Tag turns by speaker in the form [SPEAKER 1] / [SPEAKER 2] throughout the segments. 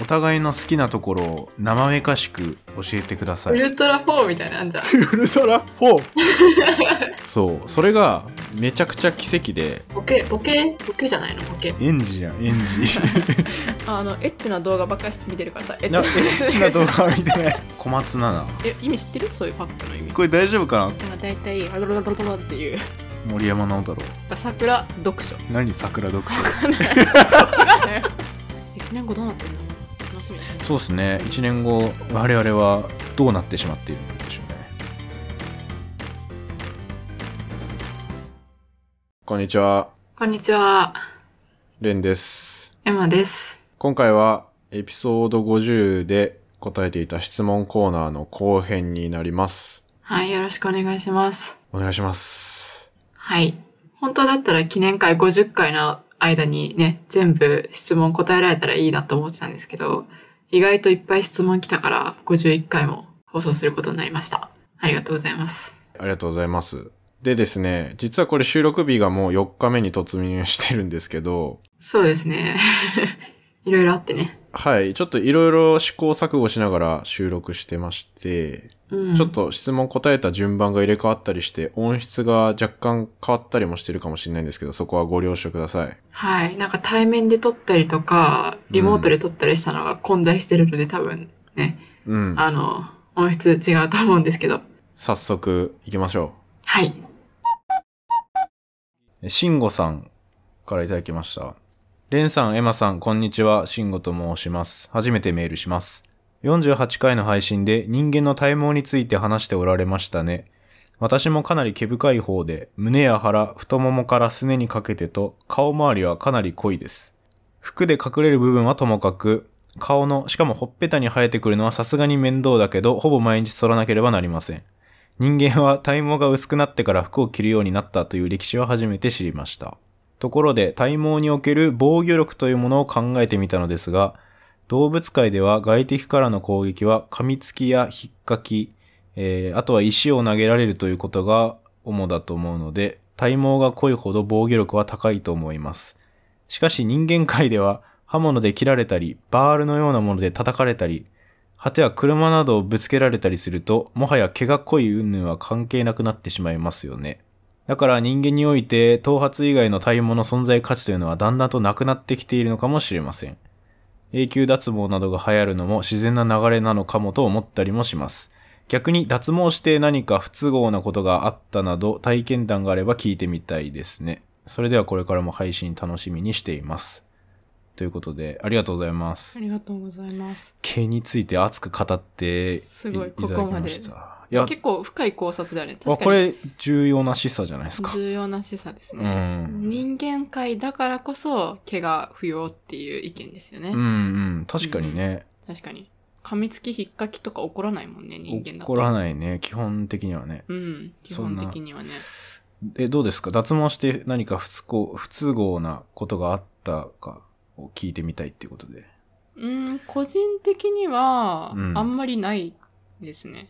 [SPEAKER 1] お互いの好きなところを生めかしく教えてくださ
[SPEAKER 2] ウ
[SPEAKER 1] い
[SPEAKER 2] ルトラ4みたいなのあんじゃん。
[SPEAKER 1] ウルトラ 4! そうそれがめちゃくちゃ奇跡で
[SPEAKER 2] ボケ、ボケ、ボケじゃないのボケ。
[SPEAKER 1] エンジやんエンジ
[SPEAKER 3] あのエッチな動画ばっかり見てるからさエ
[SPEAKER 1] なエッチな動
[SPEAKER 3] 画
[SPEAKER 1] 画は見て ない小松菜奈
[SPEAKER 3] え意味知ってるそういうパックの意味
[SPEAKER 1] これ大丈夫かな
[SPEAKER 3] なんか大体「あロロロロロ」っていう
[SPEAKER 1] 森山直太朗
[SPEAKER 3] 「桜読 書
[SPEAKER 1] 何桜読書」
[SPEAKER 3] 1年後どうなってんだろう楽しみですね
[SPEAKER 1] そうですね1年後我々はどうなってしまっているんでしょうねこんにちは
[SPEAKER 2] こんにちは。
[SPEAKER 1] レンです
[SPEAKER 2] エマです。
[SPEAKER 1] 今回はエピソード50で答えていた質問コーナーの後編になります
[SPEAKER 2] はい、よろしくお願いします。
[SPEAKER 1] お願いします
[SPEAKER 2] はい。本当だったら記念会50回の間にね、全部質問答えられたらいいなと思ってたんですけど、意外といっぱい質問来たから51回も放送することになりました。ありがとうございます。
[SPEAKER 1] ありがとうございますでですね実はこれ収録日がもう4日目に突入してるんですけど
[SPEAKER 2] そうですね。 いろいろあってね。
[SPEAKER 1] はいちょっといろいろ試行錯誤しながら収録してまして
[SPEAKER 2] うん。
[SPEAKER 1] ちょっと質問答えた順番が入れ替わったりして、音質が若干変わったりもしてるかもしれないんですけど、そこはご了承ください。
[SPEAKER 2] はい。なんか対面で撮ったりとか、リモートで撮ったりしたのが混在してるので、多分ね、
[SPEAKER 1] うん。
[SPEAKER 2] あの、音質違うと思うんですけど。
[SPEAKER 1] 早速行きましょ
[SPEAKER 2] はい。
[SPEAKER 1] う。しんごさんからいただきました。れんさん、えまさん、こんにちは。しんごと申します。初めてメールします。48回の配信で人間の体毛について話しておられましたね。私もかなり毛深い方で、胸や腹、太ももからすねにかけてと、顔周りはかなり濃いです。服で隠れる部分はともかく、顔の、しかもほっぺたに生えてくるのはさすがに面倒だけど、ほぼ毎日剃らなければなりません。人間は体毛が薄くなってから服を着るようになったという歴史は初めて知りました。ところで、体毛における防御力というものを考えてみたのですが、動物界では外敵からの攻撃は噛みつきや引っかき、えーあとは石を投げられるということが主だと思うので、体毛が濃いほど防御力は高いと思います。しかし人間界では刃物で切られたり、バールのようなもので叩かれたり、果ては車などをぶつけられたりすると、もはや毛が濃い云々は関係なくなってしまいますよね。だから人間において頭髪以外の体毛の存在価値というのはだんだんとなくなってきているのかもしれません。永久脱毛などが流行るのも自然な流れなのかもと思ったりもします。逆に脱毛して何か不都合なことがあったなど体験談があれば聞いてみたいですね。それではこれからも配信楽しみにしています。ということで、ありがとうございます
[SPEAKER 3] あ。りがとうございます
[SPEAKER 1] 毛について熱く語ってい
[SPEAKER 3] すご
[SPEAKER 1] た
[SPEAKER 3] い
[SPEAKER 1] だきまし
[SPEAKER 3] こ
[SPEAKER 1] た。いや、
[SPEAKER 3] 結構深い考察だよね
[SPEAKER 1] あ
[SPEAKER 3] 確
[SPEAKER 1] こ
[SPEAKER 3] かに
[SPEAKER 1] れ重要な示唆じゃないですか。
[SPEAKER 3] 重要な示唆です
[SPEAKER 1] う
[SPEAKER 3] ね、
[SPEAKER 1] ん。
[SPEAKER 3] 人間界だからこそ毛が不要っていう意見ですよね、
[SPEAKER 1] うんうん。確かにね。
[SPEAKER 3] 確かに噛みつき引っかきとか起こらないもんね人間だと
[SPEAKER 1] 怒らないね。基本的にはね。
[SPEAKER 3] うん基
[SPEAKER 1] そん
[SPEAKER 3] 本
[SPEAKER 1] な
[SPEAKER 3] 的にはね
[SPEAKER 1] え、どうですか脱毛して何か不都合不都合なことがあったかを聞いてみたいっていうことで。
[SPEAKER 3] うん個人的には
[SPEAKER 1] うん
[SPEAKER 3] あんまりないですね、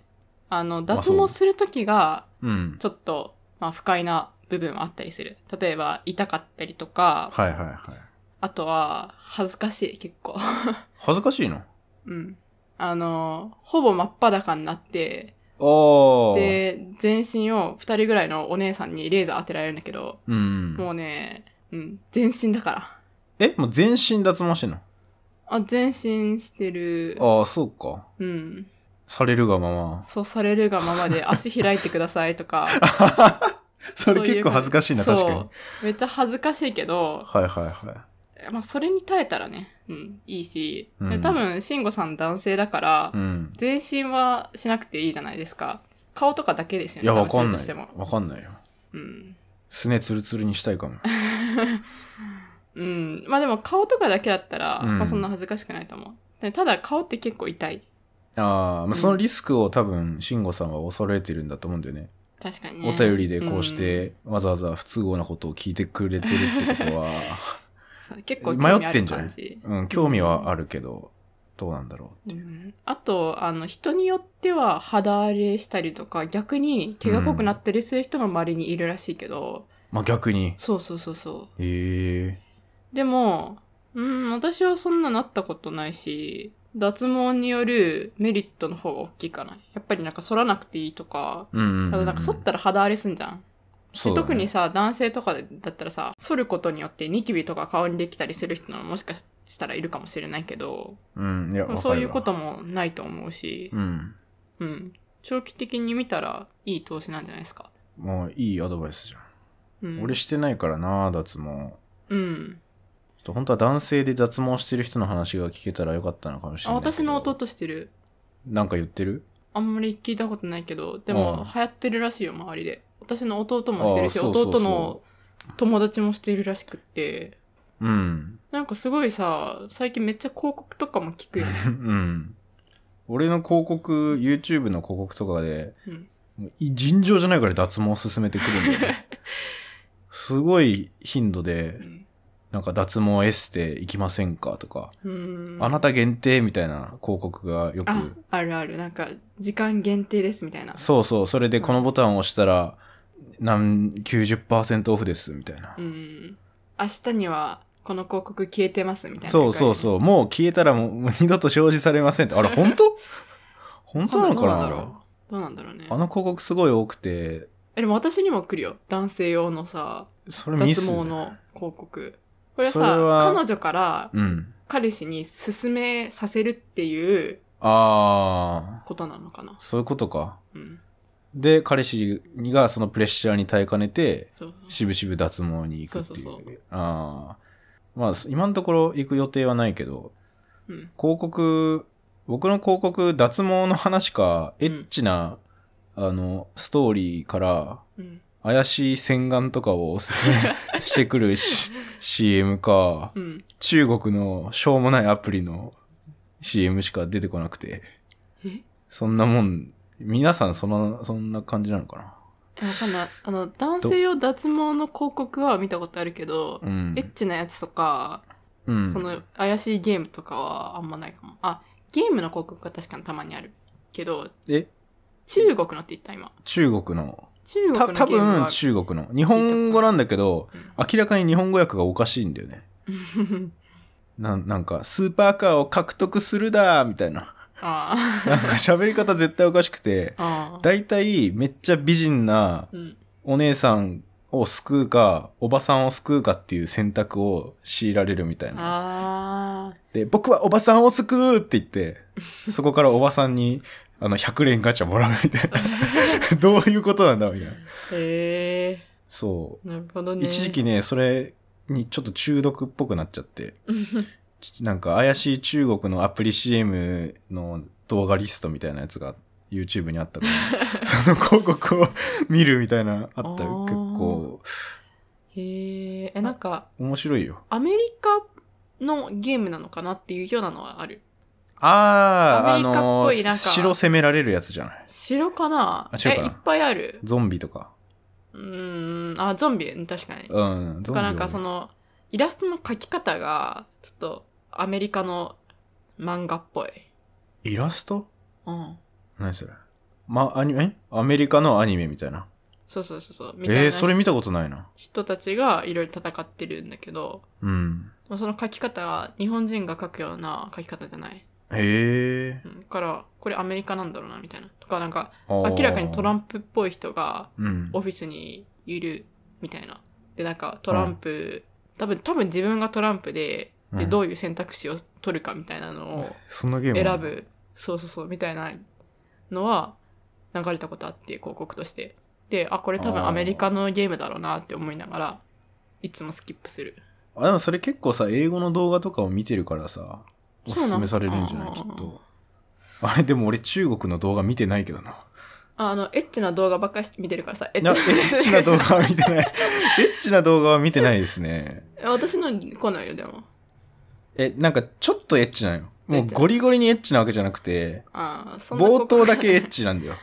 [SPEAKER 3] あの
[SPEAKER 1] まあ
[SPEAKER 3] 脱
[SPEAKER 1] そう
[SPEAKER 3] 毛する時が
[SPEAKER 1] うん。
[SPEAKER 3] ちょっと、まあ、不快な部分はあったりする例えば痛かったりとか、
[SPEAKER 1] はいはいはい。
[SPEAKER 3] あとは恥ずかしい結構
[SPEAKER 1] 恥ずかしいの
[SPEAKER 3] うんあのほぼ真っ裸になって
[SPEAKER 1] ああ。
[SPEAKER 3] で全身を2人ぐらいのお姉さんにレーザー当てられるんだけど
[SPEAKER 1] うん。
[SPEAKER 3] もうね、うん、全身だから
[SPEAKER 1] え、もう全身脱毛してんの
[SPEAKER 3] あ全身してる
[SPEAKER 1] ああ、そうか。
[SPEAKER 3] うん
[SPEAKER 1] されるがまま。
[SPEAKER 3] そうされるが ままで足開いてくださいとか
[SPEAKER 1] それ
[SPEAKER 3] ういう
[SPEAKER 1] 結構恥ずかしいな、
[SPEAKER 3] そう
[SPEAKER 1] 確かに。
[SPEAKER 3] めっちゃ恥ずかしいけど、
[SPEAKER 1] はいはいはい。
[SPEAKER 3] まあ、それに耐えたらね、うん、いいし、
[SPEAKER 1] うん
[SPEAKER 3] で多分慎吾さん男性だから、
[SPEAKER 1] うん。
[SPEAKER 3] 全身はしなくていいじゃないですか顔とかだけですよね
[SPEAKER 1] いや、
[SPEAKER 3] 多
[SPEAKER 1] わ
[SPEAKER 3] 分そ
[SPEAKER 1] か
[SPEAKER 3] れ
[SPEAKER 1] んな
[SPEAKER 3] として
[SPEAKER 1] い
[SPEAKER 3] も。
[SPEAKER 1] わかんないよ。
[SPEAKER 3] うん、
[SPEAKER 1] すねツルツルにしたいかも。
[SPEAKER 3] うん、まあでも顔とかだけだったら、
[SPEAKER 1] うん
[SPEAKER 3] まあ、そんな恥ずかしくないと思うでただ顔って結構痛い
[SPEAKER 1] ああ、ま
[SPEAKER 3] ん
[SPEAKER 1] あ、そのリスクを多分、慎吾さんは恐れてるんだと思うんだよね。
[SPEAKER 3] 確かにね
[SPEAKER 1] お便りでこうして、わざわざ不都合なことを聞いてくれてるってこと は、
[SPEAKER 3] そう結構興味あ
[SPEAKER 1] 迷ってん
[SPEAKER 3] る
[SPEAKER 1] じゃない
[SPEAKER 3] 感じ
[SPEAKER 1] うん、興味はあるけど、どうなんだろう
[SPEAKER 3] う
[SPEAKER 1] っていう。
[SPEAKER 3] んあとあの人によっては肌荒れしたりとか逆に毛が濃くなったりする人も周りにいるらしいけど、
[SPEAKER 1] まあ逆に。
[SPEAKER 3] そうそうそうそ
[SPEAKER 1] ええ
[SPEAKER 3] うでもうん、私はそんななったことないし、脱毛によるメリットの方が大きいかな。やっぱりなんか剃らなくていいとか、
[SPEAKER 1] うんうんうん、
[SPEAKER 3] あとなんか剃ったら肌荒れすんじゃん。
[SPEAKER 1] そうだね
[SPEAKER 3] 特にさ、男性とかだったらさ、剃ることによってニキビとか顔にできたりする人ももしかしたらいるかもしれないけど、
[SPEAKER 1] うん、いや、
[SPEAKER 3] でも
[SPEAKER 1] わかる
[SPEAKER 3] そういう
[SPEAKER 1] わ
[SPEAKER 3] こともないと思うし、
[SPEAKER 1] うん。
[SPEAKER 3] うん。長期的に見たらいい投資なんじゃないですか。
[SPEAKER 1] もういいアドバイスじゃん。
[SPEAKER 3] うん。
[SPEAKER 1] 俺してないからな、脱毛。ちょ
[SPEAKER 3] うん。
[SPEAKER 1] っと本当は男性で脱毛してる人の話が聞けたらよかったのかもしれ
[SPEAKER 3] あ、
[SPEAKER 1] ないけど。
[SPEAKER 3] 私の弟してる。
[SPEAKER 1] なんか言ってる
[SPEAKER 3] あんまり聞いたことないけど、で
[SPEAKER 1] うん
[SPEAKER 3] も流行ってるらしいよ、周りで。私の弟もしてるし、
[SPEAKER 1] あそうそうそう
[SPEAKER 3] 弟の友達もしてるらしくって、
[SPEAKER 1] うん。
[SPEAKER 3] なんかすごいさ、最近めっちゃ広告とかも聞くよね。
[SPEAKER 1] うん。俺の広告、YouTube の広告とかで、
[SPEAKER 3] うん
[SPEAKER 1] もうい尋常じゃないからい脱毛を進めてくるんだよね。 すごい頻度で
[SPEAKER 3] う、ん
[SPEAKER 1] なんか脱毛エステ行きませんかとか、
[SPEAKER 3] うん
[SPEAKER 1] あなた限定みたいな広告がよ
[SPEAKER 3] あ
[SPEAKER 1] く、
[SPEAKER 3] あるある。なんか、時間限定ですみたいな。
[SPEAKER 1] そうそう、それでこのボタンを押したら、なん90%オフですみたいな
[SPEAKER 3] う。ん。明日には、この広告消えてますみたいな。
[SPEAKER 1] そうそうそう、もう消えたらもうもう二度と表示されませんって。あれ、 本当本当なのか
[SPEAKER 3] どうなんだ
[SPEAKER 1] な
[SPEAKER 3] ろう。どうなんだろうね。
[SPEAKER 1] あの広告すごい多くて、
[SPEAKER 3] え、でも私にも来るよ。男性用のさ、
[SPEAKER 1] それミス。
[SPEAKER 3] 脱毛の広告。これはさ、
[SPEAKER 1] それは
[SPEAKER 3] 彼女から
[SPEAKER 1] うん。
[SPEAKER 3] 彼氏に勧めさせるっていう
[SPEAKER 1] あ
[SPEAKER 3] ことなのかな
[SPEAKER 1] ー、。そういうことか。
[SPEAKER 3] うん。
[SPEAKER 1] で、彼氏がそのプレッシャーに耐えかねて、
[SPEAKER 3] そうそう。
[SPEAKER 1] しぶしぶ脱毛に行くっていう。
[SPEAKER 3] そうそうそ
[SPEAKER 1] あーまあ、今のところ行く予定はないけど、
[SPEAKER 3] うん。
[SPEAKER 1] 広告、僕の広告、脱毛の話か、エッチな、あの、ストーリーから、
[SPEAKER 3] うん。
[SPEAKER 1] 怪しい洗顔とかをおすす めしてくるし CM か、
[SPEAKER 3] うん。
[SPEAKER 1] 中国のしょうもないアプリの CM しか出てこなくて、
[SPEAKER 3] えい
[SPEAKER 1] そんなもん、皆さんそんな、そんな感じなのか
[SPEAKER 3] やわかんない。あの、男性用脱毛の広告は見たことあるけど
[SPEAKER 1] な。う、ん
[SPEAKER 3] エ。ッチなやつとか、
[SPEAKER 1] うん。
[SPEAKER 3] その怪しいゲームとかはあんまないかも。あ、ゲームの広告は確かにたまにあるけど、
[SPEAKER 1] え、
[SPEAKER 3] 中国のって言った今。
[SPEAKER 1] 中国の、
[SPEAKER 3] 中国
[SPEAKER 1] た、
[SPEAKER 3] のゲ
[SPEAKER 1] 多
[SPEAKER 3] ーム
[SPEAKER 1] 分
[SPEAKER 3] は。
[SPEAKER 1] 中国の。日本語なんだけど、
[SPEAKER 3] うん
[SPEAKER 1] 明らかに日本語訳がおかしいんだよね。なんなんか、スーパーカーを獲得するだーみたい な。
[SPEAKER 3] あ
[SPEAKER 1] なんか喋り方絶対おかしくて
[SPEAKER 3] あ。、ああ。
[SPEAKER 1] だいたいめっちゃ美人な
[SPEAKER 3] うん。
[SPEAKER 1] お姉さんを救うか、おばさんを救うかっていう選択を強いられるみたいな。
[SPEAKER 3] ああ。
[SPEAKER 1] で、僕はおばさんを救うって言って、そこからおばさんに、あの、100連ガチャもらうみたいな。 どういうことなんだみたいな。
[SPEAKER 3] へえ。
[SPEAKER 1] そ
[SPEAKER 3] なるほど
[SPEAKER 1] う。
[SPEAKER 3] ね。
[SPEAKER 1] 一時期ね、それにちょっと中毒っぽくなっちゃ って、ちなんか怪しい中国のアプリ CM の動画リストみたいなやつが YouTube にあった から、その広告を見るみたいな、あった。
[SPEAKER 3] あー
[SPEAKER 1] 結構、
[SPEAKER 3] へえ。え、なんか、
[SPEAKER 1] 面白いよ。
[SPEAKER 3] アメリカのゲームなのかなっていうようなのはある。
[SPEAKER 1] あー、
[SPEAKER 3] ア
[SPEAKER 1] あ
[SPEAKER 3] メリカっ
[SPEAKER 1] の
[SPEAKER 3] ぽいなんか
[SPEAKER 1] 城攻められるやつじゃない。
[SPEAKER 3] 白かな
[SPEAKER 1] あ違う
[SPEAKER 3] え、
[SPEAKER 1] か
[SPEAKER 3] い
[SPEAKER 1] な
[SPEAKER 3] っぱいある。
[SPEAKER 1] ゾンビとか。
[SPEAKER 3] うーん。あ、ゾンビ、うん確かに。
[SPEAKER 1] うん、ゾ
[SPEAKER 3] と
[SPEAKER 1] ンビ
[SPEAKER 3] か
[SPEAKER 1] を
[SPEAKER 3] なんかそのイラストの描き方がちょっとアメリカの漫画っぽい。
[SPEAKER 1] イラスト
[SPEAKER 3] うん。
[SPEAKER 1] 何それま、アニメアメリカのアニメみたいな。
[SPEAKER 3] そうそうそうそう。みたい
[SPEAKER 1] えー、
[SPEAKER 3] な
[SPEAKER 1] それ見たことないな。
[SPEAKER 3] 人たちがいろいろ戦ってるんだけど、
[SPEAKER 1] うん。
[SPEAKER 3] まあその描き方は日本人が描くような描き方じゃない。
[SPEAKER 1] へえ。
[SPEAKER 3] うん。だから、これアメリカなんだろうなみたいな。とかなんか
[SPEAKER 1] 明
[SPEAKER 3] 明らかにトラ
[SPEAKER 1] ン
[SPEAKER 3] ンプっぽい人が
[SPEAKER 1] プ。うん。
[SPEAKER 3] オフィスにいるみたいな。で、なんかトランプ、多分多分自分がトランプで、で、
[SPEAKER 1] うん
[SPEAKER 3] どういう選択肢を取るかみたいなのを
[SPEAKER 1] そんなゲームな
[SPEAKER 3] 選
[SPEAKER 1] の。
[SPEAKER 3] ぶそうそうそうみたいなのは流れたことあって広告としてであこれ多分
[SPEAKER 1] あー
[SPEAKER 3] アメリカのゲームだろうなって思いながらいつもスキップする
[SPEAKER 1] あ、でもそれ結構さ、英語の動画とかを見てるからさ、おすすめされるんじゃないき
[SPEAKER 3] そう
[SPEAKER 1] っ
[SPEAKER 3] なのかな
[SPEAKER 1] と。あれ、でも俺中国の動画見てないけどな。
[SPEAKER 3] ああのエッチな動画ばっかり見てるからさエ
[SPEAKER 1] いやエ ッチな動画は見てない。エ ッチな動画は見てないですね。
[SPEAKER 3] 画私の来ないよでも
[SPEAKER 1] え、なんかちょっとエッチなの。もうゴリゴリにエッチなわけじゃなくて、
[SPEAKER 3] ああそんな
[SPEAKER 1] 冒頭だけエッ
[SPEAKER 3] チ
[SPEAKER 1] チなんだよ。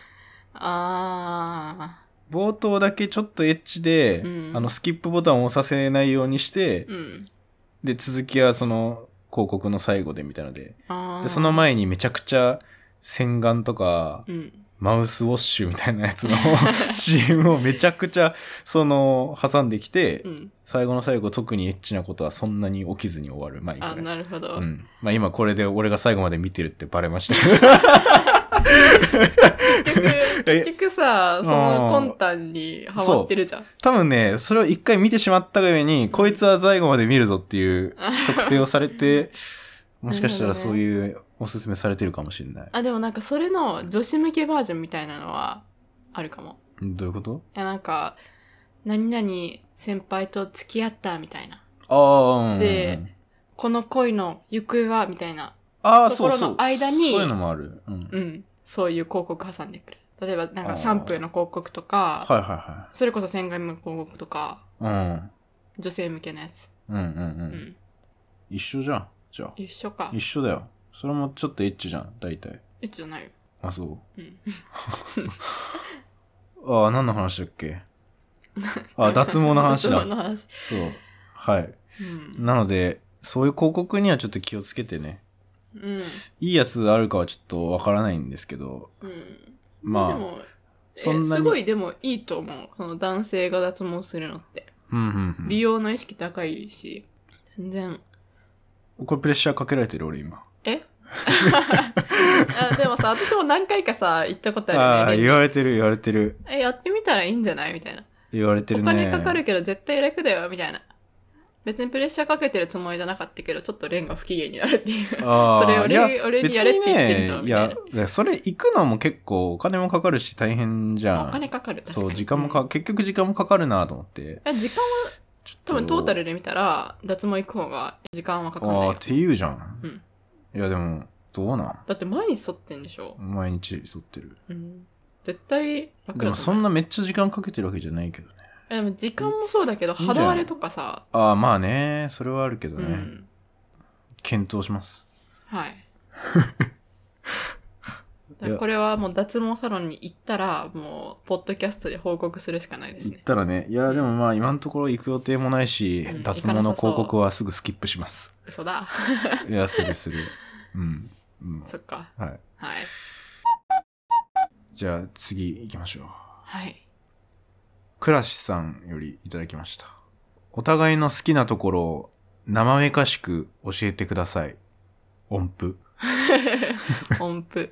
[SPEAKER 3] ああ
[SPEAKER 1] 冒頭だけちょっとエッチで、
[SPEAKER 3] うん
[SPEAKER 1] あのスキップボタンを押させないようにして、
[SPEAKER 3] うん
[SPEAKER 1] で続きはその広告の最後でみたいので
[SPEAKER 3] ああ
[SPEAKER 1] でその前にめちゃくちゃ洗顔とか
[SPEAKER 3] うん
[SPEAKER 1] マウスウォッシュみたいなやつ の CM をめちゃくちゃ、その、挟んできて、
[SPEAKER 3] うん。
[SPEAKER 1] 最後の最後特にエッチなことはそんなに起きずに終わる毎
[SPEAKER 3] あ、
[SPEAKER 1] 回。
[SPEAKER 3] なるほど。
[SPEAKER 1] うん。まあ今これで俺が最後まで見てるってバレましたけど。
[SPEAKER 3] 結局、
[SPEAKER 1] え
[SPEAKER 3] 結局さ、その魂胆にハマってるじゃん。
[SPEAKER 1] 多分ね、それを一回見てしまったがゆえに、こいつは最後まで見るぞって いう特定をされて、もしかしたらそういうおすすめされてるかもしれない。
[SPEAKER 3] あ、でもなんかそれの女子向けバージョンみたいなのはあるかも。
[SPEAKER 1] どういうこと
[SPEAKER 3] いや、なんか、何々先輩と付き合ったみたいな。
[SPEAKER 1] ああ、うん。
[SPEAKER 3] でこの恋の行方はみたいな。
[SPEAKER 1] ああ、そうそ
[SPEAKER 3] と
[SPEAKER 1] う。
[SPEAKER 3] ころの間に
[SPEAKER 1] そういうのもある。うん。
[SPEAKER 3] うん。そういう広告挟んでくる。例えば、なん
[SPEAKER 1] あー
[SPEAKER 3] かシャンプーの広告とか、
[SPEAKER 1] はいは
[SPEAKER 3] それこそ洗顔の広告とか、
[SPEAKER 1] いはい。
[SPEAKER 3] 女性向けのやつ。
[SPEAKER 1] うん。うんうんう。
[SPEAKER 3] うんん。
[SPEAKER 1] 一緒じゃん。じゃあ。
[SPEAKER 3] 一緒か。
[SPEAKER 1] 一緒だよ。それもちょっとエッチじゃん、大体。
[SPEAKER 3] 一緒じゃないよ。
[SPEAKER 1] あ、そう。
[SPEAKER 3] うん。
[SPEAKER 1] ああ、何の話だっけ あ、脱毛の話
[SPEAKER 3] 脱
[SPEAKER 1] だ
[SPEAKER 3] 毛。の話。
[SPEAKER 1] そう。はい。
[SPEAKER 3] うん。
[SPEAKER 1] なので、そういう広告にはちょっと気をつけてね。
[SPEAKER 3] うん。
[SPEAKER 1] いいやつあるかはちょっとわからないんですけど、
[SPEAKER 3] うん。
[SPEAKER 1] まあ
[SPEAKER 3] でも、え
[SPEAKER 1] そんなに
[SPEAKER 3] すごいでもいいと思う。その男性が脱毛するのって。
[SPEAKER 1] うんうん
[SPEAKER 3] 美容の意識高いし、全然。
[SPEAKER 1] うん。これプレッシャーかけられてる俺今。
[SPEAKER 3] えあでもさ、私も何回かさ、行ったこと
[SPEAKER 1] あ
[SPEAKER 3] あ
[SPEAKER 1] あ、
[SPEAKER 3] るよね。
[SPEAKER 1] 言われてる言われてる。
[SPEAKER 3] え、やってみたらいいんじゃないみたいな。
[SPEAKER 1] 言われてる
[SPEAKER 3] お
[SPEAKER 1] ね。
[SPEAKER 3] 金かかるけど絶対楽だよ、みたいな。別にプレッシャーかけてるつもりじゃなかったけど、ちょっとレンが不機嫌になるっていう。
[SPEAKER 1] ああ。
[SPEAKER 3] それ俺
[SPEAKER 1] い
[SPEAKER 3] 俺にやれって言ってんの
[SPEAKER 1] 別にねい
[SPEAKER 3] みたい
[SPEAKER 1] や
[SPEAKER 3] ない
[SPEAKER 1] や、それ行くのも結構お金もかかるし大変じゃん。
[SPEAKER 3] お金かかる。確かに
[SPEAKER 1] そう、時間もか、結局時間もかかるなと思って。
[SPEAKER 3] うんえ時間は、
[SPEAKER 1] ちょっと
[SPEAKER 3] 多分トータルで見たら、脱毛行く方が時間はかかんない
[SPEAKER 1] ああ、
[SPEAKER 3] よ
[SPEAKER 1] っ。て言うじゃん。
[SPEAKER 3] うん
[SPEAKER 1] いや、でも、どうなん
[SPEAKER 3] だって毎日剃ってんでしょ、
[SPEAKER 1] 毎日剃ってる。
[SPEAKER 3] うん、絶対楽
[SPEAKER 1] で
[SPEAKER 3] だ
[SPEAKER 1] も、
[SPEAKER 3] と
[SPEAKER 1] そ
[SPEAKER 3] 思
[SPEAKER 1] ん
[SPEAKER 3] う。
[SPEAKER 1] なめっちゃ時間かけてるわけじゃないけどね。
[SPEAKER 3] えでも時間もそうだけど、
[SPEAKER 1] いいんじゃない
[SPEAKER 3] 肌荒れとかさ、
[SPEAKER 1] ああ、まあね、それはあるけど
[SPEAKER 3] う
[SPEAKER 1] ね。
[SPEAKER 3] ん。
[SPEAKER 1] 検討します。
[SPEAKER 3] はい。だ
[SPEAKER 1] い
[SPEAKER 3] か
[SPEAKER 1] や
[SPEAKER 3] らこれはもう脱毛サロンに行ったら、もう、ポッドキャストで報告するしかないです
[SPEAKER 1] 行っ
[SPEAKER 3] ね。
[SPEAKER 1] たらね、いや、でもまあ、今のところ行く予定もないし、
[SPEAKER 3] うん
[SPEAKER 1] 脱毛の広告はすぐスキップします。
[SPEAKER 3] 嘘だ。
[SPEAKER 1] いや、するする。うん。うん。
[SPEAKER 3] そっか。
[SPEAKER 1] はい。
[SPEAKER 3] はい。
[SPEAKER 1] じゃあ、次行きましょう。
[SPEAKER 3] はい。
[SPEAKER 1] クラシさんよりいただきました。お互いの好きなところを生めかしく教えてください。音符。
[SPEAKER 3] 音符。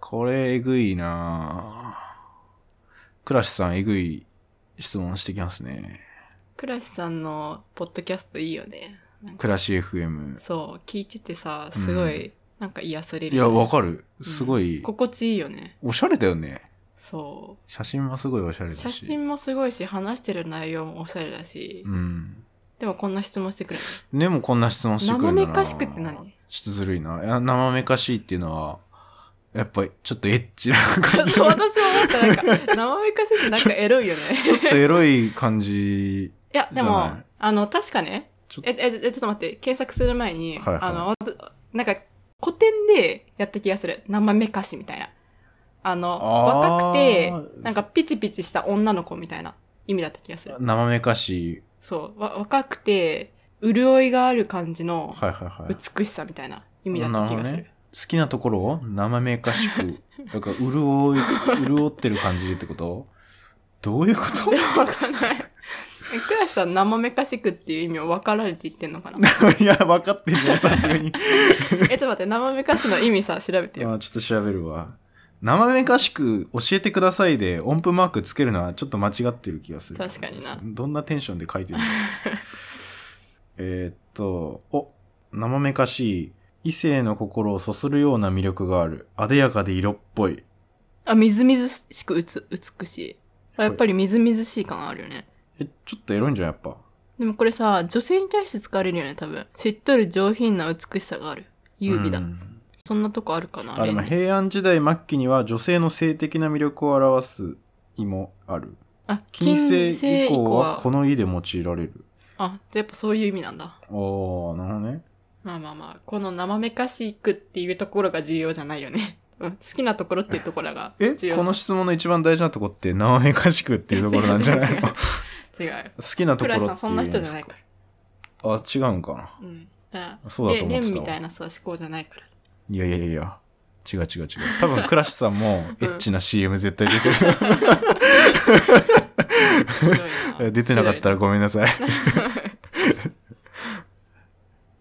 [SPEAKER 1] これ、えぐいなぁクラシさん、えぐい質問してきますね。
[SPEAKER 3] クラシさんのポッドキャストいいよね。なんか
[SPEAKER 1] クラシ FM。
[SPEAKER 3] そう、聞いててさ、すごい、なんか癒される、
[SPEAKER 1] いや、わか
[SPEAKER 3] る。
[SPEAKER 1] る。すごい、
[SPEAKER 3] 心地いいよね。
[SPEAKER 1] おしゃれだよね。
[SPEAKER 3] そ
[SPEAKER 1] 写真もすごいおしゃれ
[SPEAKER 3] う。
[SPEAKER 1] だし。
[SPEAKER 3] 写真もすごいし、話してる内容もおしゃれだし、
[SPEAKER 1] うん。
[SPEAKER 3] でもこんな質問してくる
[SPEAKER 1] でもこんな質問してくるんだな
[SPEAKER 3] 生めかしくって何
[SPEAKER 1] ちょっとずるいな。いや生めかしいっていうのは、やっぱりちょっとエッチな感
[SPEAKER 3] の。
[SPEAKER 1] じ。
[SPEAKER 3] そう、私
[SPEAKER 1] ちょ
[SPEAKER 3] も思
[SPEAKER 1] っ
[SPEAKER 3] った。なんか、生めかしいってなんかエロいよね。
[SPEAKER 1] とエロい感じ。
[SPEAKER 3] いや、で
[SPEAKER 1] じゃ
[SPEAKER 3] も
[SPEAKER 1] ない、
[SPEAKER 3] あの、確かね、
[SPEAKER 1] ちょっと
[SPEAKER 3] え、え、えちょっと待って、検索する前に、
[SPEAKER 1] はいはい
[SPEAKER 3] あの、わたなんか、古典でやった気がする。生めかしみたいな。あの、
[SPEAKER 1] あー
[SPEAKER 3] 若くて、なんかピチピチした女の子みたいな意味だった気がする。
[SPEAKER 1] 生めかしい。
[SPEAKER 3] そう、わ若くて、潤いがある感じの
[SPEAKER 1] はいはいはい。好
[SPEAKER 3] 美しさみたいな意味だった気がす
[SPEAKER 1] な
[SPEAKER 3] る。
[SPEAKER 1] るきなところを生めか しく、なんか潤い、潤ってる感じってことどういうこと
[SPEAKER 3] でもわかんない。 え、クラシさん生めかしくっていう意味を分かられて言ってんのかな
[SPEAKER 1] いや、分かってんじゃん、さすがに。
[SPEAKER 3] え、ちょっと待って、生めかしの意味さ、調べてよ。
[SPEAKER 1] まあ、ちょっと調べるわ。生めかしく教えてくださいで音符マークつけるのはちょっと間違ってる気がする。
[SPEAKER 3] 確かにな
[SPEAKER 1] どんなテンションで書いてるの えーっと、お、生めかしい。異性の心をそするような魅力がある。艶やかで色っぽい。
[SPEAKER 3] あ、みずみずしくうつ美しい。あやっぱりみずみずしい感あるよね。
[SPEAKER 1] え、ちょっとエロいんじゃん、やっぱ。
[SPEAKER 3] でもこれさ、女性に対して使われるよね、多分。しっとり上品な美しさがある。優美だ。
[SPEAKER 1] うん
[SPEAKER 3] そんなとこあるかな
[SPEAKER 1] あ、でも
[SPEAKER 3] 例に
[SPEAKER 1] 平安時代末期には女性の性的な魅力を表す意もある。
[SPEAKER 3] あ、
[SPEAKER 1] 近
[SPEAKER 3] 近
[SPEAKER 1] 世
[SPEAKER 3] 世
[SPEAKER 1] 以
[SPEAKER 3] 以降
[SPEAKER 1] 降は
[SPEAKER 3] は
[SPEAKER 1] こ。の意で用いられる。
[SPEAKER 3] あ、やっぱそういう意味なんだ。
[SPEAKER 1] あー、なるほどね。
[SPEAKER 3] まあまあまあ、この生めかしくっていうところが重要じゃないよね。 うん好きなところっていうところが
[SPEAKER 1] え
[SPEAKER 3] 重要。
[SPEAKER 1] この質問の一番大事なとこって、生めかしくっていうところなんじゃない
[SPEAKER 3] 違う違う
[SPEAKER 1] の好
[SPEAKER 3] 違う。
[SPEAKER 1] きなとこ
[SPEAKER 3] ク
[SPEAKER 1] ろっていう
[SPEAKER 3] ラシさんそんな人じゃないから。
[SPEAKER 1] あ、違うんかな。
[SPEAKER 3] うん。あ
[SPEAKER 1] そうだと思ってたわ
[SPEAKER 3] レンみたいなさ、思考じゃないから。
[SPEAKER 1] いやいやいや。違う違う違う。多分、倉敷さんも、エッチな CM 絶対出てる。
[SPEAKER 3] ひどい な
[SPEAKER 1] 出てなかったら
[SPEAKER 3] ひ
[SPEAKER 1] ごめんなさい。
[SPEAKER 3] どいな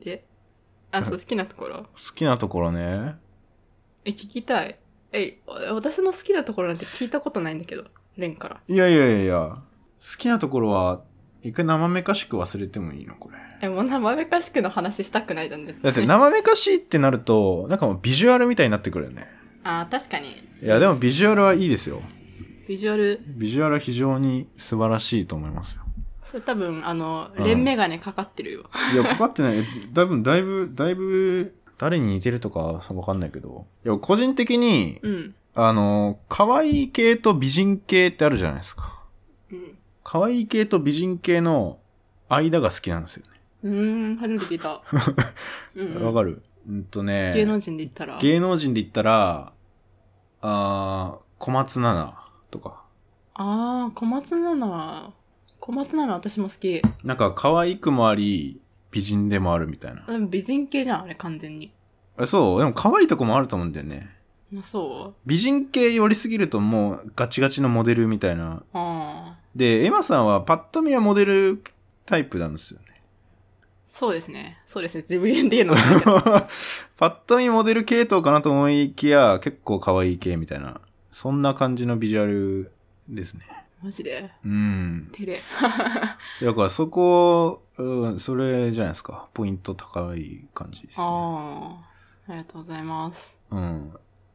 [SPEAKER 3] であそう好きなところ
[SPEAKER 1] 好きなところね。
[SPEAKER 3] え聞きたいえ私の好きなところなんて聞いたことないんだけどレンから
[SPEAKER 1] いやいやいやいや。好きなところは、一回生めかしく忘れてもいいのこれ。
[SPEAKER 3] えもう生めかしくの話したくないじゃん絶
[SPEAKER 1] だ
[SPEAKER 3] 対
[SPEAKER 1] って生めかしいってなると、なんかもうビジュアルみたいになってくるよね。
[SPEAKER 3] あー確かに
[SPEAKER 1] いや、でもビジュアルはいいですよ。
[SPEAKER 3] ビジュアル
[SPEAKER 1] ビジュアルは非常に素晴らしいと思いますよ。
[SPEAKER 3] それ多分あの
[SPEAKER 1] うん
[SPEAKER 3] レンメガネかかってるよ、
[SPEAKER 1] いや、かかってない。だいぶ、だいぶ、だいぶ、誰に似てるとかはわかんないけど。いや、個人的に、
[SPEAKER 3] うん
[SPEAKER 1] あの、可愛い系と美人系ってあるじゃないですか。
[SPEAKER 3] うん
[SPEAKER 1] 可愛い系と美人系の間が好きなんですよね。
[SPEAKER 3] うーん初めて聞い たうんうん
[SPEAKER 1] わ、かるうんとね、
[SPEAKER 3] 芸能人で言ったら
[SPEAKER 1] 芸能人で言ったら、あー小松菜奈とか。
[SPEAKER 3] ああ小松菜奈小松菜奈私も好き
[SPEAKER 1] なんか可愛くもあり、美人でもあるみたいな。
[SPEAKER 3] でも美人系じゃんあれ完全に
[SPEAKER 1] えそう、でも可愛いとこもあると思うんだよね。
[SPEAKER 3] まあそう
[SPEAKER 1] 美人系寄りすぎるともうガチガチのモデルみたいな。
[SPEAKER 3] ああ
[SPEAKER 1] で、エマさんはパッと見はモデルタイプなんですよ ね。
[SPEAKER 3] そうですねそうですね自分で言うのも
[SPEAKER 1] パッと見モデル系統かなと思いきや、結構可愛い系みたいな。そんな感じのビジュアルですね。
[SPEAKER 3] マジで
[SPEAKER 1] うん。
[SPEAKER 3] 照れ
[SPEAKER 1] だからそこ、うん、それじゃないですか。ポイント高い感じですね。
[SPEAKER 3] ああありがとうございます
[SPEAKER 1] うん。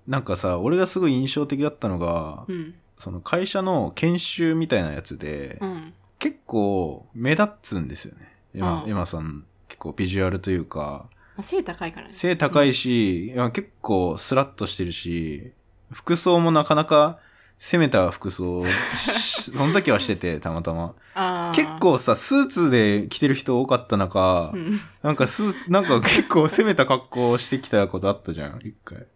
[SPEAKER 1] なんかさ、俺がすごい印象的だったのが、
[SPEAKER 3] うん
[SPEAKER 1] その会社の研修みたいなやつで、
[SPEAKER 3] うん
[SPEAKER 1] 結構目立つんですよね。エマ
[SPEAKER 3] ああ
[SPEAKER 1] エマさん結構ビジュアルというか、
[SPEAKER 3] まあ背高いからね
[SPEAKER 1] 背高いし、いや結構スラッとしてるし、服装もなかなか攻めた服装をしその時はしてて、 たまたま。
[SPEAKER 3] ああ
[SPEAKER 1] 結構さ、スーツで着てる人多かった中、
[SPEAKER 3] うん
[SPEAKER 1] なんかスーなんか結構攻めた格好をしてきたことあったじゃん、一回。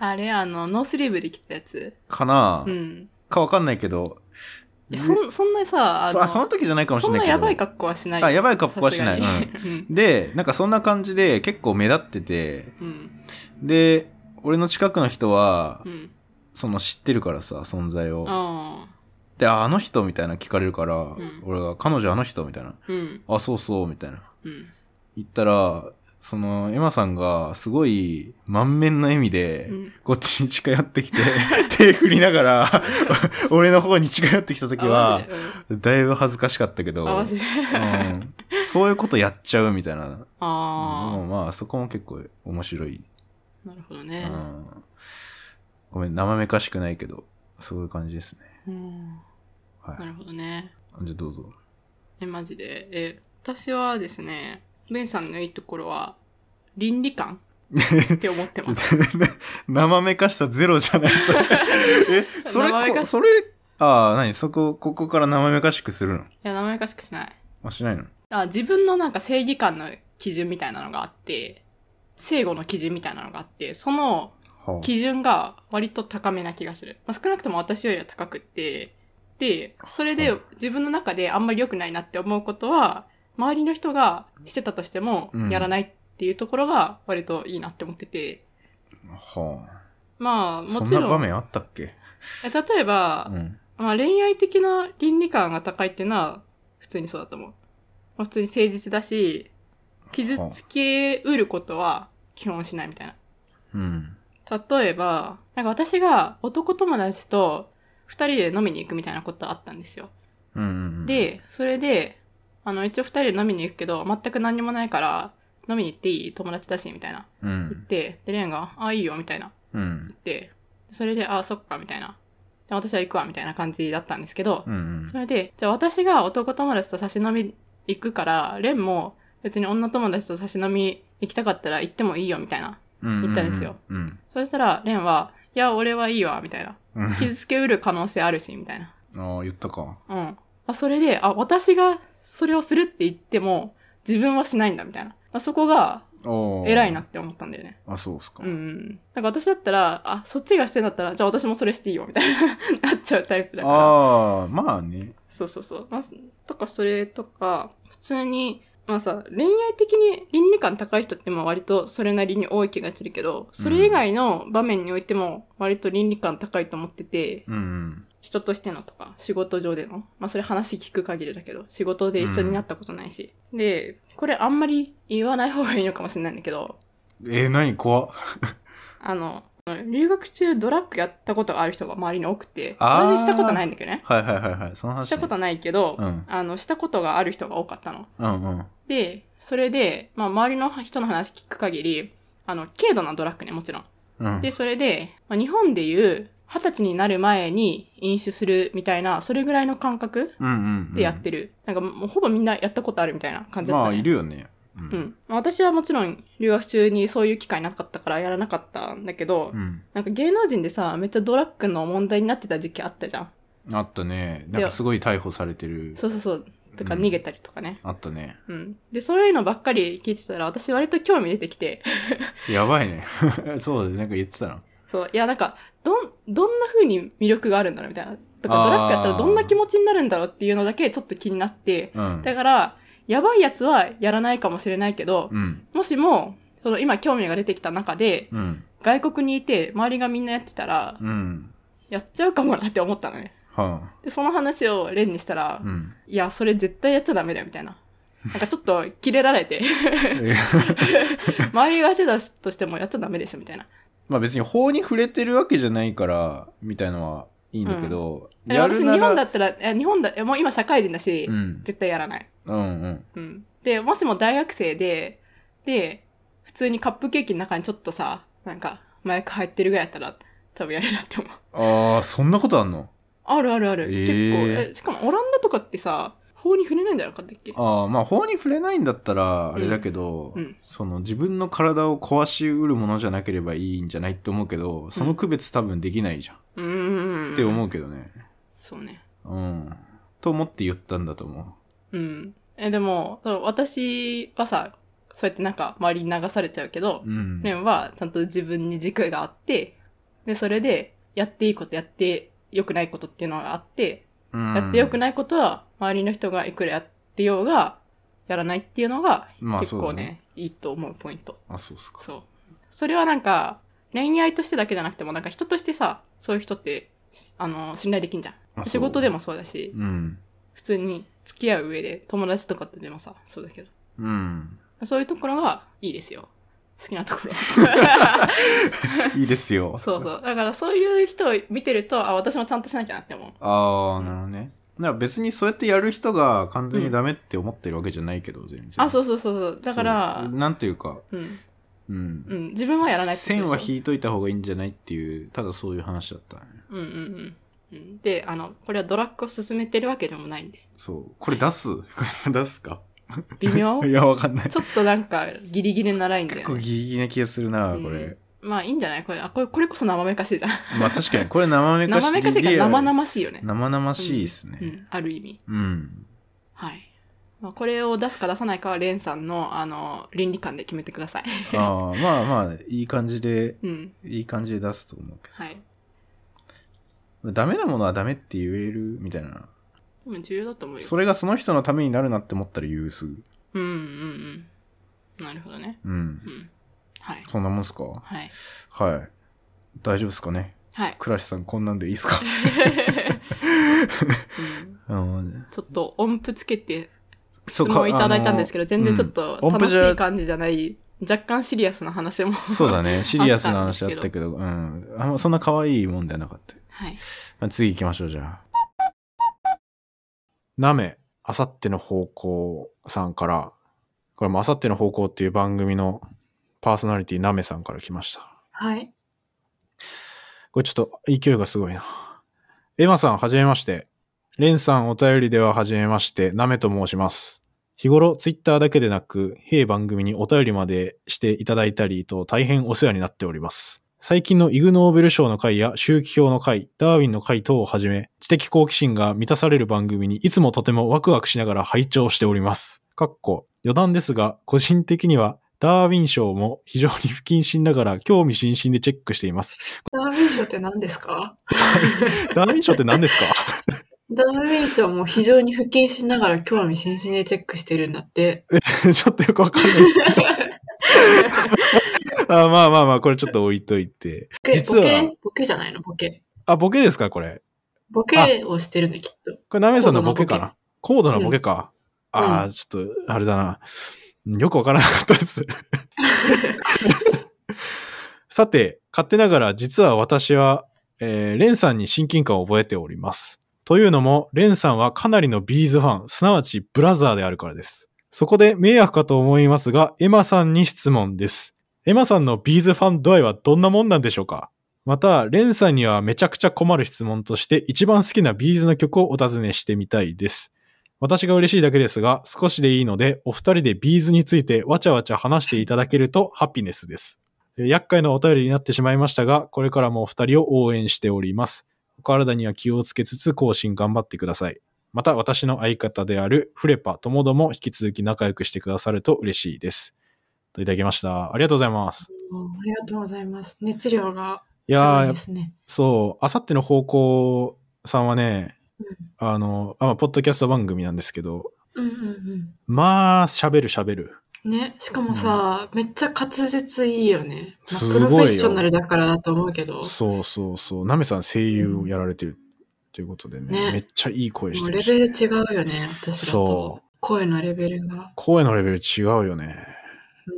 [SPEAKER 3] あれあのノースリーブで着たやつ
[SPEAKER 1] かな、
[SPEAKER 3] うん
[SPEAKER 1] かわかんないけど。
[SPEAKER 3] いやそんそんなさ
[SPEAKER 1] そあその時じゃないかもしれない
[SPEAKER 3] そ
[SPEAKER 1] け
[SPEAKER 3] んな
[SPEAKER 1] ど。
[SPEAKER 3] やばい格好はしない
[SPEAKER 1] あやばい格好はしない
[SPEAKER 3] さすがにうん
[SPEAKER 1] で、なんかそんな感じで結構目立ってて、
[SPEAKER 3] うん
[SPEAKER 1] で、俺の近くの人は
[SPEAKER 3] う、ん
[SPEAKER 1] その知ってるからさ、存在を。
[SPEAKER 3] あ
[SPEAKER 1] で、ああの人みたいな聞かれるから、
[SPEAKER 3] ん
[SPEAKER 1] 俺が、彼女あの人みたいな。
[SPEAKER 3] ーうん
[SPEAKER 1] あ、そうそう、みたいな。
[SPEAKER 3] うん
[SPEAKER 1] 言ったら、その、エマさんが、すごい、満面の笑みで
[SPEAKER 3] うん、
[SPEAKER 1] こっちに近寄ってき て、手振りながら、俺の方に近寄ってきた時
[SPEAKER 3] あマ
[SPEAKER 1] は
[SPEAKER 3] ジ、でうん
[SPEAKER 1] だいぶ恥ずかしかったけど、
[SPEAKER 3] 合わせる。
[SPEAKER 1] うんそういうことやっちゃうみたいな
[SPEAKER 3] あ
[SPEAKER 1] もうまあそこも結構面白い、
[SPEAKER 3] あ、なるほど
[SPEAKER 1] う
[SPEAKER 3] ね。
[SPEAKER 1] ん、ごめん生めかしくないけどそういう感じですね
[SPEAKER 3] うん
[SPEAKER 1] は
[SPEAKER 3] ないるほどね。
[SPEAKER 1] じゃあどうぞ
[SPEAKER 3] え、マジで。え、私はですね、ベンさんのいいところは、倫理観って思ってます。
[SPEAKER 1] 生めかしさゼロじゃない それえそれ
[SPEAKER 3] 生めか
[SPEAKER 1] こ
[SPEAKER 3] し
[SPEAKER 1] それああ何そこここから生めかしくするの
[SPEAKER 3] いや、名前かしくしない。
[SPEAKER 1] あしないの
[SPEAKER 3] あ自分のなんか正義感の基準みたいなのがあって、正誤の基準みたいなのがあって、その
[SPEAKER 1] は
[SPEAKER 3] 基準が割と高めな気がする。まあ、少なくとも私よりは高くって、で、それで
[SPEAKER 1] はい
[SPEAKER 3] 自分の中であんまり良くないなって思うことは、周りの人がしてたとしても
[SPEAKER 1] うん
[SPEAKER 3] やらないっていうところが割といいなって思ってて、
[SPEAKER 1] あ、は
[SPEAKER 3] まあ、
[SPEAKER 1] あ、そ
[SPEAKER 3] も
[SPEAKER 1] ん
[SPEAKER 3] ち
[SPEAKER 1] な場
[SPEAKER 3] ろん、
[SPEAKER 1] 面あったっけ
[SPEAKER 3] え例えば
[SPEAKER 1] う、ん
[SPEAKER 3] まあ恋愛的な倫理観が高いっていうのは普通にそうだと思う。まあ、普通に誠実だし、傷つけうることは基本しないみたいな。
[SPEAKER 1] うん
[SPEAKER 3] 例えば、なんか私が男友達と二人で飲みに行くみたいなことあったんですよ。
[SPEAKER 1] うんうんうん
[SPEAKER 3] で、それで、あの、一応二人で飲みに行くけど、全く何にもないから、飲みに行っていい友達だし、みたいな。
[SPEAKER 1] う
[SPEAKER 3] 言っ
[SPEAKER 1] ん
[SPEAKER 3] て、で、レンが、あ、いいよ、みたいな。
[SPEAKER 1] うん
[SPEAKER 3] で、それで、あ、そっか、みたいな。で私は行くわ、みたいな感じだったんですけど
[SPEAKER 1] う、ん
[SPEAKER 3] それで、じゃあ私が男友達と差し飲み行くから、レンも別に女友達と差し飲み行きたかったら行ってもいいよ、みたいな。
[SPEAKER 1] うん
[SPEAKER 3] 言ったんですよ
[SPEAKER 1] うん
[SPEAKER 3] そしたら、レンは、いや、俺はいいわ、みたいな。
[SPEAKER 1] うんうん
[SPEAKER 3] 傷つけうる可能性あるし、みたいな。
[SPEAKER 1] ああ言ったか
[SPEAKER 3] うん。あ、それで、あ、私がそれをするって言っても、自分はしないんだ、みたいな。あそこが、
[SPEAKER 1] おー
[SPEAKER 3] 偉いなって思ったんだよね。
[SPEAKER 1] あそうっすか、
[SPEAKER 3] うんうん。なんか私だったら、あ、そっちがしてんだったら、じゃあ私もそれしていいよ、みたいな、 なっちゃうタイプだから。
[SPEAKER 1] ああまあね
[SPEAKER 3] そうそうそう。まあ、とか、それとか、普通に、まあさ、恋愛的に倫理観高い人ってまあ割とそれなりに多い気がするけど、それ以外の場面においても割と倫理観高いと思ってて、
[SPEAKER 1] うんうん。
[SPEAKER 3] 人としてのとか、仕事上での。まあそれ話聞く限りだけど、仕事で一緒になったことないし。で、これあんまり言わない方がいいのかもしれないんだけど、
[SPEAKER 1] えー、何怖っ。
[SPEAKER 3] あの、留学中ドラッグやったことがある人が周りに多くて、
[SPEAKER 1] あー
[SPEAKER 3] 私したことないんだけどね。
[SPEAKER 1] はいはいはいはい。その話、ね。
[SPEAKER 3] したこと
[SPEAKER 1] ない。
[SPEAKER 3] ないけど、
[SPEAKER 1] うん
[SPEAKER 3] あの、したことがある人が多かったの。
[SPEAKER 1] うんうん。
[SPEAKER 3] で、それで、まあ、周りの人の話聞く限り、あの、軽度なドラッグね、もちろん。
[SPEAKER 1] うん。
[SPEAKER 3] で、それで、まあ、日本でいう、二十歳になる前に飲酒するみたいな、それぐらいの感覚
[SPEAKER 1] うんうん、うん。
[SPEAKER 3] でやってる。なんかもうほぼみんなやったことあるみたいな感じだっ
[SPEAKER 1] ま
[SPEAKER 3] た、ね。
[SPEAKER 1] あ、いるよね。う。
[SPEAKER 3] うんん。まあ私はもちろん留学中にそういう機会なかったからやらなかったんだけど、
[SPEAKER 1] うん。
[SPEAKER 3] なんか芸能人でさ、めっちゃドラッグの問題になってた時期あったじゃん。
[SPEAKER 1] あったね。なんかすごい逮捕されてる。
[SPEAKER 3] そうそうそう。とか
[SPEAKER 1] うん
[SPEAKER 3] 逃げたりとかね。
[SPEAKER 1] あったね。
[SPEAKER 3] うん。で、そういうのばっかり聞いてたら、私割と興味出てきて、
[SPEAKER 1] やばいね。 そうだね。なんか言ってたな。
[SPEAKER 3] そう。いや、なんか、どん、どんな風に魅力があるんだろうみたいな。とか、
[SPEAKER 1] あー
[SPEAKER 3] ドラッグやったらどんな気持ちになるんだろうっていうのだけちょっと気になって。
[SPEAKER 1] うん。
[SPEAKER 3] だから、やばいやつはやらないかもしれないけど、
[SPEAKER 1] うん。
[SPEAKER 3] もしも、その今興味が出てきた中で、
[SPEAKER 1] うん。
[SPEAKER 3] 外国にいて周りがみんなやってたら、
[SPEAKER 1] うん。
[SPEAKER 3] やっちゃうかもなって思ったのね。
[SPEAKER 1] は
[SPEAKER 3] で、その話をレンにしたら
[SPEAKER 1] あ。、うん。
[SPEAKER 3] いや、それ絶対やっちゃダメだよみたいな。なんかちょっとキレられて、
[SPEAKER 1] え
[SPEAKER 3] 周りがやってたとしてもやっちゃダメでしょみたいな。
[SPEAKER 1] まあ別に法に触れてるわけじゃないから、みたいのはいいんだけど、
[SPEAKER 3] で
[SPEAKER 1] やる
[SPEAKER 3] 私
[SPEAKER 1] なら
[SPEAKER 3] 日本だったら、いや日本だ、いやもう今社会人だし、
[SPEAKER 1] うん。
[SPEAKER 3] 絶対やらない。
[SPEAKER 1] うんうん。
[SPEAKER 3] うん。で、もしも大学生で、で、普通にカップケーキの中にちょっとさ、なんか、麻薬入ってるぐらいやったら、多分やるなって思う。
[SPEAKER 1] ああ、そんなことあんの
[SPEAKER 3] あるあるある。
[SPEAKER 1] え
[SPEAKER 3] 結
[SPEAKER 1] ー
[SPEAKER 3] 構え。しかもオランダとかってさ、法に触れないんじゃなかったっけ
[SPEAKER 1] ああ、まあ法に触れないんだったら、あれだけど、
[SPEAKER 3] うんうん
[SPEAKER 1] その自分の体を壊しうるものじゃなければいいんじゃないって思うけど、その区別多分できないじゃん。
[SPEAKER 3] うーん。
[SPEAKER 1] って思
[SPEAKER 3] う。
[SPEAKER 1] うけどね。
[SPEAKER 3] そうね。
[SPEAKER 1] うん。と思って言ったんだと思
[SPEAKER 3] うん。え、でも、そう私はさ、そうやってなんか周りに流されちゃうけど
[SPEAKER 1] う。、うん。
[SPEAKER 3] レンはちゃんと自分に軸があって、で、それで、やっていいこと、やって良くないことっていうのがあって、やってよく
[SPEAKER 1] ない
[SPEAKER 3] ないことは、周りの人がいくらやってようが、やらないっていうのが、
[SPEAKER 1] まあ
[SPEAKER 3] 結
[SPEAKER 1] そ
[SPEAKER 3] 構
[SPEAKER 1] う
[SPEAKER 3] ね、
[SPEAKER 1] だ
[SPEAKER 3] いいと思うポイント。
[SPEAKER 1] あ、そうっすか。
[SPEAKER 3] そう。それはなんか、恋愛としてだけじゃなくても、なんか人としてさ、そういう人って、しあの、信頼できんじゃ
[SPEAKER 1] あ
[SPEAKER 3] ん。
[SPEAKER 1] そう
[SPEAKER 3] 仕事でもそうだし、
[SPEAKER 1] うん。
[SPEAKER 3] 普通に付き合う上で、友達とかとでもさ、そうだけど。
[SPEAKER 1] うん。
[SPEAKER 3] そういうところがいいですよ。好きな ところ。
[SPEAKER 1] いいですよ。
[SPEAKER 3] そうそう。だからそういう人を見てると、あ、私もちゃんとしなきゃなって思う。
[SPEAKER 1] ああ、なるほどね。だから別にそうやってやる人が完全にダメって思ってるわけじゃないけど、全然。。
[SPEAKER 3] あ、そううそうそうそう。だから、
[SPEAKER 1] なんていうか、
[SPEAKER 3] うん。
[SPEAKER 1] うん。
[SPEAKER 3] うん。自分はやらないってことでし
[SPEAKER 1] 線
[SPEAKER 3] ょ
[SPEAKER 1] は引いといた方がいいんじゃないっていう、ただそういう話だったね。
[SPEAKER 3] うんうんうんうん。で、あの、これはドラッグを進めてるわけでもな いんで。
[SPEAKER 1] そう。これ出す これ出すか
[SPEAKER 3] 微妙
[SPEAKER 1] いや、わかんない。
[SPEAKER 3] ちょっとなんかギリギリなラインだ
[SPEAKER 1] 結
[SPEAKER 3] よ
[SPEAKER 1] 構
[SPEAKER 3] ね。
[SPEAKER 1] ギリギリな気がするな、
[SPEAKER 3] うん
[SPEAKER 1] これ。
[SPEAKER 3] まあいいんじゃないこれ、あ、これ、これこそ生めかしいじゃん。
[SPEAKER 1] まあ確かに、これ生めかし
[SPEAKER 3] 生めかしいから生
[SPEAKER 1] 々
[SPEAKER 3] 々しいよね。
[SPEAKER 1] 生々しいです
[SPEAKER 3] う
[SPEAKER 1] ね。
[SPEAKER 3] ん、ある意味。
[SPEAKER 1] うん。
[SPEAKER 3] はい。まあこれを出すか出さないかはレンさんの、あの、倫理観で決めてください。
[SPEAKER 1] ああ、まあまあ、いい感じで、
[SPEAKER 3] うん。
[SPEAKER 1] いい感じで出すと思うけ
[SPEAKER 3] はい。
[SPEAKER 1] ど。ダメなものはダメって言えるみたいな。
[SPEAKER 3] でも重要だと思うよ。
[SPEAKER 1] それがその人のためになるなって思ったら言うすぐ。
[SPEAKER 3] うんうんうん。なるほどね。
[SPEAKER 1] うん
[SPEAKER 3] う。ん。はい。
[SPEAKER 1] そんなもんすか
[SPEAKER 3] はい。
[SPEAKER 1] はい。大丈夫っすかね
[SPEAKER 3] は い。
[SPEAKER 1] 倉橋さんこんなんでいいっすか
[SPEAKER 3] うん
[SPEAKER 1] うん。
[SPEAKER 3] ちょっと音符つけて
[SPEAKER 1] 質
[SPEAKER 3] 質問いただいたんですけど、全然ちょっと楽しい
[SPEAKER 1] 感
[SPEAKER 3] 感じじゃない、若干シリアスな話も。
[SPEAKER 1] そうだね。シリアスな話
[SPEAKER 3] あ
[SPEAKER 1] あ
[SPEAKER 3] っ
[SPEAKER 1] った
[SPEAKER 3] んですけど
[SPEAKER 1] たけど、うん。あんまそんな可愛いもんではなかった。
[SPEAKER 3] はい。
[SPEAKER 1] まあ次行きましょう、じゃあ。なめ、あさっての方向さんから、これもあさっての方向っていう番組のパーソナリティなめさんから来ました。
[SPEAKER 2] はい。
[SPEAKER 1] これちょっと勢いがすごいな。エマさん、はじめまして。レンさん、お便りでははじめまして、ナメと申します。日頃、ツイッターだけでなく、弊番組にお便りまでしていただいたりと大変お世話になっております。最近のイグ・ノーベル賞の回や周期表の回、ダーウィンの回等をはじめ、知的好奇心が満たされる番組にいつもとてもワクワクしながら拝聴しております。かっこ、余談ですが、個人的にはダーウィン賞も非常に不謹慎ながら興味津々でチェックしています。
[SPEAKER 2] ダーウィン賞って何ですか
[SPEAKER 1] ダーウィン賞って何ですか
[SPEAKER 2] ダ
[SPEAKER 3] ダーウィン賞も非常に不謹慎ながら興味津々でチェックしてるんだって。
[SPEAKER 1] ちょっとよくわかんないですけど。 あまあまあまあ、これちょっと置いといて。
[SPEAKER 3] ボケ
[SPEAKER 1] 実は
[SPEAKER 3] ボケボケじゃないのボケ。
[SPEAKER 1] あ、ボケですかこれ。
[SPEAKER 3] ボケをしてるのきっと。
[SPEAKER 1] これ、ナメさんのボケかな高度なボケか。
[SPEAKER 3] ん
[SPEAKER 1] ああ、ちょっと、あれだな。よくわからなかったです。さて、勝手ながら実は私は、えーレンさんに親近感を覚えております。というのも、レンさんはかなりのビーズファン、すなわちブラザーであるからです。そこで迷惑かと思いますが、エマさんに質問です。エマさんのビーズファン度合いはどんなもんなんでしょうかまた、レンさんにはめちゃくちゃ困る質問として、一番好きなビーズの曲をお尋ねしてみたいです。私が嬉しいだけですが、少しでいいので、お二人でビーズについてわちゃわちゃ話していただけるとハッピネスです。えー厄介なお便りになってしまいましたが、これからもお二人を応援しております。お体には気をつけつつ更新頑張ってください。また私の相方であるフレパともども引き続き仲良くしてくださると嬉しいです。といただきました。ありがとうございます。
[SPEAKER 3] ありがとうございます。熱量が
[SPEAKER 1] い
[SPEAKER 3] す
[SPEAKER 1] や
[SPEAKER 3] ご
[SPEAKER 1] ー
[SPEAKER 3] いですね。
[SPEAKER 1] そう、あさっての方向さんはね、あの、あまあポッドキャスト番組なんですけど、
[SPEAKER 3] うんうん
[SPEAKER 1] まあ、喋る喋る。
[SPEAKER 3] うん。ね、しかもさ、めっちゃ滑舌いいよね。まあ
[SPEAKER 1] すごい
[SPEAKER 3] プ
[SPEAKER 1] よ
[SPEAKER 3] ロフェッショナルだからだと思うけど、
[SPEAKER 1] そうそうそう。ナメさん声優をやられてるっていうことでね、
[SPEAKER 3] ね
[SPEAKER 1] めっちゃいい声し
[SPEAKER 3] も
[SPEAKER 1] て
[SPEAKER 3] う
[SPEAKER 1] る
[SPEAKER 3] レ
[SPEAKER 1] し、
[SPEAKER 3] ベル違うよね、私だ
[SPEAKER 1] そ
[SPEAKER 3] と。声のレベルが。
[SPEAKER 1] 声のレベル違うよね。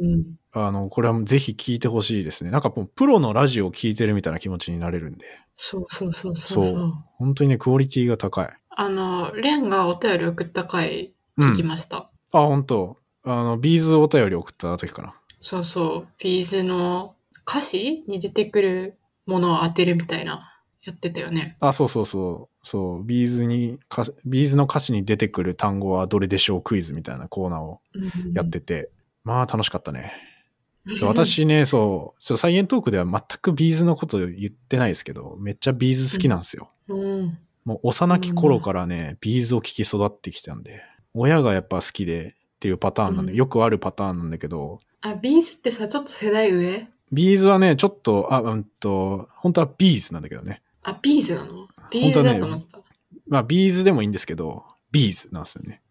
[SPEAKER 3] うん。
[SPEAKER 1] あの、これはもうぜひ聞いてほしいですね。なんかもうプロのラジオを聞いてるみたいな気持ちになれるんで、
[SPEAKER 3] そうそうそうそうそう
[SPEAKER 1] そう本当にね、クオリティが高い。
[SPEAKER 3] あの、レンがお便り送った回
[SPEAKER 1] う
[SPEAKER 3] 聞き
[SPEAKER 1] ん。
[SPEAKER 3] ました。
[SPEAKER 1] あ、本当あの、ビーズお便り送った時かな。
[SPEAKER 3] そうそう。ビーズの歌詞に出てくるものを当てるみたいな、やってたよね。
[SPEAKER 1] あ、そうそうそう。そう、ビーズに歌、ビーズの歌詞に出てくる単語はどれでしょうクイズみたいなコーナーを
[SPEAKER 3] うん
[SPEAKER 1] やってて、まあ楽しかったね。で私ね、そう、ちょサイエントークでは全くビーズのこと言ってないですけど、めっちゃビーズ好きなんですよ。
[SPEAKER 3] うん。
[SPEAKER 1] もう幼き頃からね、ビーズを聞き育ってきたんで、親がやっぱ好きでっていうパターンなんで、
[SPEAKER 3] うん
[SPEAKER 1] よくあるパターンなんだけど、
[SPEAKER 3] あ、ビーズってさ、ちょっと世代上
[SPEAKER 1] ビーズはね、ちょっと、あ、うんと、本当はビーズなんだけどね。
[SPEAKER 3] あ、ビーズなのビーズだと思ってた。
[SPEAKER 1] まあ、ビーズでもいいんですけど、ビーズなんですよね。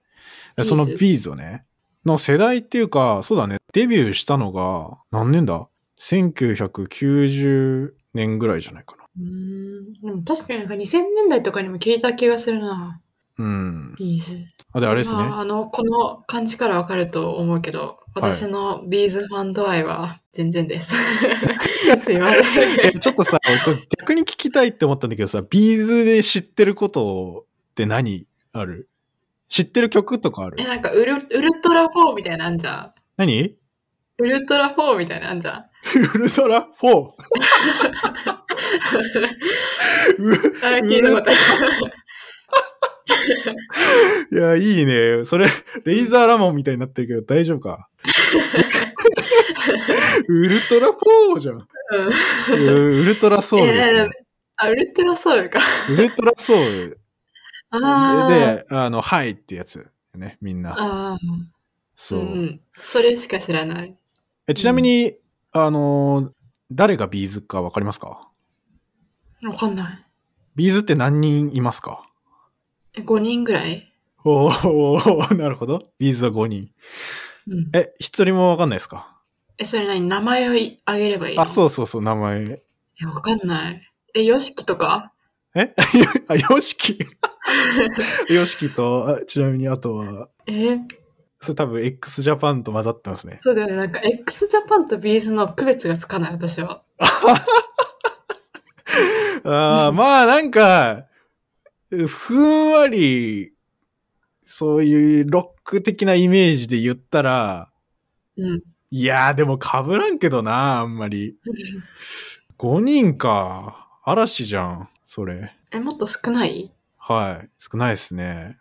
[SPEAKER 3] ビーズ
[SPEAKER 1] そのビーズをね、の世代っていうか、そうだね、デビューしたのが、何年だ ?1990 年ぐらいじゃないかな。
[SPEAKER 3] うーん。でも確かになんか2000年代とかにも聞いた気がするな、
[SPEAKER 1] うん。
[SPEAKER 3] ビーズ。
[SPEAKER 1] あ、で、あれですね。
[SPEAKER 3] まあ、あの、この感じからわかると思うけど、私のビーズファン度合いは全 然です。すいません。
[SPEAKER 1] えちょっとさ、これ逆に聞きたいって思ったんだけどさ、ビーズで知ってることって何ある知ってる曲とかある
[SPEAKER 3] え、なんかウル、ウルトラ4みたいなのあんじゃん。
[SPEAKER 1] 何
[SPEAKER 3] ウルトラ4みたいなのあんじゃん。
[SPEAKER 1] ウルトラ 4?
[SPEAKER 3] あれ聞いたことあ
[SPEAKER 1] いや、いいね。それ、レイザーラモンみたいになってるけど大丈夫かウルトラ4じゃん。
[SPEAKER 3] る。 うん
[SPEAKER 1] ウルトラソウルです
[SPEAKER 3] いや
[SPEAKER 1] よ
[SPEAKER 3] いや。あ、ウルトラソウルか。
[SPEAKER 1] ウルトラソウル。
[SPEAKER 3] ああ。
[SPEAKER 1] で、あの、はいってやつ。ね、みんな。
[SPEAKER 3] ああ。う
[SPEAKER 1] そ
[SPEAKER 3] ん
[SPEAKER 1] う。
[SPEAKER 3] うん。それしか知らない。
[SPEAKER 1] えちなみに、あの、誰がビーズかわかりますか
[SPEAKER 3] わかんない。
[SPEAKER 1] ビーズって何人いますか
[SPEAKER 3] え、5人ぐらい
[SPEAKER 1] おお、なるほど。ビー ズは5人。
[SPEAKER 3] うん。
[SPEAKER 1] え、一人もわかんないですか
[SPEAKER 3] え、それ何名前をいあげればいいの
[SPEAKER 1] あ、そうそうそう、名前。
[SPEAKER 3] え、わかんない。え、ヨシキとか
[SPEAKER 1] え あ、ヨシキ。 ヨシキと、あちなみにあとは、
[SPEAKER 3] え
[SPEAKER 1] それ多分 x ジャパンと混ざってますね。
[SPEAKER 3] そうだよね。なんか、x ジャパンとビーズの区別がつかない、私は。
[SPEAKER 1] あー まあなんか、ふんわり、そういうロック的なイメージで言ったら、
[SPEAKER 3] うん。
[SPEAKER 1] いやーでも被らんけどな、あんまり。5人か。嵐じゃん、それ。
[SPEAKER 3] え、もっと少ない
[SPEAKER 1] はい。少ないですね。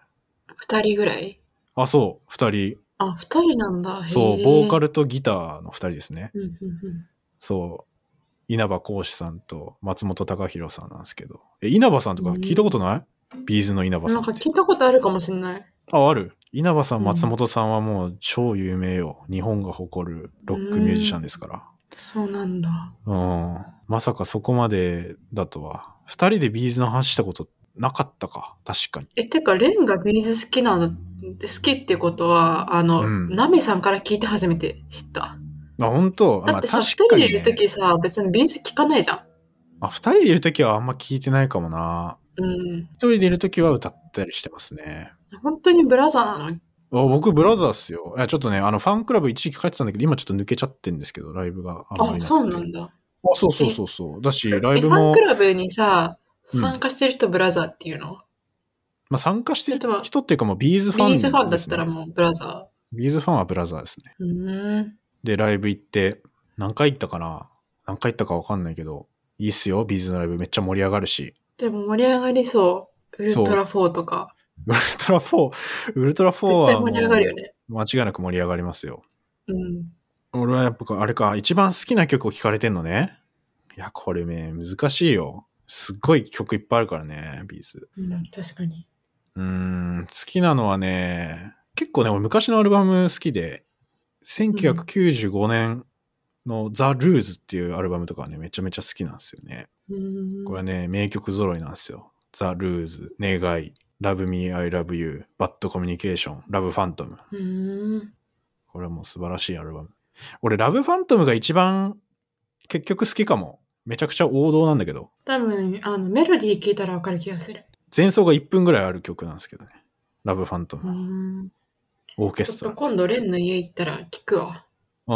[SPEAKER 3] ?2 人ぐらい
[SPEAKER 1] あ、そう、二人。
[SPEAKER 3] あ、2人なんだ。
[SPEAKER 1] そう、ボーカ
[SPEAKER 3] ル。
[SPEAKER 1] ルとギターの二人ですね。
[SPEAKER 3] うんうんうん。
[SPEAKER 1] そう。稲葉浩志さんと松本隆弘さんなんですけど。え、稲葉さんとか聞いたことない、ビーズの稲葉さ
[SPEAKER 3] なんん
[SPEAKER 1] って
[SPEAKER 3] か聞いたことあるかもしれない。
[SPEAKER 1] あ、ある。稲葉さ、
[SPEAKER 3] うんん
[SPEAKER 1] 松本さんはもう超有名よ。日本が誇るロックミュージシャンですから。
[SPEAKER 3] そうなんだ。
[SPEAKER 1] うん。まさかそこまでだとは。二人でビーズの話したことなかったか。確かに。
[SPEAKER 2] え、てか、レンがビーズ好きなの、好きってことは、あの、
[SPEAKER 1] うん
[SPEAKER 2] ナミさんから聞いて初めて知った。
[SPEAKER 1] あ、本当
[SPEAKER 2] だってさ、
[SPEAKER 1] まあ、
[SPEAKER 2] 二人
[SPEAKER 1] 確かに、
[SPEAKER 2] で
[SPEAKER 1] ね。
[SPEAKER 2] いるときさ、別にビーズ聞かないじゃん。
[SPEAKER 1] あ、二人でいるときはあんま聞いてないかもな。
[SPEAKER 2] うん。
[SPEAKER 1] 一人でいるときは歌ったりしてますね。
[SPEAKER 2] 本当にブラザーなの。
[SPEAKER 1] あ僕、ブラザーっすよ。いや、ちょっとね、あの、ファンクラブ一時期書いてたんだけど、今ちょっと抜けちゃってんですけど、ライブがあんまり
[SPEAKER 2] あ、
[SPEAKER 1] くて
[SPEAKER 2] そうなんだ。
[SPEAKER 1] あ、そうそうそうそう。だし、ライ
[SPEAKER 2] え、
[SPEAKER 1] ブ
[SPEAKER 2] ファン
[SPEAKER 1] も
[SPEAKER 2] ク、ラブにさ、
[SPEAKER 1] うん
[SPEAKER 2] 参加してる人ブラザーっていうの、
[SPEAKER 1] まあ、参加して
[SPEAKER 2] えっとま
[SPEAKER 1] る
[SPEAKER 2] あ
[SPEAKER 1] 人っていうか、もうビーズファン、
[SPEAKER 2] ビーズファンだったらもうブラザ
[SPEAKER 1] う。ビーズファンはブラザーですね。
[SPEAKER 2] ー。うーん。
[SPEAKER 1] で、ライブ行って、何回行ったかな何回行ったかわかんないけど、いいっすよ、ビーズのライブめっちゃ盛り上がるし。
[SPEAKER 2] でも盛り上がりそう。ウルトラ4とか。
[SPEAKER 1] ウルトラ4、ウルトラ4
[SPEAKER 2] 絶
[SPEAKER 1] は
[SPEAKER 2] 対
[SPEAKER 1] もう
[SPEAKER 2] 盛り上がるよね。
[SPEAKER 1] 間違いなく盛り上がりますよ。
[SPEAKER 2] うん。
[SPEAKER 1] 俺はやっぱ、あれか、一番好きな曲を聴かれてんのね。いや、これね、難しいよ。すっごい曲いっぱいあるからね、ビーズ。
[SPEAKER 2] うん、確かに。
[SPEAKER 1] うーん、好きなのはね、結構ね、俺昔のアルバム好きで、1995年のザ・ルーズっていうアルバムとかはね、めちゃめちゃ好きなんですよね。
[SPEAKER 2] うーん。
[SPEAKER 1] これはね、名曲揃いなんですよ。ザ・ルーズ、願い、Love Me, I Love You, Bad Communication, Love Phantom。
[SPEAKER 2] うーん。
[SPEAKER 1] これはもう素晴らしいアルバム。俺、ラブファントムが一番結局好きかも。めちゃくちゃ王道なんだけど。
[SPEAKER 2] 多分、あの、メロディー聞いたらわかる気がする。
[SPEAKER 1] 前奏が1分ぐらいある曲なんですけどね。ラブファント
[SPEAKER 2] うー
[SPEAKER 1] ム。
[SPEAKER 2] ん。
[SPEAKER 1] オーケ
[SPEAKER 2] ちょっ
[SPEAKER 1] スト
[SPEAKER 2] と
[SPEAKER 1] ラ。
[SPEAKER 2] 今度、レンの家行ったら聞くわ。
[SPEAKER 1] う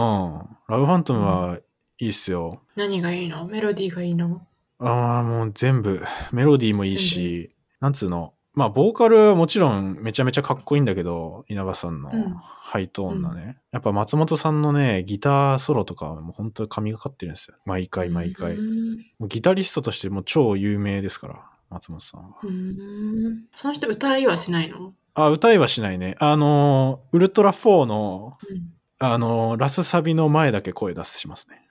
[SPEAKER 1] ん。ラブファントムはいいっすよ。
[SPEAKER 2] 何がいいのメロディーがいいの
[SPEAKER 1] ああ、もう全部。メロディーもいいし、なんつうの。まあ、ボーカルはもちろんめちゃめちゃかっこいいんだけど、稲葉さんの
[SPEAKER 2] うん
[SPEAKER 1] ハイトーンだね。やっぱ松本さんのね、ギターソロとかはもう本当に神がかってるんですよ。毎回毎回。
[SPEAKER 2] うーん
[SPEAKER 1] もうギタリストとしてもう超有名ですから、松本さんは。
[SPEAKER 2] うーん。その人歌いはしないの
[SPEAKER 1] あ、歌いはしないね。あのー、ウルトラ4の、
[SPEAKER 2] うん。
[SPEAKER 1] あのー、ラスサビの前だけ声出すしますね。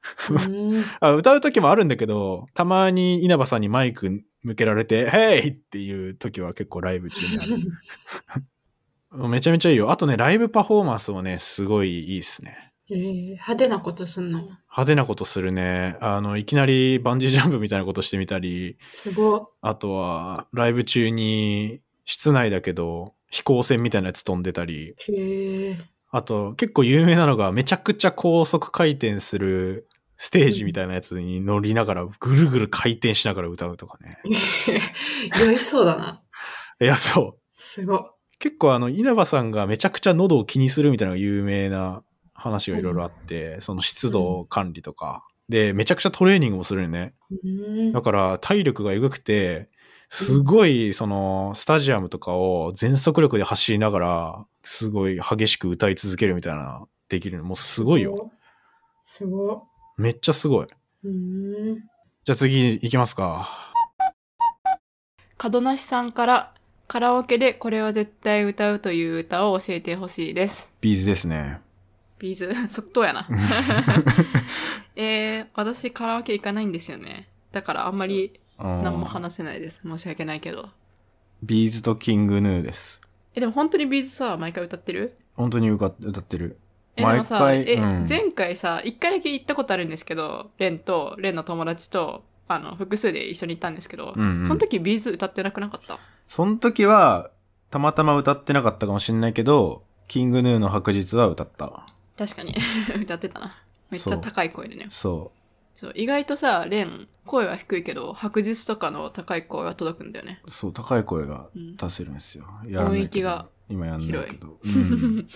[SPEAKER 2] うーん
[SPEAKER 1] あ、歌う時もあるんだけど、たまに稲葉さんにマイク向けられて、ヘイっていう時は結構ライブ中にある。 めちゃめちゃいいよ。あとね、ライブパフォーマンスもね、すごいいいですね。
[SPEAKER 2] えー派手なことすんの
[SPEAKER 1] 派手なことするね。あの、いきなりバンジージャンプみたいなことしてみたり、
[SPEAKER 2] すご
[SPEAKER 1] あとは、ライブ中に、室内だけど、飛行船みたいなやつ飛んでたり、
[SPEAKER 2] い。へえー。
[SPEAKER 1] あと、結構有名なのが、めちゃくちゃ高速回転するステージみたいなやつに乗りながら、ぐるぐる回転しながら歌うとかね。
[SPEAKER 2] 酔いそうだな。
[SPEAKER 1] いや、そう。
[SPEAKER 2] すご。
[SPEAKER 1] 結構あの、稲葉さんがめちゃくちゃ喉を気にするみたいなのが有名な話がいろいろあって、その湿度管理とか。で、めちゃくちゃトレーニングもするよね。
[SPEAKER 2] うーん
[SPEAKER 1] だ。から体力がえぐくて、すごいそのスタジアムとかを全速力で走りながら、すごい激しく歌い続けるみたいな、できるの。もうすごいよ。。
[SPEAKER 2] すご。
[SPEAKER 1] めっちゃすごい。
[SPEAKER 2] うーん。
[SPEAKER 1] じゃあ次行きますか。
[SPEAKER 3] 門梨さんからカラオケでこれは絶対歌うという歌を教えてほしいです。
[SPEAKER 1] ビーズですね。
[SPEAKER 3] ビーズ、 即答や な。えー、私カラオケ行かないんですよね。だからあんまり何も話せないです。申し訳ないけど。
[SPEAKER 1] ビーズとキングヌーです。
[SPEAKER 3] え、でも本当にビーズさ、毎回歌ってる
[SPEAKER 1] 本当に歌ってる。
[SPEAKER 3] え、でもさ、え、
[SPEAKER 1] うん
[SPEAKER 3] 前回さ、一回だけ行ったことあるんですけど、レンと、レンの友達と、あの、複数で一緒に行ったんですけど、
[SPEAKER 1] うんうん
[SPEAKER 3] その時ビーズ歌ってなくなかった
[SPEAKER 1] その時は、たまたま歌ってなかったかもしれないけど、キングヌーの白日は歌った。
[SPEAKER 3] 確かに。 歌ってたな。めっち
[SPEAKER 1] そ
[SPEAKER 3] ゃ
[SPEAKER 1] う
[SPEAKER 3] 高い声でね。
[SPEAKER 1] そ
[SPEAKER 3] そう意外とさ、レン、声は低いけど、白日とかの高い声が届くんだよね。
[SPEAKER 1] う、そう、高い声が
[SPEAKER 3] うん
[SPEAKER 1] 出せるんですよ。やらない
[SPEAKER 3] 音域が
[SPEAKER 1] けど今やんないけど。うん、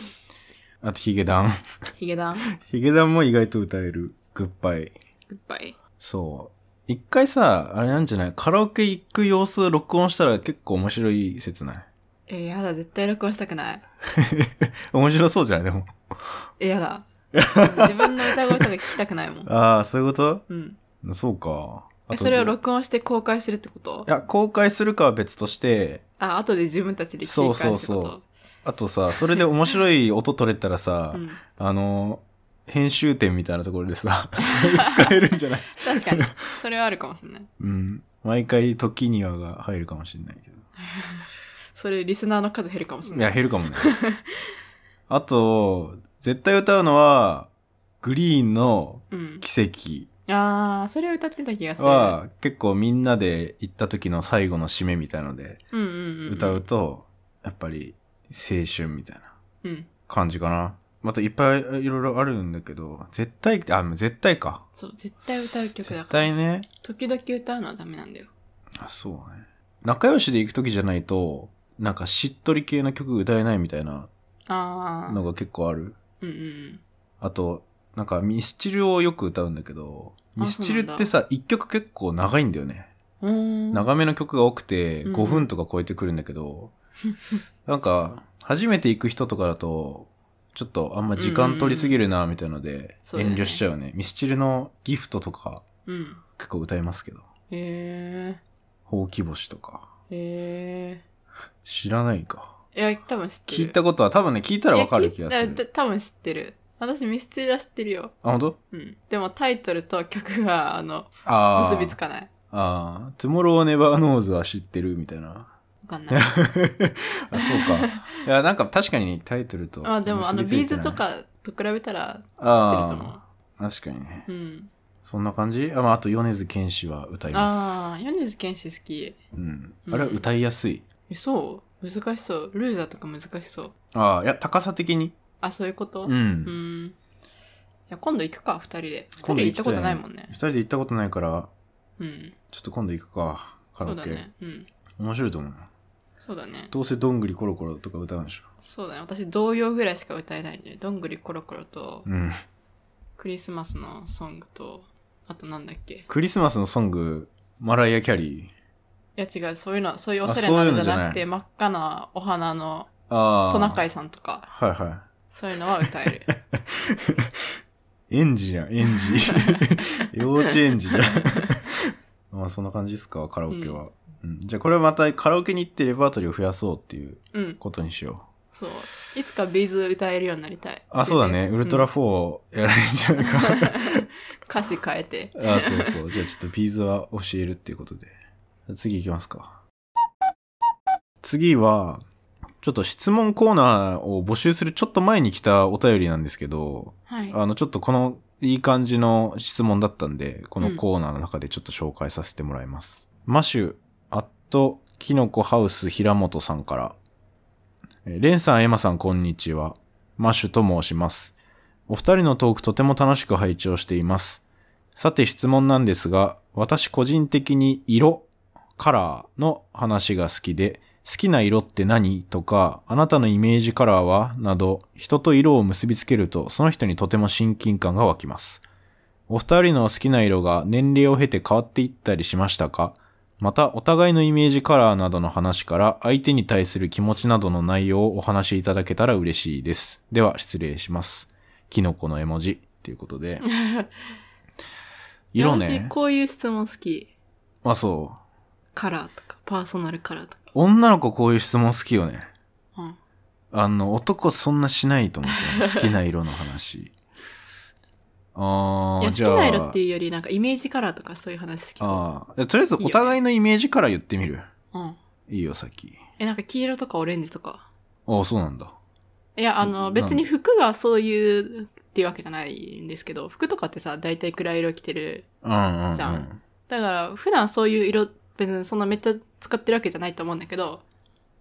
[SPEAKER 1] あと、ヒゲダン。
[SPEAKER 3] ヒゲダン、
[SPEAKER 1] ヒゲダンも意外と歌える。グッバイ。
[SPEAKER 3] グッバイ。
[SPEAKER 1] そう。一回さ、あれなんじゃないカラオケ行く様子を録音したら結構面白い説ない
[SPEAKER 3] えー、やだ、絶対録音したくない。
[SPEAKER 1] 面白そうじゃないでも。
[SPEAKER 3] えー、やだ。自分の歌声とか聞きたくない もん。
[SPEAKER 1] ああ、そういうこ
[SPEAKER 3] うん。
[SPEAKER 1] とそうか。
[SPEAKER 3] え、
[SPEAKER 1] あと
[SPEAKER 3] それを録音して公開するってこと
[SPEAKER 1] いや、公開するかは別として、
[SPEAKER 3] あ、後で自分たちで聞き返すってこと
[SPEAKER 1] そうそうあとさ、それで面白い音取れたらさ、
[SPEAKER 3] うん。
[SPEAKER 1] あの、編集点みたいなところでさ、 使えるんじゃ ない
[SPEAKER 3] 確 かに。それはあるかもしれない。
[SPEAKER 1] うん。毎回時にはが入るかもしれないけど。
[SPEAKER 3] それ、リスナーの数減るかもしれ
[SPEAKER 1] い
[SPEAKER 3] ない。
[SPEAKER 1] や、減るかも ね。あと、絶対歌うのは、グリーンの
[SPEAKER 3] うん。
[SPEAKER 1] 奇跡
[SPEAKER 3] あー、それを歌ってた気がする。
[SPEAKER 1] は、結構みんなで行った時の最後の締めみたいので、
[SPEAKER 3] うんうんうん。
[SPEAKER 1] 歌う。と、やっぱり青春みたいな
[SPEAKER 3] うん。
[SPEAKER 1] 感じかな。またいっぱいいろいろあるんだけど、絶対、あ、もう絶対か。
[SPEAKER 3] そう、絶対歌う曲だ
[SPEAKER 1] 絶
[SPEAKER 3] から。
[SPEAKER 1] 対ね。
[SPEAKER 3] 時々歌うのはダメなんだよ。
[SPEAKER 1] あ、そうね。仲良しで行く時じゃないと、なんかしっとり系の曲歌えないみたいな
[SPEAKER 3] あー。
[SPEAKER 1] のが結構ある。
[SPEAKER 3] うんうん。
[SPEAKER 1] あと、なんかミスチルをよく歌うんだけど、
[SPEAKER 3] あ
[SPEAKER 1] ミスチルってさ、一曲結構長いんだよね。
[SPEAKER 3] うーん。
[SPEAKER 1] 長めの曲が多くて、
[SPEAKER 3] うん
[SPEAKER 1] 5分とか超えてくるんだけ ど、なんか、初めて行く人とかだと、ちょっとあんま時間取りすぎるな、みたいので、
[SPEAKER 3] そうだよ
[SPEAKER 1] 遠
[SPEAKER 3] ね
[SPEAKER 1] 慮しちゃうよね。ミスチルのギフトとか
[SPEAKER 3] うん。
[SPEAKER 1] 結構歌いますけど、
[SPEAKER 3] へ
[SPEAKER 1] ほうき星とか、
[SPEAKER 3] え。へ
[SPEAKER 1] 知らないか。
[SPEAKER 3] え。いや、多分知ってる。
[SPEAKER 1] 聞いたことは、多分ね、聞いたらわかる気がす
[SPEAKER 3] いや聞い
[SPEAKER 1] る。
[SPEAKER 3] た多分知ってる。私、ミスチルは知ってるよ。
[SPEAKER 1] あ、ほんと
[SPEAKER 3] うん。でも、タイトルと曲 が、あの、
[SPEAKER 1] ああ。
[SPEAKER 3] 結びつかない。
[SPEAKER 1] ああ。トゥモローネバーノーズは知ってるみたいな。
[SPEAKER 3] わかんない。
[SPEAKER 1] あそうか。いや、なんか確かにタイトルと。
[SPEAKER 3] あ、でも、あの、
[SPEAKER 1] 結
[SPEAKER 3] ビ
[SPEAKER 1] び
[SPEAKER 3] ー
[SPEAKER 1] ついて
[SPEAKER 3] ズ
[SPEAKER 1] ない
[SPEAKER 3] とかと比べたら、知ってると思う
[SPEAKER 1] ああ、確かにね。
[SPEAKER 3] うん。
[SPEAKER 1] そんな感じあ,、まあ、あと、米津玄師は歌い
[SPEAKER 3] あ
[SPEAKER 1] ま
[SPEAKER 3] あ、米津玄師好き。
[SPEAKER 1] す。うん。
[SPEAKER 3] うん
[SPEAKER 1] あれは歌いやすい。
[SPEAKER 3] えそう難しそう。ルーザーとか難しそう。
[SPEAKER 1] ああ、いや、高さ的に。
[SPEAKER 3] あ、そういうこと
[SPEAKER 1] う。
[SPEAKER 3] うんん。いや、今度行くか、二人で。二人
[SPEAKER 1] 今度
[SPEAKER 3] で
[SPEAKER 1] 行
[SPEAKER 3] 行
[SPEAKER 1] き
[SPEAKER 3] った
[SPEAKER 1] いね
[SPEAKER 3] たことないもんね
[SPEAKER 1] 二。人で行ったことないから、
[SPEAKER 3] うん。
[SPEAKER 1] ちょっと今度行くか。カ
[SPEAKER 3] そ
[SPEAKER 1] ラ
[SPEAKER 3] う
[SPEAKER 1] オ
[SPEAKER 3] だ
[SPEAKER 1] ケ。
[SPEAKER 3] ね。うん。
[SPEAKER 1] 面白いと思うよ。
[SPEAKER 3] そうだね。
[SPEAKER 1] どうせどんぐりコロコロとか歌うんでしょ。
[SPEAKER 3] そうだね。私、童謡ぐらいしか歌えないんで、どんぐりコロコロと、
[SPEAKER 1] うん。
[SPEAKER 3] クリスマスのソングと、あとなんだっけ。い
[SPEAKER 1] クリスマスのソング、マライア・キャリー。
[SPEAKER 3] や、違う、そういうの、そういうおしゃ
[SPEAKER 1] あそうい
[SPEAKER 3] れ
[SPEAKER 1] うの
[SPEAKER 3] なの
[SPEAKER 1] じ
[SPEAKER 3] じ
[SPEAKER 1] ゃ
[SPEAKER 3] ゃ
[SPEAKER 1] ない
[SPEAKER 3] なくて、真っ赤なお花の
[SPEAKER 1] ああ。
[SPEAKER 3] トナカイさんとか、
[SPEAKER 1] はいは
[SPEAKER 3] そういうのは歌え る。
[SPEAKER 1] い。園児やん、園 児。幼稚園児じゃん。 まあそんな感じですか、カラオケは。うんじゃあこれまたカラオケに行ってレパートリーを増やそうっていう
[SPEAKER 3] うん。
[SPEAKER 1] ことにしよ
[SPEAKER 3] そう。いつかビーズ歌えるようになりたい。
[SPEAKER 1] う。あ、そうだね。ウルトラ
[SPEAKER 3] ん
[SPEAKER 1] 4をやられちゃうか。
[SPEAKER 3] 歌詞変えて。
[SPEAKER 1] あ、そうそう。じゃあちょっとビーズは教えるっていうことで。次行きますか。次は、ちょっと質問コーナーを募集するちょっと前に来たお便りなんですけど、
[SPEAKER 3] はい。
[SPEAKER 1] あの、ちょっとこの、いい感じの質問だったんで、このコーナーの中でちょっと紹介させてもらいます。マシュ、アット、キノコハウス平本さんから。えーレンさん、エマさん、こんにちは。マシュと申します。お二人のトークとても楽しく拝聴しています。さて質問なんですが、私個人的に色、カラーの話が好きで、好きな色って何とか、あなたのイメージカラーはなど、人と色を結びつけると、その人にとても親近感が湧きます。お二人の好きな色が年齢を経て変わっていったりしましたかまた、お互いのイメージカラーなどの話から、相手に対する気持ちなどの内容をお話しいただけたら嬉しいです。では、失礼します。キノコの絵文字。ということ で。色ね
[SPEAKER 3] 私、。こういう質問好き。
[SPEAKER 1] あ、そう。
[SPEAKER 3] カラーとか、パーソナルカラーとか。
[SPEAKER 1] 女の子こういう質問好きよね。
[SPEAKER 3] うん。
[SPEAKER 1] あの、男そんなしないと思って ます、好きな色の話。あ
[SPEAKER 3] い
[SPEAKER 1] あ、
[SPEAKER 3] や、好き
[SPEAKER 1] じゃあ。
[SPEAKER 3] な色っていうより、なんかイメージカラーとかそういう話好きそ
[SPEAKER 1] ああ。とりあえずお互いのイメージから言ってみる。
[SPEAKER 3] う。うん。
[SPEAKER 1] いいよ、先。
[SPEAKER 3] え、なんか黄色とかオレンジとか。
[SPEAKER 1] ああ、そうなんだ。
[SPEAKER 3] いや、あ
[SPEAKER 1] う
[SPEAKER 3] の、
[SPEAKER 1] ん
[SPEAKER 3] 別に服がそういうっていうわけじゃないんですけど、服とかってさ、大体暗い色着てる。
[SPEAKER 1] うんうん、うん。
[SPEAKER 3] じゃんだから、普段そういう色、別にそんなめっちゃ使ってるわけじゃないと思うんだけど、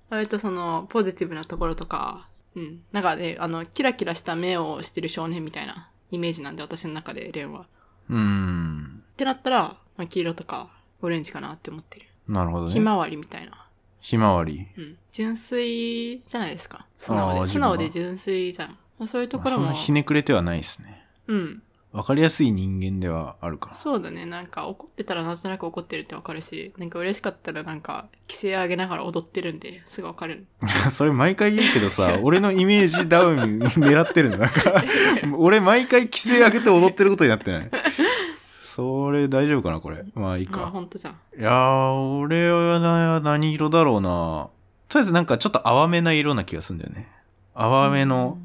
[SPEAKER 3] 割とその、ポジティブなところとか、うん。なんかね、あの、キラキラした目をしてる少年みたいなイメージなんで、私の中で、レンは。
[SPEAKER 1] うーん。
[SPEAKER 3] ってなったら、まあ、黄色とかオレンジかなって思ってる。
[SPEAKER 1] なるほどね。
[SPEAKER 3] ひまわりみたいな。
[SPEAKER 1] ひまわり。
[SPEAKER 3] うん。純粋じゃないですか。素直
[SPEAKER 1] あー
[SPEAKER 3] で。
[SPEAKER 1] 自
[SPEAKER 3] 素
[SPEAKER 1] 分は
[SPEAKER 3] 直で純粋じゃん。まあそういうと
[SPEAKER 1] ま
[SPEAKER 3] こ
[SPEAKER 1] あ
[SPEAKER 3] ろ
[SPEAKER 1] そん
[SPEAKER 3] も
[SPEAKER 1] な。ひねくれてはないですね。
[SPEAKER 3] うん。
[SPEAKER 1] わかりやすい人間ではあるから。
[SPEAKER 3] そうだね。なんか怒ってたらなんとなく怒ってるってわかるし、なんか嬉しかったらなんか規制上げながら踊ってるんで、すぐわ かる。
[SPEAKER 1] それ毎回言うけどさ、俺のイメージダウン狙ってるの。なんか、俺毎回規制上げて踊ってることになってない。それ大丈夫かなこれ。まあいい
[SPEAKER 3] まあ
[SPEAKER 1] か。
[SPEAKER 3] ほんとじゃん。
[SPEAKER 1] いやー、俺はな何色だろうな。とりあえずなんかちょっと淡めな色な気がするんだよね。淡めの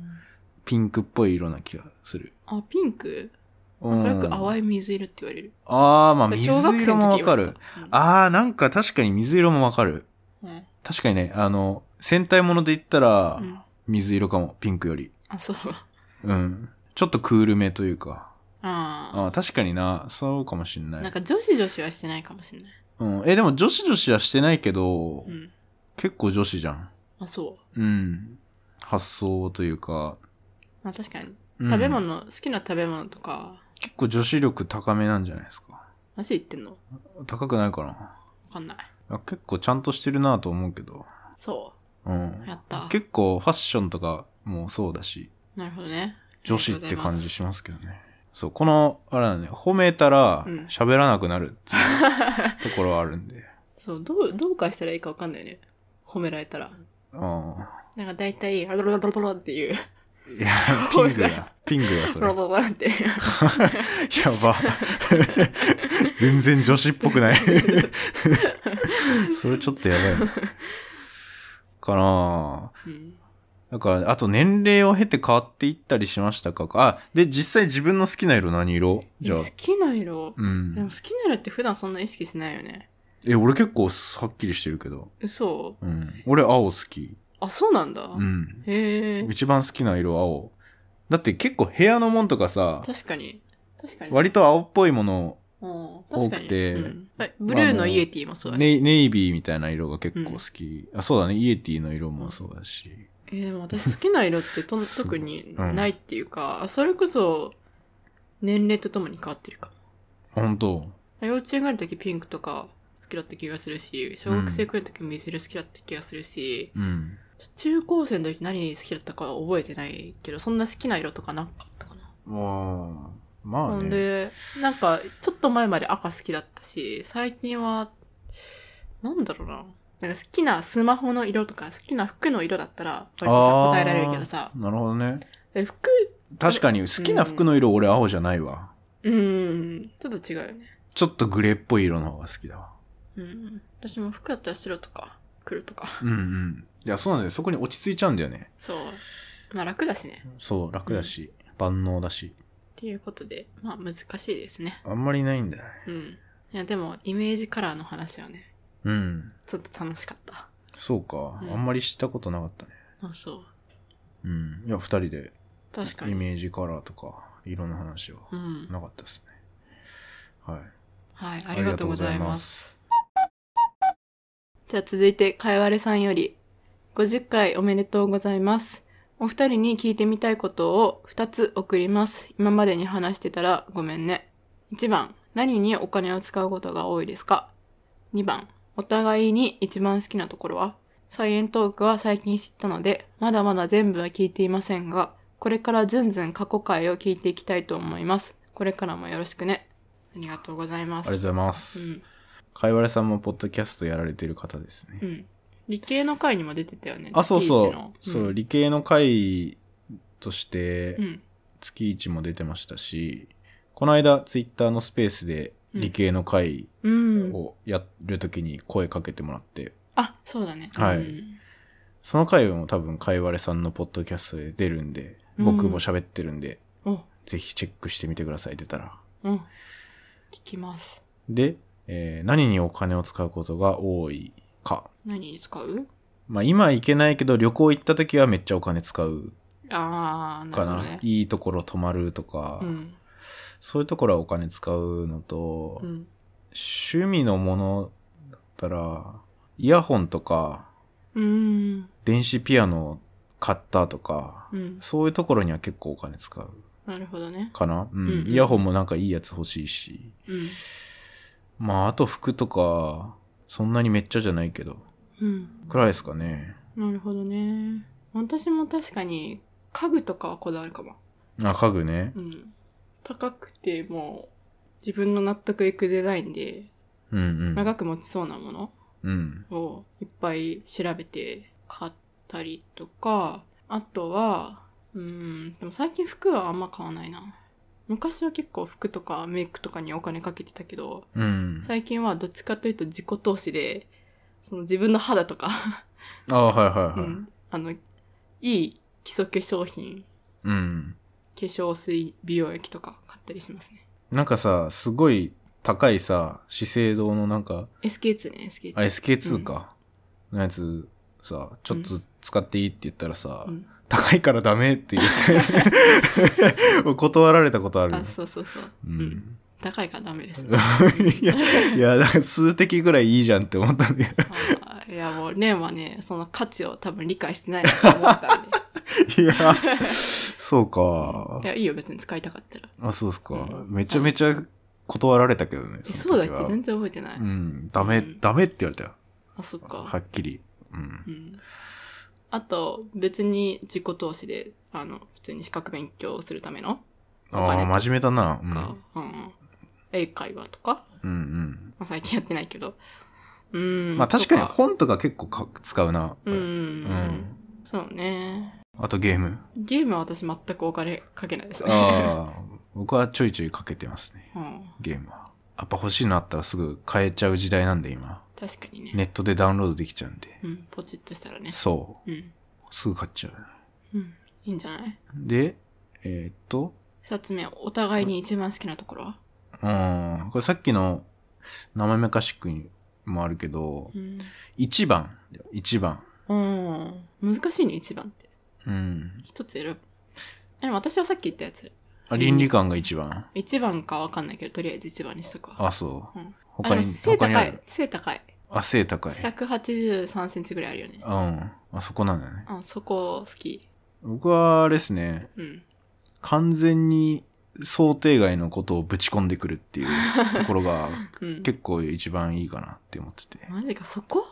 [SPEAKER 1] ピンクっぽい色な気がする。
[SPEAKER 3] あ、ピンク
[SPEAKER 1] うん、
[SPEAKER 3] よく淡い水色って言われる。
[SPEAKER 1] あー、まあ水
[SPEAKER 3] 小学生
[SPEAKER 1] 色も
[SPEAKER 3] の
[SPEAKER 1] わ
[SPEAKER 3] 時
[SPEAKER 1] か
[SPEAKER 3] 言われ
[SPEAKER 1] る
[SPEAKER 3] た。。
[SPEAKER 1] あー、なんか確かに水色もわかる。
[SPEAKER 3] うん。うん
[SPEAKER 1] 確かにね、あの、戦隊もので言ったら
[SPEAKER 3] うん、
[SPEAKER 1] 水色かも、ピンクより。
[SPEAKER 3] あ、そう。
[SPEAKER 1] うん。ちょっとクールめというか。
[SPEAKER 3] あ
[SPEAKER 1] あ確かにな、そうかもしん
[SPEAKER 3] あ。
[SPEAKER 1] な
[SPEAKER 3] なん
[SPEAKER 1] い。
[SPEAKER 3] か女子女子はしてないかもしれない。
[SPEAKER 1] うん、え、でも女子女子はしてないけど、
[SPEAKER 3] うん。
[SPEAKER 1] 結構女子じゃん。
[SPEAKER 3] あ、そう。
[SPEAKER 1] うん。発想というか。
[SPEAKER 3] まあ確かに。
[SPEAKER 1] うん
[SPEAKER 3] 食べ物、好きな食べ物とか、
[SPEAKER 1] 結構女子力高めなんじゃないですか。
[SPEAKER 3] マジで言ってんのわ
[SPEAKER 1] 高くないかな。
[SPEAKER 3] かんない。
[SPEAKER 1] あ結構ちゃんとしてるなと思うけど。
[SPEAKER 3] そ
[SPEAKER 1] うん
[SPEAKER 3] う。。やった。
[SPEAKER 1] 結構ファッションとかもそうだし、
[SPEAKER 3] なるほどね。
[SPEAKER 1] 女子って感
[SPEAKER 3] あ
[SPEAKER 1] じ
[SPEAKER 3] り
[SPEAKER 1] しますけどね。そう、この、あれだね、褒めたら
[SPEAKER 3] うん
[SPEAKER 1] 喋らなくなるっていう ところはあるんで。
[SPEAKER 3] そう、どう、どう返したらいいかわかんないよね。褒められたら。
[SPEAKER 1] あ
[SPEAKER 3] なんか大体、ロロロロロロっていう。
[SPEAKER 1] あ。 いや、ピングや。ピングや、そ
[SPEAKER 3] ロ
[SPEAKER 1] れ。
[SPEAKER 3] ロ
[SPEAKER 1] や
[SPEAKER 3] ロロロっていう。
[SPEAKER 1] ば。 全然女子っぽくない。 それちょっとやばいな。かなあ
[SPEAKER 3] うん。
[SPEAKER 1] だから、あと年齢を経て変わっていったりしましたかあ、で、実際自分の好きな色何色じゃあ
[SPEAKER 3] 好。きな色、
[SPEAKER 1] うん。
[SPEAKER 3] でも好きな色って普段そんな意識しないよね。
[SPEAKER 1] え、俺結構はっきりしてるけど。
[SPEAKER 3] 嘘
[SPEAKER 1] うん。俺青好き。
[SPEAKER 3] あ、そうなんだ。
[SPEAKER 1] うん。
[SPEAKER 3] へえ。
[SPEAKER 1] 一番好きな色青。だって結構部屋のもんとかさ、
[SPEAKER 3] 確かに。確かに。
[SPEAKER 1] 割と青っぽいもの、
[SPEAKER 3] うん確かに
[SPEAKER 1] 多くて
[SPEAKER 3] うんはいブルーのイエティもそうだし。
[SPEAKER 1] ネイネイビーみたいな色が結構好き。あ、そうだね。イエティの色もそうだし。
[SPEAKER 3] えーでも私好きな色 ってと
[SPEAKER 1] すご
[SPEAKER 3] 特
[SPEAKER 1] い
[SPEAKER 3] に
[SPEAKER 1] うん
[SPEAKER 3] ないっていうか、それこそ年齢とともに変わってるかも。
[SPEAKER 1] あ本当
[SPEAKER 3] 幼稚園ぐらいの時ピンクとか好きだった気がするし、小学生くらいの時水色好きだった気がするし、
[SPEAKER 1] うん。
[SPEAKER 3] 中高生の時何好きだったか覚えてないけど、そんな好きな色とかなかったかな。
[SPEAKER 1] まあ、ま
[SPEAKER 3] ほ
[SPEAKER 1] あね。
[SPEAKER 3] んで、なんかちょっと前まで赤好きだったし、最近は、なんだろうな。なんか好きなスマホの色とか好きな服の色だったら割とさ
[SPEAKER 1] あー
[SPEAKER 3] 答えられるけどさ、
[SPEAKER 1] なるほどね。
[SPEAKER 3] え服
[SPEAKER 1] 確かに好きな服の色俺青じゃないわ。
[SPEAKER 3] うーん、ちょっと違うよね。
[SPEAKER 1] ちょっとグレーっぽい色の方が好きだわ。
[SPEAKER 3] うん。私も服だったら白とか黒とか。
[SPEAKER 1] うんうん。いや、そうなんだよ。そこに落ち着いちゃうんだよね。
[SPEAKER 3] そう。まあ楽だしね。
[SPEAKER 1] そう、楽だし、万能だし。
[SPEAKER 3] っていうことで、まあ難しいですね。
[SPEAKER 1] あんまりないんだよね。
[SPEAKER 3] うん。いや、でもイメージカラーの話はね、
[SPEAKER 1] うん。
[SPEAKER 3] ちょっと楽しかった。
[SPEAKER 1] そうか、
[SPEAKER 3] うん
[SPEAKER 1] あんまり知ったことなかったね。
[SPEAKER 3] あ、そ
[SPEAKER 1] う
[SPEAKER 3] う。
[SPEAKER 1] ん。いや、二人で
[SPEAKER 3] 確か
[SPEAKER 1] イ
[SPEAKER 3] に。
[SPEAKER 1] メージカラーとか、色の話は
[SPEAKER 3] うん。
[SPEAKER 1] なかったですね。はい。
[SPEAKER 3] はい、あ
[SPEAKER 1] あ
[SPEAKER 3] りがとうござい
[SPEAKER 1] りがとう
[SPEAKER 3] ます。。じゃあ続いて、かいわれさんより、50回おめでとうございます。お二人に聞いてみたいことを2つ送ります。今までに話してたらごめんね。1番、何にお金を使うことが多いですか ?2 番、お互いに一番好きなところはサイエントークは最近知ったので、まだまだ全部は聞いていませんが、これからずんずん過去回を聞いていきたいと思います。これからもよろしくね。ありがとうございま
[SPEAKER 1] あ
[SPEAKER 3] す。
[SPEAKER 1] りがとうございます。
[SPEAKER 3] うん。
[SPEAKER 1] かいわれさんもポッドキャストやられてる方ですね。
[SPEAKER 3] うん。理系の回にも出てたよね。
[SPEAKER 1] あ、そうそ
[SPEAKER 3] 月一の
[SPEAKER 1] う。そう、理系の会として
[SPEAKER 3] う、ん。
[SPEAKER 1] 月一も出てましたし、この間、ツイッターのスペースで理系の会
[SPEAKER 3] うん。
[SPEAKER 1] をやるときに声かけてもらって、
[SPEAKER 3] あ、そうだね。
[SPEAKER 1] はい
[SPEAKER 3] うん
[SPEAKER 1] その回も多分、かいわれさんのポッドキャストで出るんで、
[SPEAKER 3] うん
[SPEAKER 1] 僕も喋ってるんで、
[SPEAKER 3] お、
[SPEAKER 1] ぜひチェックしてみてください、出たら。
[SPEAKER 3] うん。聞きます。
[SPEAKER 1] で、えー何にお金を使うことが多いか。
[SPEAKER 3] 何に使う
[SPEAKER 1] まあ、今行けないけど、旅行行った時はめっちゃお金使う
[SPEAKER 3] あー、な
[SPEAKER 1] か
[SPEAKER 3] るほ
[SPEAKER 1] な。
[SPEAKER 3] どね。
[SPEAKER 1] いいところ泊まるとか、
[SPEAKER 3] うん。
[SPEAKER 1] そういうところはお金使うのと、
[SPEAKER 3] うん。
[SPEAKER 1] 趣味のものだったら、イヤホンとか、
[SPEAKER 3] うん。
[SPEAKER 1] 電子ピアノを買ったとか、
[SPEAKER 3] うん。
[SPEAKER 1] そういうところには結構お金使う
[SPEAKER 3] なるほどね。
[SPEAKER 1] かな。うん。
[SPEAKER 3] うん
[SPEAKER 1] イヤホンもなんかいいやつ欲しいし。
[SPEAKER 3] うん。
[SPEAKER 1] まあ、あと服とか、そんなにめっちゃじゃないけど、
[SPEAKER 3] うん。
[SPEAKER 1] くらいですかね。
[SPEAKER 3] なるほどね。私も確かに家具とかはこだわるかも。
[SPEAKER 1] あ、家具ね
[SPEAKER 3] う。ん。高くてもう自分の納得いくデザインで
[SPEAKER 1] うんうん。
[SPEAKER 3] 長く持ちそうなもの
[SPEAKER 1] うん。
[SPEAKER 3] をいっぱい調べて買ったりとか、あとは、うーん、でも最近服はあんま買わないな。昔は結構服とかメイクとかにお金かけてたけど、
[SPEAKER 1] うん。
[SPEAKER 3] 最近はどっちかというと自己投資で、その自分の肌とか、
[SPEAKER 1] あはいはいうはい。
[SPEAKER 3] ん、あの、いい基礎化粧品、
[SPEAKER 1] うん。
[SPEAKER 3] 化粧水、美容液とか買ったりしますね。
[SPEAKER 1] なんかさ、すごい高いさ、資生堂のなんか、
[SPEAKER 3] SK2 ね、SK2。
[SPEAKER 1] あ SK2 か、のやつさ、ちょっと使っていいって言ったらさ、
[SPEAKER 3] うん。
[SPEAKER 1] 高いからダメって言って、 断られたことある。
[SPEAKER 3] あ、そうそうそう。
[SPEAKER 1] う
[SPEAKER 3] うんん。高いからダメで す。
[SPEAKER 1] いや、いや、だから数滴ぐらいいいじゃんって思ったんだけ
[SPEAKER 3] あーいや、もう、レンはね、その価値を多分理解してないなと思ったん
[SPEAKER 1] ど。
[SPEAKER 3] で。
[SPEAKER 1] いや、そうか
[SPEAKER 3] い。や、いいよ、別に使いたかったら。
[SPEAKER 1] あ、そうっすか
[SPEAKER 3] う。
[SPEAKER 1] めちゃめちゃ断られたけどね。
[SPEAKER 3] えそうだっ
[SPEAKER 1] の時は
[SPEAKER 3] け全然覚えてない。
[SPEAKER 1] うん。ダメ、ダメって言われたよ。
[SPEAKER 3] あ、そっか。
[SPEAKER 1] はっきり。うん。
[SPEAKER 3] うん。あと、別に自己投資で、あの、普通に資格勉強をするための
[SPEAKER 1] あ
[SPEAKER 3] お金
[SPEAKER 1] あ、
[SPEAKER 3] と
[SPEAKER 1] 真面目だな。うん。
[SPEAKER 3] か、うん、英会話とか、
[SPEAKER 1] うん
[SPEAKER 3] まあ、最近やってないけど。う。
[SPEAKER 1] うんん。まあ確かに
[SPEAKER 3] と
[SPEAKER 1] 本とか結構か使うな。
[SPEAKER 3] うん、
[SPEAKER 1] うん。
[SPEAKER 3] そうね。
[SPEAKER 1] あとゲー ム。
[SPEAKER 3] ゲームは私全くお金かけないですね。
[SPEAKER 1] ああ、僕はちょいちょいかけてますね。
[SPEAKER 3] うん。
[SPEAKER 1] ゲームは。やっぱ欲しいのあったらすぐ買えちゃう時代なんで今。
[SPEAKER 3] 確かにね。
[SPEAKER 1] ネットでダウンロードできちゃうんで。
[SPEAKER 3] うん。ポチッとしたらね。
[SPEAKER 1] そ
[SPEAKER 3] うん。
[SPEAKER 1] う。すぐ買っちゃう。
[SPEAKER 3] うん。いいんじゃない
[SPEAKER 1] で、えーっと、
[SPEAKER 3] 二つ目、お互いに一番好きなところは
[SPEAKER 1] うん、これさっきの生めかしくもあるけど、
[SPEAKER 3] うん。
[SPEAKER 1] 一番。一番。
[SPEAKER 3] うん。難しいね、一番って。
[SPEAKER 1] うん。
[SPEAKER 3] 一つ選ぶ。えでも私はさっき言ったやつ。
[SPEAKER 1] あ倫理観が一番。
[SPEAKER 3] 一番かわかんないけど、とりあえず一番にしとくわ。
[SPEAKER 1] あ、そう。
[SPEAKER 3] うん、あ
[SPEAKER 1] 他
[SPEAKER 3] で
[SPEAKER 1] に、
[SPEAKER 3] も背
[SPEAKER 1] 他に
[SPEAKER 3] 高
[SPEAKER 1] ある
[SPEAKER 3] い。。背高い。
[SPEAKER 1] あ、背高い。
[SPEAKER 3] 183センチぐらいあるよね。
[SPEAKER 1] うん。あそこなんだね。
[SPEAKER 3] あ、そこ好き。
[SPEAKER 1] 僕はあれですね、
[SPEAKER 3] うん。
[SPEAKER 1] 完全に想定外のことをぶち込んでくるって いうところが
[SPEAKER 3] うん。
[SPEAKER 1] 結構一番いいかなって思ってて。
[SPEAKER 3] マジか、そこ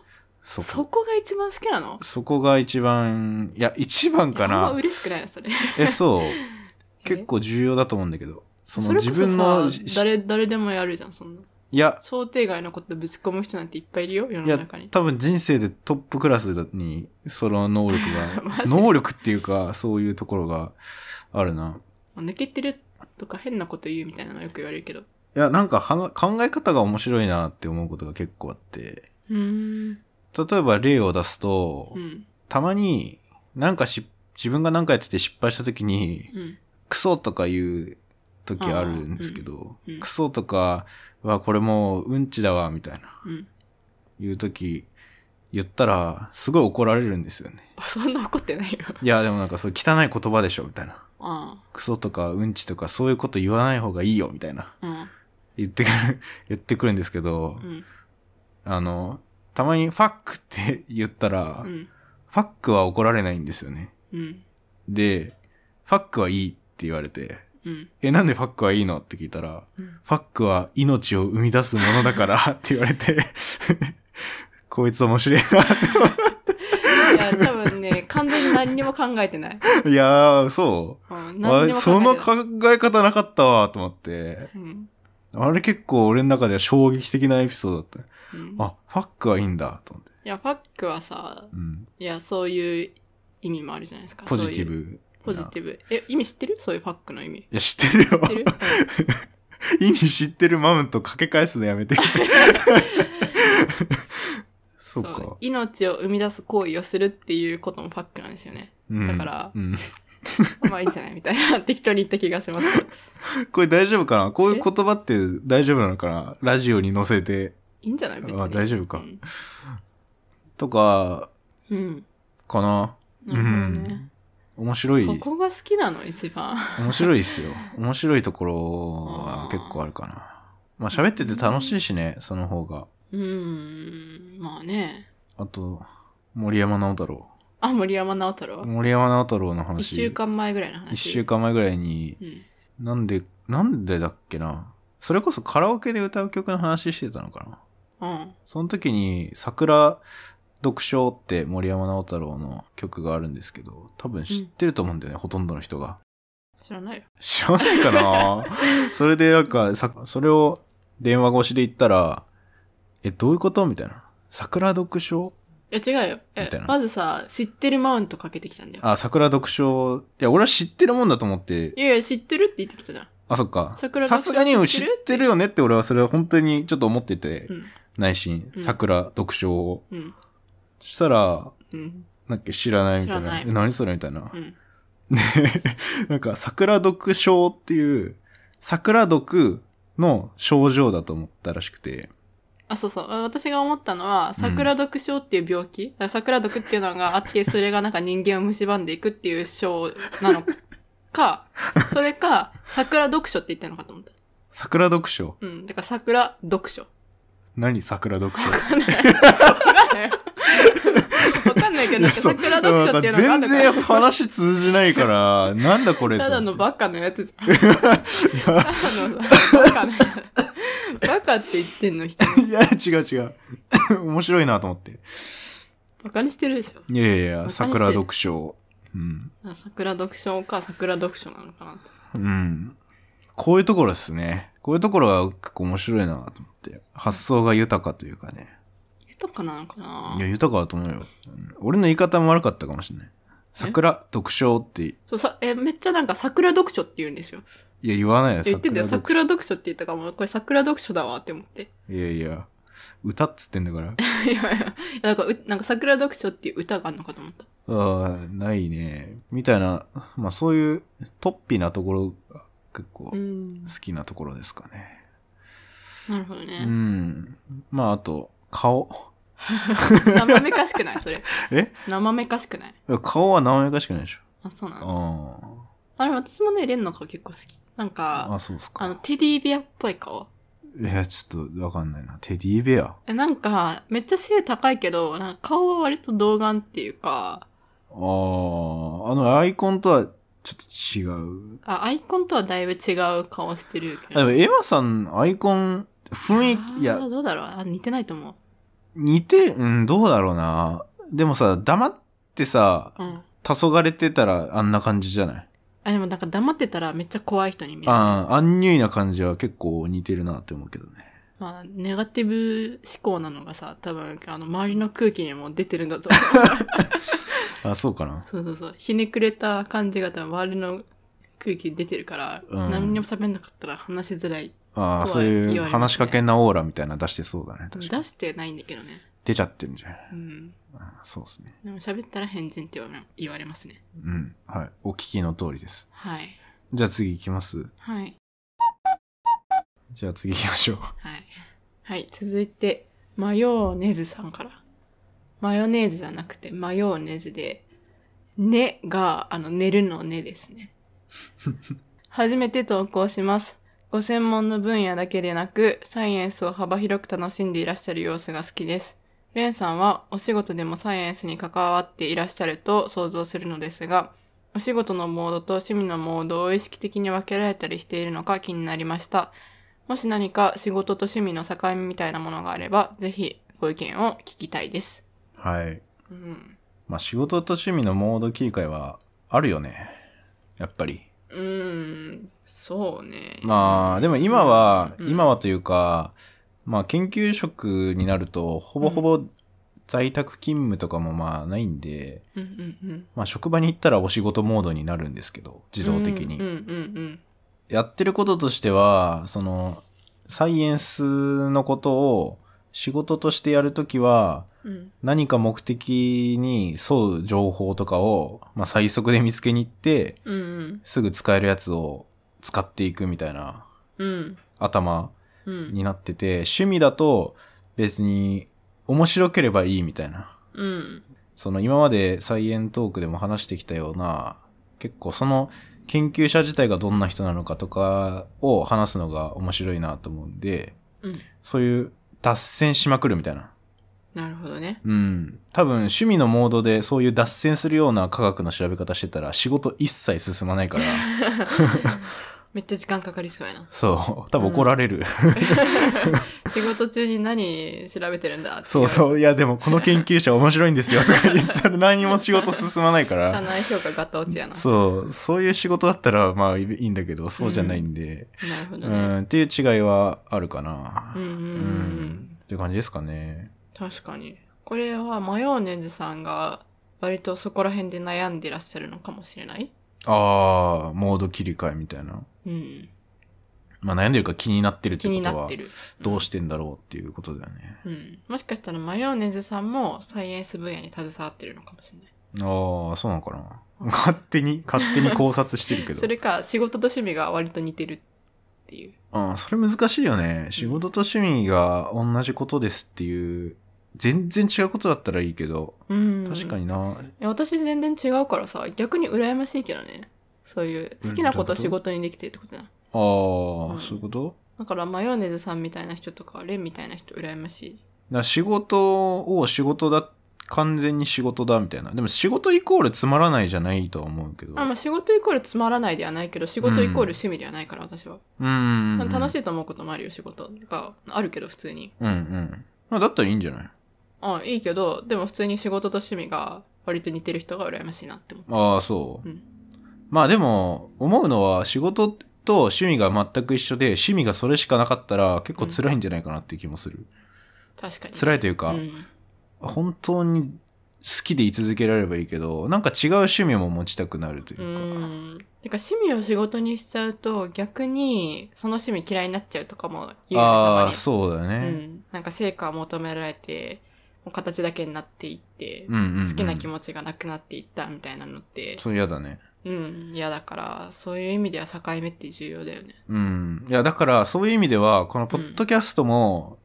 [SPEAKER 1] そ
[SPEAKER 3] そ
[SPEAKER 1] こ。
[SPEAKER 3] こが一番好きなの
[SPEAKER 1] そこが一番、いや、一番か
[SPEAKER 3] いやあんま
[SPEAKER 1] な。
[SPEAKER 3] 嬉しくないな、それ。
[SPEAKER 1] え、 そう。結構重要だと思うんだけど。その
[SPEAKER 3] れこ
[SPEAKER 1] 自分の
[SPEAKER 3] さ
[SPEAKER 1] し、
[SPEAKER 3] 誰、誰でもやるじゃん、そんな。
[SPEAKER 1] いや、
[SPEAKER 3] 想定外のことぶち込む人なんていっぱいいるよ、世
[SPEAKER 1] い
[SPEAKER 3] の
[SPEAKER 1] や
[SPEAKER 3] 中に。、
[SPEAKER 1] 多分人生でトップクラスに、その能力
[SPEAKER 3] マ
[SPEAKER 1] が、
[SPEAKER 3] ジ
[SPEAKER 1] 能力っていうか、そういうところがあるな。
[SPEAKER 3] 抜けてるとか変なこと言うみたいなのよく言われるけど。
[SPEAKER 1] いや、なんかはな考え方が面白いなって思うことが結構あって、
[SPEAKER 3] うーん。
[SPEAKER 1] 例えば例を出すと、
[SPEAKER 3] うん。
[SPEAKER 1] たまに、なんかし、自分がなんかやってて失敗した時に、
[SPEAKER 3] うん。
[SPEAKER 1] クソとか言う時あるんですけど、
[SPEAKER 3] うんうん
[SPEAKER 1] クソとかはこれもううんちだわ、みたいな、
[SPEAKER 3] うん。
[SPEAKER 1] 言う時、言ったら、すごい怒られるんですよね。
[SPEAKER 3] そんな怒ってないよ。
[SPEAKER 1] いや、でもなんかそう汚い言葉でしょ、みたいな。
[SPEAKER 3] あ
[SPEAKER 1] クソとかうんちとかそういうこと言わない方がいいよ、みたいな。
[SPEAKER 3] あ。うん。
[SPEAKER 1] 言ってくる、 言ってくるんですけど、
[SPEAKER 3] うん。
[SPEAKER 1] あの、たまにファックって言ったら、
[SPEAKER 3] う
[SPEAKER 1] フ
[SPEAKER 3] ん。
[SPEAKER 1] ァックは怒られないんですよね。
[SPEAKER 3] うん。
[SPEAKER 1] で、ファックはいいって言われて、
[SPEAKER 3] うん。
[SPEAKER 1] え、なんでファックはいいのって聞いたら、
[SPEAKER 3] うん
[SPEAKER 1] ファックは命を生み出すものだからって言われて、 こいつ面白い
[SPEAKER 3] いや、多分ね、完全に何にも考えてない。
[SPEAKER 1] な。いやー、そ
[SPEAKER 3] うん、
[SPEAKER 1] う。
[SPEAKER 3] 何
[SPEAKER 1] あ
[SPEAKER 3] にも考えてない。
[SPEAKER 1] その考え方なかったわ、と思って。
[SPEAKER 3] うん。
[SPEAKER 1] あれ結構俺の中では衝撃的なエピソードだった。
[SPEAKER 3] うん、
[SPEAKER 1] あ、ファックはいいんだ、と思って。
[SPEAKER 3] いや、ファックはさ、
[SPEAKER 1] うん。
[SPEAKER 3] いや、そういう意味もあるじゃないですか。
[SPEAKER 1] ポジティ
[SPEAKER 3] そういう。
[SPEAKER 1] ブ。
[SPEAKER 3] ポジティブ。え、意味知ってるそういうファックの意味。
[SPEAKER 1] いや、知ってるよ。
[SPEAKER 3] 知ってる、
[SPEAKER 1] 意味知ってるマムと掛け返すのや めて。そううんか。
[SPEAKER 3] そう命を生み出す行為をするっていうこともファックなんですよね。
[SPEAKER 1] うん
[SPEAKER 3] だから
[SPEAKER 1] うん
[SPEAKER 3] まあいいんじゃないみたいな。適当に言った気がします。
[SPEAKER 1] これ大丈夫かなこういう言葉って大丈夫なのかなラジオに載せて。
[SPEAKER 3] いいんじゃない別に。
[SPEAKER 1] あ大丈夫か
[SPEAKER 3] うん。
[SPEAKER 1] とか、
[SPEAKER 3] うん。
[SPEAKER 1] かな
[SPEAKER 3] なるほどね。
[SPEAKER 1] 面白い
[SPEAKER 3] そ。こが好きなの一番。
[SPEAKER 1] 面白いっすよ。面白いところは結構あるかな。まあ喋ってて楽しいしね、その方が。
[SPEAKER 3] うーん。まあね。
[SPEAKER 1] あと、森山直太郎。
[SPEAKER 3] あ、森山直太郎。
[SPEAKER 1] 森山直太郎の
[SPEAKER 3] 一
[SPEAKER 1] 話。
[SPEAKER 3] 週。間前ぐらいの話。
[SPEAKER 1] 一週間前ぐらいに、
[SPEAKER 3] うん。
[SPEAKER 1] なんで、なんでだっけな。それこそカラオケで歌う曲の話してたのかな。
[SPEAKER 3] うん。
[SPEAKER 1] その時に、桜読書って森山直太朗の曲があるんですけど、多分知ってると思うんだよね、ほとんどの人が。
[SPEAKER 3] 知らないよ。
[SPEAKER 1] 知らないかなそれでなんか、さそれを電話越しで言ったら、え、どういうことみたいな。桜読書
[SPEAKER 3] いや、違うよ。
[SPEAKER 1] み
[SPEAKER 3] え
[SPEAKER 1] たいな
[SPEAKER 3] まずさ、知ってるマウントかけてきたんだよ。
[SPEAKER 1] あ、桜読書。いや、俺は知ってるもんだと思って
[SPEAKER 3] い、やいや、知ってるって言ってきたじゃん。
[SPEAKER 1] あ、そっか。
[SPEAKER 3] 桜
[SPEAKER 1] さ
[SPEAKER 3] 読
[SPEAKER 1] す
[SPEAKER 3] 書
[SPEAKER 1] がに
[SPEAKER 3] 知
[SPEAKER 1] 知
[SPEAKER 3] って
[SPEAKER 1] っ
[SPEAKER 3] る
[SPEAKER 1] てるよねって俺はそれは本当にちょっと思ってて、
[SPEAKER 3] うん。
[SPEAKER 1] 内心、
[SPEAKER 3] うん
[SPEAKER 1] 桜読書を。
[SPEAKER 3] うん。
[SPEAKER 1] そしたら、
[SPEAKER 3] うん。
[SPEAKER 1] なんか知らないみたい
[SPEAKER 3] 知ら
[SPEAKER 1] な。
[SPEAKER 3] ない
[SPEAKER 1] え何それみたいな
[SPEAKER 3] う。ん。
[SPEAKER 1] で、 なんか桜読症っていう、桜毒の症状だと思ったらしくて、
[SPEAKER 3] あ、そうそう。あ私が思ったのは、桜毒症っていう病気、桜毒っていうのがあって、それがなんか人間を蝕んでいくっていう症なの か、それか、桜読書って言ったのかと思った。
[SPEAKER 1] 桜読書
[SPEAKER 3] うん。だから桜読 書。
[SPEAKER 1] 何桜読書
[SPEAKER 3] わかんない。わかんない けど、なんか桜読書っていうのがあ
[SPEAKER 1] 全
[SPEAKER 3] る
[SPEAKER 1] 然
[SPEAKER 3] から。
[SPEAKER 1] 話通じないから、 なんだこれ
[SPEAKER 3] ただの
[SPEAKER 1] と思っ
[SPEAKER 3] バカのやつじゃ ん。
[SPEAKER 1] ていや
[SPEAKER 3] ただのバカのやつ。バカって言ってんの人。
[SPEAKER 1] いや、違う違う。 面白いなと思って。
[SPEAKER 3] バカにしてるでしょ。
[SPEAKER 1] いやいやい
[SPEAKER 3] バカ
[SPEAKER 1] や、
[SPEAKER 3] にしてる
[SPEAKER 1] 桜読書。うん。
[SPEAKER 3] 桜読書か桜読書なのかな。
[SPEAKER 1] うん。こういうところですね。こういうところが結構面白いなと思って。発想が豊かというかね。
[SPEAKER 3] 豊かなのかない
[SPEAKER 1] や、豊かだと思うよ。うん俺の言い方も悪かったかもしれない。桜読書って、い
[SPEAKER 3] そうさ、え、めっちゃなんか桜読書って言うんですよ。
[SPEAKER 1] や、言わないよ、
[SPEAKER 3] 言ってんだよ。
[SPEAKER 1] 読
[SPEAKER 3] 桜読書って言ったからもう、これ桜読書だわって思 って。
[SPEAKER 1] 書いやいや、歌っつってんだから。
[SPEAKER 3] いやいや、なんかう、なんか桜読書っていう歌があるのかと思った。
[SPEAKER 1] ああ、ないね。みたいな、まあそういう、突飛なところが結構
[SPEAKER 3] う
[SPEAKER 1] 好
[SPEAKER 3] ん。
[SPEAKER 1] きなところですかね。
[SPEAKER 3] なるほど
[SPEAKER 1] う
[SPEAKER 3] ね。
[SPEAKER 1] ん。まああと、顔。
[SPEAKER 3] 生めかしくないそれ。
[SPEAKER 1] え
[SPEAKER 3] 生めかしくない
[SPEAKER 1] 顔は名前かしくないでしょ。
[SPEAKER 3] あ、そうなの
[SPEAKER 1] あ
[SPEAKER 3] あれ、私もね、レンの顔結構好き。なん
[SPEAKER 1] あ。
[SPEAKER 3] か
[SPEAKER 1] あ、、そうっす
[SPEAKER 3] あの、
[SPEAKER 1] か。
[SPEAKER 3] テディベアっぽい顔。
[SPEAKER 1] いや、ちょっとわかんないな。テディベア。あ
[SPEAKER 3] えなんか、めっちゃ背高いけど、なんか顔は割と童顔っていうか、
[SPEAKER 1] あー、あのアイコンとはちょっと違う。
[SPEAKER 3] あ、アイコンとはだいぶ違う顔してるけ
[SPEAKER 1] あで
[SPEAKER 3] ど。
[SPEAKER 1] もエマさん、アイコン、雰囲
[SPEAKER 3] あ
[SPEAKER 1] 気、いや
[SPEAKER 3] ー、どうだろうあ、似てないと思う。
[SPEAKER 1] 似てる、うん、どうだろうな。でもさ、黙ってさ、
[SPEAKER 3] うん。
[SPEAKER 1] 黄昏てたらあんな感じじゃない
[SPEAKER 3] あ、でもなんか黙ってたらめっちゃ怖い人に見える。
[SPEAKER 1] ああ、アンニュイな感じは結構似てるなって思うけどね。
[SPEAKER 3] まあ、ネガティブ思考なのがさ、多分、あの、周りの空気にも出てるんだと思 う。
[SPEAKER 1] あ、そうかな。
[SPEAKER 3] そうそうそう。ひねくれた感じが多分、周りの空気に出てるから、
[SPEAKER 1] うん
[SPEAKER 3] 何にも喋んなかったら話しづらい。
[SPEAKER 1] ああ、
[SPEAKER 3] とは
[SPEAKER 1] そう
[SPEAKER 3] 言
[SPEAKER 1] いう
[SPEAKER 3] われますね
[SPEAKER 1] 話しかけなオーラみたいなの出してそうだね。
[SPEAKER 3] 出
[SPEAKER 1] 確かに。
[SPEAKER 3] してないんだけどね。
[SPEAKER 1] 出ちゃってるんじゃん。
[SPEAKER 3] うん。
[SPEAKER 1] あそうですね。
[SPEAKER 3] でも喋ったら変人って言われ言われますね。
[SPEAKER 1] うん。はい。お聞きの通りです。
[SPEAKER 3] はい。
[SPEAKER 1] じゃあ次行きます。
[SPEAKER 3] はい。
[SPEAKER 1] じゃあ次行きましょう。
[SPEAKER 3] はい。はい。続いて、マヨネーズさんから。マヨネーズじゃなくて、マヨネーズで、ねが、あの、寝るのねですね。初めて投稿します。ご専門の分野だけでなく、サイエンスを幅広く楽しんでいらっしゃる様子が好きです。レンさんはお仕事でもサイエンスに関わっていらっしゃると想像するのですが、お仕事のモードと趣味のモードを意識的に分けられたりしているのか気になりました。もし何か仕事と趣味の境目みたいなものがあれば、ぜひご意見を聞きたいです。
[SPEAKER 1] はい。
[SPEAKER 3] うん。
[SPEAKER 1] まあ仕事と趣味のモード切り替えはあるよね。やっぱり。
[SPEAKER 3] うーん、そうね。
[SPEAKER 1] まあでも今は、
[SPEAKER 3] うん
[SPEAKER 1] 今はというか、まあ研究職になるとほぼほぼ在宅勤務とかもまあないんで、
[SPEAKER 3] うんうんうん。
[SPEAKER 1] まあ職場に行ったらお仕事モードになるんですけど、自動的に。
[SPEAKER 3] うんうん
[SPEAKER 1] やってることとしては、その、サイエンスのことを仕事としてやるときは、
[SPEAKER 3] うんうん。
[SPEAKER 1] 何か目的に沿う情報とかを、まあ、最速で見つけに行って、
[SPEAKER 3] うんうん。
[SPEAKER 1] すぐ使えるやつを使っていくみたいな
[SPEAKER 3] うん
[SPEAKER 1] 頭
[SPEAKER 3] うん。
[SPEAKER 1] になってて、趣味だと別に面白ければいいみたいな。
[SPEAKER 3] うん。
[SPEAKER 1] その今までサイエントークでも話してきたような、結構その研究者自体がどんな人なのかとかを話すのが面白いなと思うんで、
[SPEAKER 3] うん。
[SPEAKER 1] そういう脱線しまくるみたいな。
[SPEAKER 3] なるほどね。
[SPEAKER 1] うん。多分趣味のモードでそういう脱線するような科学の調べ方してたら仕事一切進まないから、
[SPEAKER 3] めっちゃ時間かかりそう やな。
[SPEAKER 1] そう、多分怒られる。
[SPEAKER 3] 仕事中に何調べてるんだって
[SPEAKER 1] そう
[SPEAKER 3] う。
[SPEAKER 1] そう、いやでもこの研究者面白いんですよとか言ったら何も仕事進まないか
[SPEAKER 3] 社
[SPEAKER 1] ら。
[SPEAKER 3] 内評価ガタ落ちやな。
[SPEAKER 1] そう、そういう仕事だったらまあいいんだけど、そうじゃないんで、
[SPEAKER 3] なるほ
[SPEAKER 1] う
[SPEAKER 3] ど
[SPEAKER 1] ん、
[SPEAKER 3] ね。
[SPEAKER 1] っていう違いはあるかな。
[SPEAKER 3] うんうんうん
[SPEAKER 1] う
[SPEAKER 3] うん。
[SPEAKER 1] んっていう感じですかね。
[SPEAKER 3] 確かに。これはマヨネーズさんが割とそこら辺で悩んでらっしゃるのかもしれない
[SPEAKER 1] ああ、モード切り替えみたいな。
[SPEAKER 3] うん。
[SPEAKER 1] まあ悩んでるか気になってるって
[SPEAKER 3] 気
[SPEAKER 1] こ
[SPEAKER 3] に
[SPEAKER 1] と
[SPEAKER 3] なっ
[SPEAKER 1] は
[SPEAKER 3] て、る。
[SPEAKER 1] どうしてんだろうっていうことだよね。
[SPEAKER 3] うん。もしかしたらマヨネーズさんもサイエンス分野に携わってるのかもしれない。
[SPEAKER 1] ああ、そうなのか な。勝手に、勝手に考察してるけど。
[SPEAKER 3] それか仕事と趣味が割と似てるっていう。
[SPEAKER 1] うん、それ難しいよね。仕事と趣味が同じことですっていう、全然違うことだったらいいけど、
[SPEAKER 3] うん。
[SPEAKER 1] 確かにな。
[SPEAKER 3] いや私全然違うからさ、逆に羨ましいけどね。そういう、好きなことを仕事にできてるってことじゃない。
[SPEAKER 1] ああ、
[SPEAKER 3] うん
[SPEAKER 1] そういうこと
[SPEAKER 3] だから、マヨネーズさんみたいな人とか、レンみたいな人羨ましい。
[SPEAKER 1] だから仕事を仕事だ、完全に仕事だみたいな。でも仕事イコールつまらないじゃないとは思うけど。
[SPEAKER 3] あまあ、仕事イコールつまらないではないけど、仕事イコール趣味ではないから、私は。
[SPEAKER 1] うん。
[SPEAKER 3] 楽し
[SPEAKER 1] い。
[SPEAKER 3] いと思うこともあるよ、仕事が。あるけど、普通に。
[SPEAKER 1] うんうん。まあ、だったらいいんじゃない
[SPEAKER 3] あいいけど、でも普通に仕事と趣味が割と似てる人が羨ましいなって思う。
[SPEAKER 1] ああ、そう。
[SPEAKER 3] うん
[SPEAKER 1] まあでも、思うのは仕事と趣味が全く一緒で、趣味がそれしかなかったら結構辛いんじゃないかなっていう気もする。
[SPEAKER 3] 確かに。
[SPEAKER 1] 辛いというか、
[SPEAKER 3] うん。
[SPEAKER 1] 本当に好きでい続けられればいいけど、なんか違う趣味も持ちたくなるという
[SPEAKER 3] う
[SPEAKER 1] か。
[SPEAKER 3] ん。てか、趣味を仕事にしちゃうと、逆に、その趣味嫌いになっちゃうとかも言うよねた
[SPEAKER 1] あ
[SPEAKER 3] ま
[SPEAKER 1] あ、そうだ
[SPEAKER 3] に。う
[SPEAKER 1] ね。
[SPEAKER 3] ん。なんか成果を求められて、もう形だけになっていって、
[SPEAKER 1] うんうん、うん。
[SPEAKER 3] 好きな気
[SPEAKER 1] 持ち。
[SPEAKER 3] 持ちがなくなっていったみたいなのって、
[SPEAKER 1] そう嫌だね。
[SPEAKER 3] うん、嫌だから、そういう意味では境目って重要だよね。
[SPEAKER 1] うん。いや、だからそういう意味では、このポッドキャストも、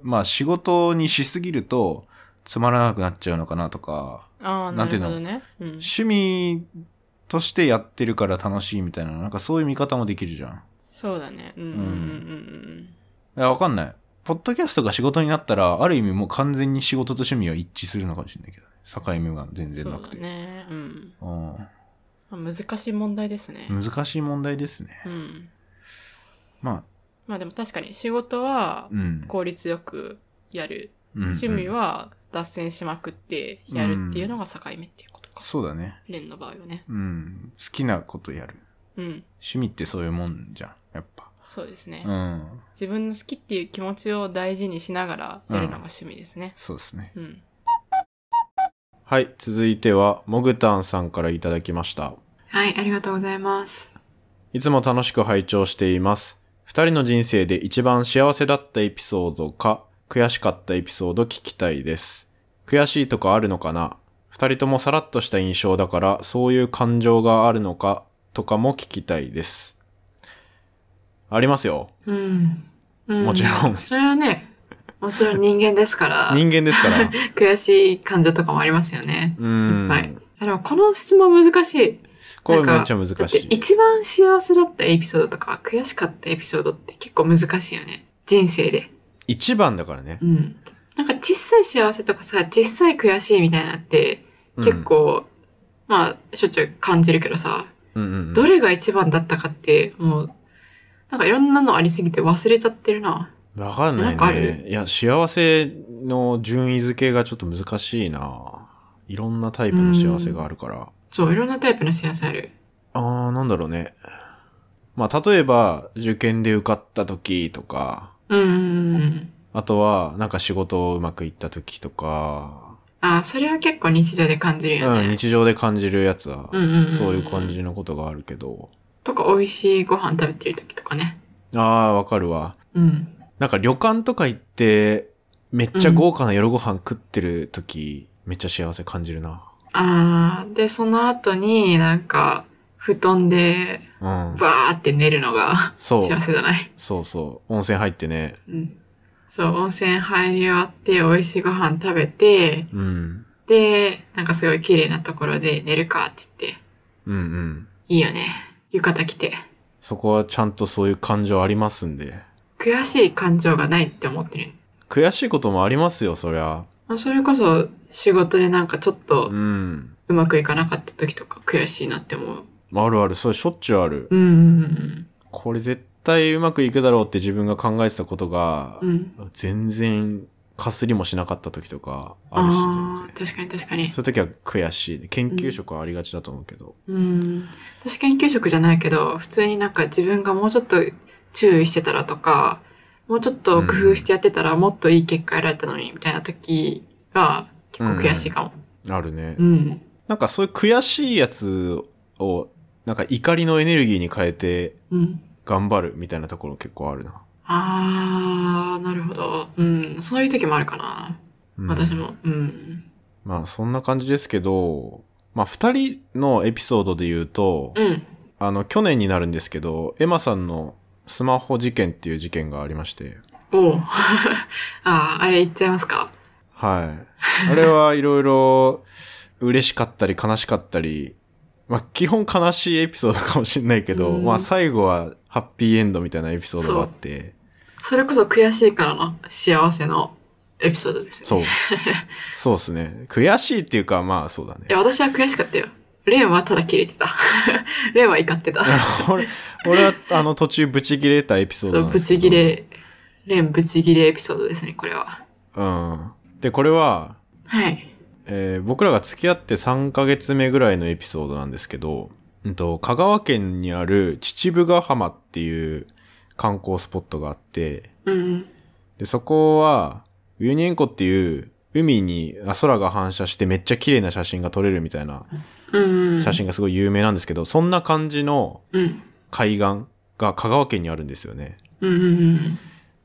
[SPEAKER 1] まあ仕事にしすぎると、つまらなくなっちゃうのかなとか、
[SPEAKER 3] ああ、
[SPEAKER 1] な
[SPEAKER 3] なん
[SPEAKER 1] てい
[SPEAKER 3] る
[SPEAKER 1] うの
[SPEAKER 3] ほどね。うん。
[SPEAKER 1] 趣味としてやってるから楽しいみたいな、なんかそういう見方もできるじゃん。
[SPEAKER 3] そうだね。うんうんうんうん
[SPEAKER 1] いや、わかんない。ポッドキャストが仕事になったら、ある意味もう完全に仕事と趣味は一致するのかもしれないけど、ね、境目が全
[SPEAKER 3] うん。
[SPEAKER 1] 然
[SPEAKER 3] そ
[SPEAKER 1] な
[SPEAKER 3] う
[SPEAKER 1] く
[SPEAKER 3] だ
[SPEAKER 1] て。
[SPEAKER 3] ね。うん。
[SPEAKER 1] うん
[SPEAKER 3] まあ難しい問題ですね。
[SPEAKER 1] 難しい問題ですね。
[SPEAKER 3] うん。
[SPEAKER 1] ま
[SPEAKER 3] まあでも確かに仕事は
[SPEAKER 1] あ、うん。
[SPEAKER 3] 効率よくやる。
[SPEAKER 1] うんうん
[SPEAKER 3] 趣味は脱線しまくってやるっていうのが境目っていうことか。
[SPEAKER 1] そうだね。
[SPEAKER 3] レンの場合はね。
[SPEAKER 1] うん。好きなことやる。
[SPEAKER 3] うん。
[SPEAKER 1] 趣味ってそういうもんじゃん。やっぱ。
[SPEAKER 3] そうですね。
[SPEAKER 1] うん。
[SPEAKER 3] 自分の好きっていう気持ちを大事にしながらやるのが趣味ですね。
[SPEAKER 1] そうですね。
[SPEAKER 3] うん。
[SPEAKER 1] はい。続いては、もぐたんさんからいただきました。
[SPEAKER 2] はい、ありがとうございます。
[SPEAKER 1] いつも楽しく拝聴しています。二人の人生で一番幸せだったエピソードか、悔しかったエピソード聞きたいです。悔しいとかあるのかな二人ともさらっとした印象だから、そういう感情があるのかとかも聞きたいです。ありますよ。
[SPEAKER 2] うん。うん、
[SPEAKER 1] もちろん
[SPEAKER 2] それはね、もちろん人間ですから、
[SPEAKER 1] 人間で すから。
[SPEAKER 2] 悔しい感情とかもありますよね。
[SPEAKER 1] う
[SPEAKER 2] い
[SPEAKER 1] ん。
[SPEAKER 2] っぱい。あでもこの質問難しい。
[SPEAKER 1] これめっ
[SPEAKER 2] なん
[SPEAKER 1] ち
[SPEAKER 2] か
[SPEAKER 1] ゃ難し
[SPEAKER 2] だって
[SPEAKER 1] い。
[SPEAKER 2] 一番幸せだったエピソードとか、悔しかったエピソードって結構難しいよね。人生で。
[SPEAKER 1] 一番だからね
[SPEAKER 2] う。ん。なんか小さい幸せとかさ、小さい悔しいみたいなって、結構、まあ、しょっちゅう感じるけどさ、
[SPEAKER 1] うんうんうん
[SPEAKER 2] どれが一番だったかって、もう、なんかいろんなのありすぎて忘れちゃってるな。
[SPEAKER 1] わかんな
[SPEAKER 2] なんかあ
[SPEAKER 1] いね。
[SPEAKER 2] る
[SPEAKER 1] いや、幸せの順位付けがちょっと難しいな。いろんなタイプの幸せがあるから。
[SPEAKER 2] そう、いろんなタイプの幸せある。
[SPEAKER 1] あー、なんだろうね。まあ、例えば、受験で受かった時とか、
[SPEAKER 2] うんうんうん。
[SPEAKER 1] あとは、なんか仕事をうまくいった時とか、
[SPEAKER 2] ああ、それは結構日常で感じるよ
[SPEAKER 1] うん、
[SPEAKER 2] ね。
[SPEAKER 1] 日常で感じるやつは、
[SPEAKER 2] うんうんうん
[SPEAKER 1] そういう感じのことがあるけど。
[SPEAKER 2] とか、美味しいご飯食べてる時とかね。
[SPEAKER 1] あー、わかるわ。
[SPEAKER 2] うん。
[SPEAKER 1] なんか旅館とか行って、めっちゃ豪華な夜ご飯食ってる時、めっちゃ幸せ感じるな。
[SPEAKER 2] ああ、で、その後になんか、布団で、
[SPEAKER 1] うん。
[SPEAKER 2] バーって寝るのが、
[SPEAKER 1] そう。
[SPEAKER 2] 幸せじゃない。
[SPEAKER 1] そうそう。温泉入ってね。
[SPEAKER 2] うんそう、温泉入り終わって、美味しいご飯食べて、
[SPEAKER 1] うん。
[SPEAKER 2] で、なんかすごい綺麗なところで寝るかって言って、
[SPEAKER 1] うんうん。
[SPEAKER 2] いいよね。浴衣着て。
[SPEAKER 1] そこはちゃんとそういう感情ありますんで。
[SPEAKER 2] 悔しい感情がないって思ってる。
[SPEAKER 1] 悔しいこともありますよ、そりゃ。
[SPEAKER 2] まあそれこそ、仕事でなんかちょっと
[SPEAKER 1] うん。
[SPEAKER 2] うまくいかなかった時とか悔しいなって思う。
[SPEAKER 1] あるある、それしょっちゅうある。
[SPEAKER 2] うんうん
[SPEAKER 1] これ絶対うまくいくだろうって自分が考えてたことが
[SPEAKER 2] うんう、ん。うん。
[SPEAKER 1] 全然かすりもしなかった時とかあるし、全
[SPEAKER 2] ああ
[SPEAKER 1] 然
[SPEAKER 2] ー、。確かに確かに。
[SPEAKER 1] そういう時は悔しいね。研究職はありがちだと思うけど。
[SPEAKER 2] うん。私研究職じゃないけど、普通になんか自分がもうちょっと注意してたらとか、もうちょっと工夫してやってたらもっといい結果得られたのに、みたいな時が結構悔しいかも。
[SPEAKER 1] あるね。
[SPEAKER 2] うん。
[SPEAKER 1] なんかそういう悔しいやつを、なんか怒りのエネルギーに変えて
[SPEAKER 2] うん。
[SPEAKER 1] 頑張るみたいなところ結構あるな。
[SPEAKER 2] あー、なるほど。うん。そういう時もあるかな。
[SPEAKER 1] うん
[SPEAKER 2] 私も。うん。
[SPEAKER 1] まあそんな感じですけど、まあ二人のエピソードで言うと、
[SPEAKER 2] うん。
[SPEAKER 1] あの去年になるんですけど、エマさんのスマホ事件っていう事件がありまして、
[SPEAKER 3] おう。 ああ、あれ言っちゃいますか
[SPEAKER 1] はい。あれはいろいろ嬉しかったり悲しかったり、まあ基本悲しいエピソードかもしれないけど、
[SPEAKER 4] うん
[SPEAKER 1] まあ最後はハッピーエンドみたいなエピソードがあって、
[SPEAKER 3] それこそ悔しいからの幸せのエピソードですね。
[SPEAKER 1] そう。そうですね。悔しいっていうかまあそうだね
[SPEAKER 3] い。や、私は悔しかったよ。レンはただ切れてた。 レンは怒ってた。
[SPEAKER 1] 俺俺はあの途中ブチギレたエピソー
[SPEAKER 3] そ
[SPEAKER 1] ド
[SPEAKER 3] う、
[SPEAKER 1] なん
[SPEAKER 3] ブ
[SPEAKER 1] ですけ
[SPEAKER 3] チ
[SPEAKER 1] ど。
[SPEAKER 3] ギレ、レンブチギレエピソードですね、これは。
[SPEAKER 1] うん。で、これは、
[SPEAKER 3] はい。
[SPEAKER 1] えー僕らが付き合って3ヶ月目ぐらいのエピソードなんですけど、うんと、香川県にある秩父ヶ浜っていう観光スポットがあって、
[SPEAKER 3] うんうん。
[SPEAKER 1] で、そこは、ウユニ塩湖っていう海にあ空が反射してめっちゃ綺麗な写真が撮れるみたいな
[SPEAKER 3] うん、うん。
[SPEAKER 1] 写。真がすごい有名なんですけど、そんな感じの
[SPEAKER 3] うん。
[SPEAKER 1] 海岸が香川県にあるんですよね。
[SPEAKER 3] うんうんうん。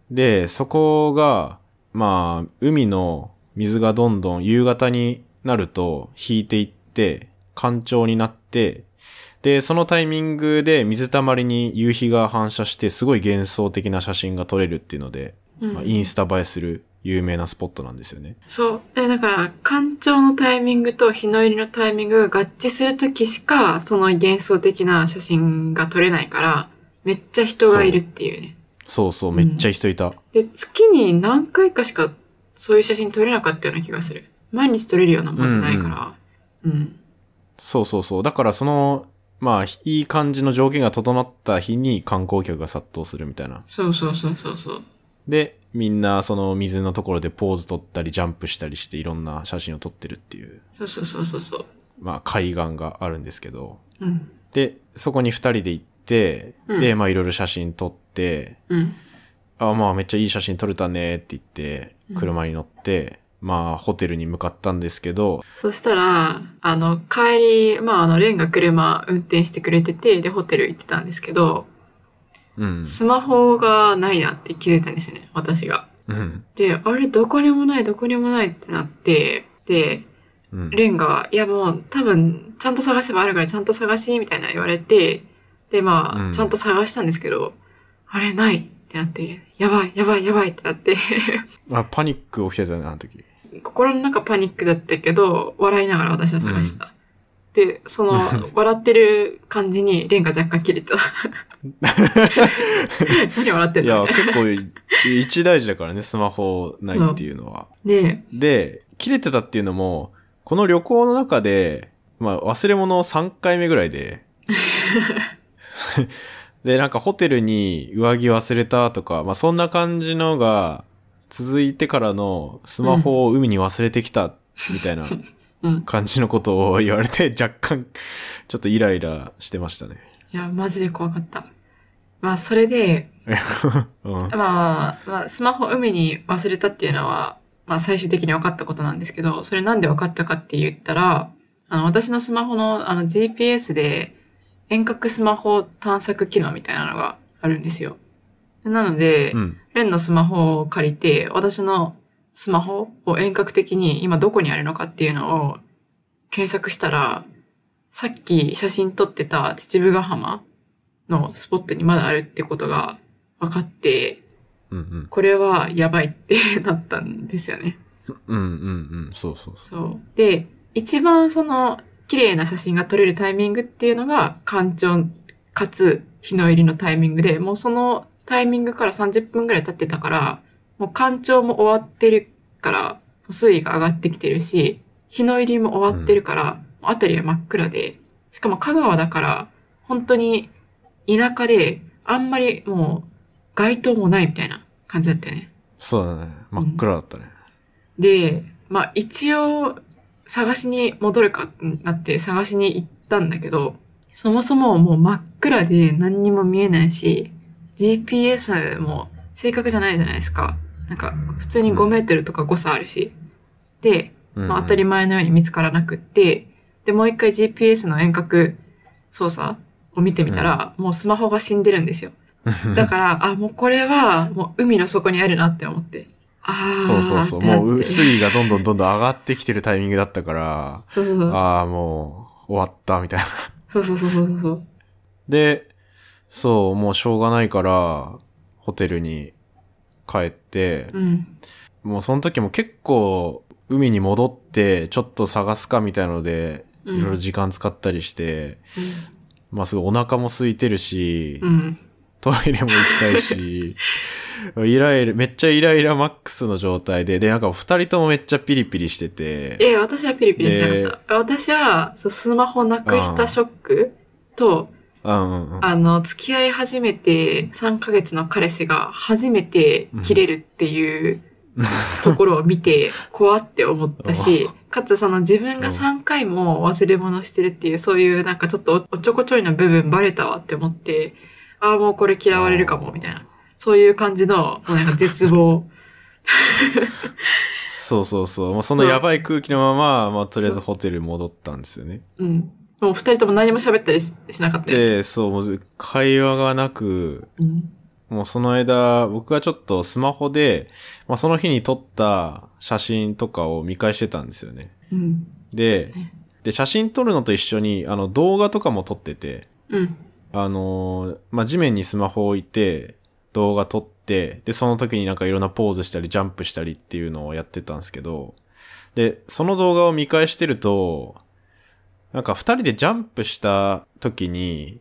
[SPEAKER 1] で、そこが、まあ、海の水がどんどん夕方になると引いていって、干潮になって、で、そのタイミングで水たまりに夕日が反射して、すごい幻想的な写真が撮れるっていうので、
[SPEAKER 3] うん
[SPEAKER 1] まあ、インスタ映えする有名なスポットなんですよね。
[SPEAKER 3] そう。え、だから、干潮のタイミングと日の入りのタイミングが合致するときしか、その幻想的な写真が撮れないから、めっちゃ人がいるっていうね。
[SPEAKER 1] そうそう、めっちゃ人いた。
[SPEAKER 3] で、月に何回かしかそういう写真撮れなかったような気がする。毎日撮れるようなもんじゃないから。うん、
[SPEAKER 1] そうそうそう。だからその、まあ、いい感じの条件が整った日に観光客が殺到するみたいな。
[SPEAKER 3] そうそうそうそうそう。
[SPEAKER 1] で、みんなその水のところでポーズ撮ったりジャンプしたりしていろんな写真を撮ってるっていう、
[SPEAKER 3] そうそうそうそうそう。
[SPEAKER 1] まあ海岸があるんですけど。
[SPEAKER 3] うん。
[SPEAKER 1] で、そこに二人で行って、
[SPEAKER 3] うん
[SPEAKER 1] で、まあいろいろ写真撮って、
[SPEAKER 3] うん。
[SPEAKER 1] あ、まあめっちゃいい写真撮れたねって言って
[SPEAKER 3] うん、
[SPEAKER 1] 車に乗って、まあホテルに向かったんですけど、
[SPEAKER 3] そしたら、あの、帰り、まあ、あの、レンが車運転してくれてて、で、ホテル行ってたんですけど、
[SPEAKER 1] うん。
[SPEAKER 3] スマホがないなって気づいたんですよね、私が。
[SPEAKER 1] うん。
[SPEAKER 3] で、あれ、どこにもない、どこにもないってなって、で、
[SPEAKER 1] うん。
[SPEAKER 3] レンが、いやもう多分、ちゃんと探せばあるからちゃんと探し、みたいな言われて、で、まあ、
[SPEAKER 1] うん
[SPEAKER 3] ちゃんと探したんですけど、あれ、ないってなって、やばい、やばい、やばいってなって、
[SPEAKER 1] まあパニック起きてたね、あの時。
[SPEAKER 3] 心の中パニックだったけど、笑いながら私は探した。で、その
[SPEAKER 1] うん、
[SPEAKER 3] 笑ってる感じに、レンが若干切れてた。 何笑ってん
[SPEAKER 1] い
[SPEAKER 3] の
[SPEAKER 1] や、
[SPEAKER 3] みたい
[SPEAKER 1] 結構一大事だからね、スマホないっていうのは。
[SPEAKER 3] な。ね
[SPEAKER 1] で、切れてたっていうのも、この旅行の中で、まあ忘れ物を3回目ぐらい で、で、なんかホテルに上着忘れたとか、まあそんな感じのが続いてからのスマホを海に忘れてきたみたいな
[SPEAKER 3] うん
[SPEAKER 1] 感じのことを言われて若干ちょっとイライラしてま したね。
[SPEAKER 3] いや、マジで怖かった。まあ、それで、
[SPEAKER 1] うん。
[SPEAKER 3] まあ、まあ、スマホ海に忘れたっていうのは、まあ最終的に分かったことなんですけど、それなんで分かったかって言ったら、あの、私のスマホのあの GPS で遠隔スマホ探索機能みたいなのがあるんですよ。なので、
[SPEAKER 1] うん。
[SPEAKER 3] レンのスマホを借りて、私のスマホを遠隔的に今どこにあるのかっていうのを検索したら、さっき写真撮ってた秩父ヶ浜のスポットにまだあるってことが分かって、
[SPEAKER 1] うんうん。
[SPEAKER 3] これはやばいってなったんですよね。
[SPEAKER 1] うんうんうん。そうそうそ
[SPEAKER 3] そう。で、一番その綺麗な写真が撮れるタイミングっていうのが干潮かつ日の入りのタイミングで、もうそのタイミングから30分ぐらい経ってたから、もう干潮も終わってるから、もう水位が上がってきてるし、日の入りも終わってるから、もう辺りは真っ暗で、しかも香川だから、本当に田舎で、あんまりもう街灯もないみたいな感じだったよね。
[SPEAKER 1] う。そうだね。真っ暗だったね。
[SPEAKER 3] で、まあ一応探しに戻るかってなって探しに行ったんだけど、そもそももう真っ暗で何にも見えないし、GPS も正確じゃないじゃないですか。なんか普通に5メートルとか誤差あるし。で、
[SPEAKER 1] うん
[SPEAKER 3] まあ、当 たり前のように見つからなくって、で、もう一回 GPS の遠隔操作を見てみたら、もうスマホが死んでるんですよ。だから、あ、もうこれは、もう海の底にあるなって思って。ああ、
[SPEAKER 1] そうそうそう。
[SPEAKER 3] ってなって
[SPEAKER 1] もう水位がどんどんどんどん上がってきてるタイミングだったから、
[SPEAKER 3] そうそうそう
[SPEAKER 1] ああ、もう終わったみたいな。
[SPEAKER 3] そうそうそうそうそう。
[SPEAKER 1] で、そう、もうしょうがないから、ホテルに帰って、
[SPEAKER 3] うん。
[SPEAKER 1] もうその時も結構、海に戻って、ちょっと探すかみたいので、
[SPEAKER 3] うん
[SPEAKER 1] いろいろ時間使ったりして、まあすごいお腹も空いてるし、
[SPEAKER 3] うん。
[SPEAKER 1] トイレも行きたい し、イライラ、めっちゃイライラマックスの状態で、で、なんか二人ともめっちゃピリピリしてて、
[SPEAKER 3] えー、私はピリピリしなかった。私は、そうスマホなくしたショックと、
[SPEAKER 1] うんうんうん。
[SPEAKER 3] あの、付き合い始めて3ヶ月の彼氏が初めて切れるっていうところを見て、怖って思ったし、かつその自分が3回も忘れ物してるっていう、そういうなんかちょっとおっちょこちょいの部分バレたわって思って、ああ、もうこれ嫌われるかも、みたいな。そういう感じの、もうなんか絶望。
[SPEAKER 1] そうそうそう。まあ、そのやばい空気のまま、まあ、とりあえずホテル戻ったんですよね。
[SPEAKER 3] うん。もう二人とも何も喋ったりししなかったよ。
[SPEAKER 1] で、そう、もうず会話がなく、
[SPEAKER 3] うん。
[SPEAKER 1] もうその間、僕がちょっとスマホで、まあ、その日に撮った写真とかを見返してたんですよね。
[SPEAKER 3] うん。
[SPEAKER 1] で
[SPEAKER 3] ね、
[SPEAKER 1] で、写真撮るのと一緒に、あの、動画とかも撮ってて、
[SPEAKER 3] うん。
[SPEAKER 1] あのーまあ、地面にスマホを置いて、動画撮って、で、その時になんかいろんなポーズしたり、ジャンプしたりっていうのをやってたんですけど、で、その動画を見返してると、なんか二人でジャンプした時に、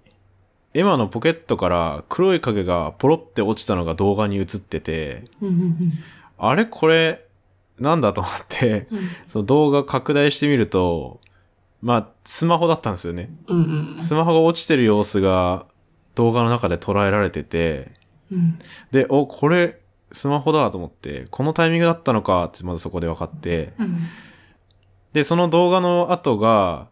[SPEAKER 1] エマのポケットから黒い影がポロって落ちたのが動画に映ってて、
[SPEAKER 3] うん。うん
[SPEAKER 1] あれこれ、なんだと思って、
[SPEAKER 3] うん。
[SPEAKER 1] その動画拡大してみると、まあ、スマホだったんですよね。
[SPEAKER 3] うん。うん
[SPEAKER 1] スマホが落ちてる様子が動画の中で捉えられてて、
[SPEAKER 3] うん。
[SPEAKER 1] で、お、これ、スマホだと思って、このタイミングだったのかってまずそこで分かって、
[SPEAKER 3] うん。
[SPEAKER 1] で、その動画の後が、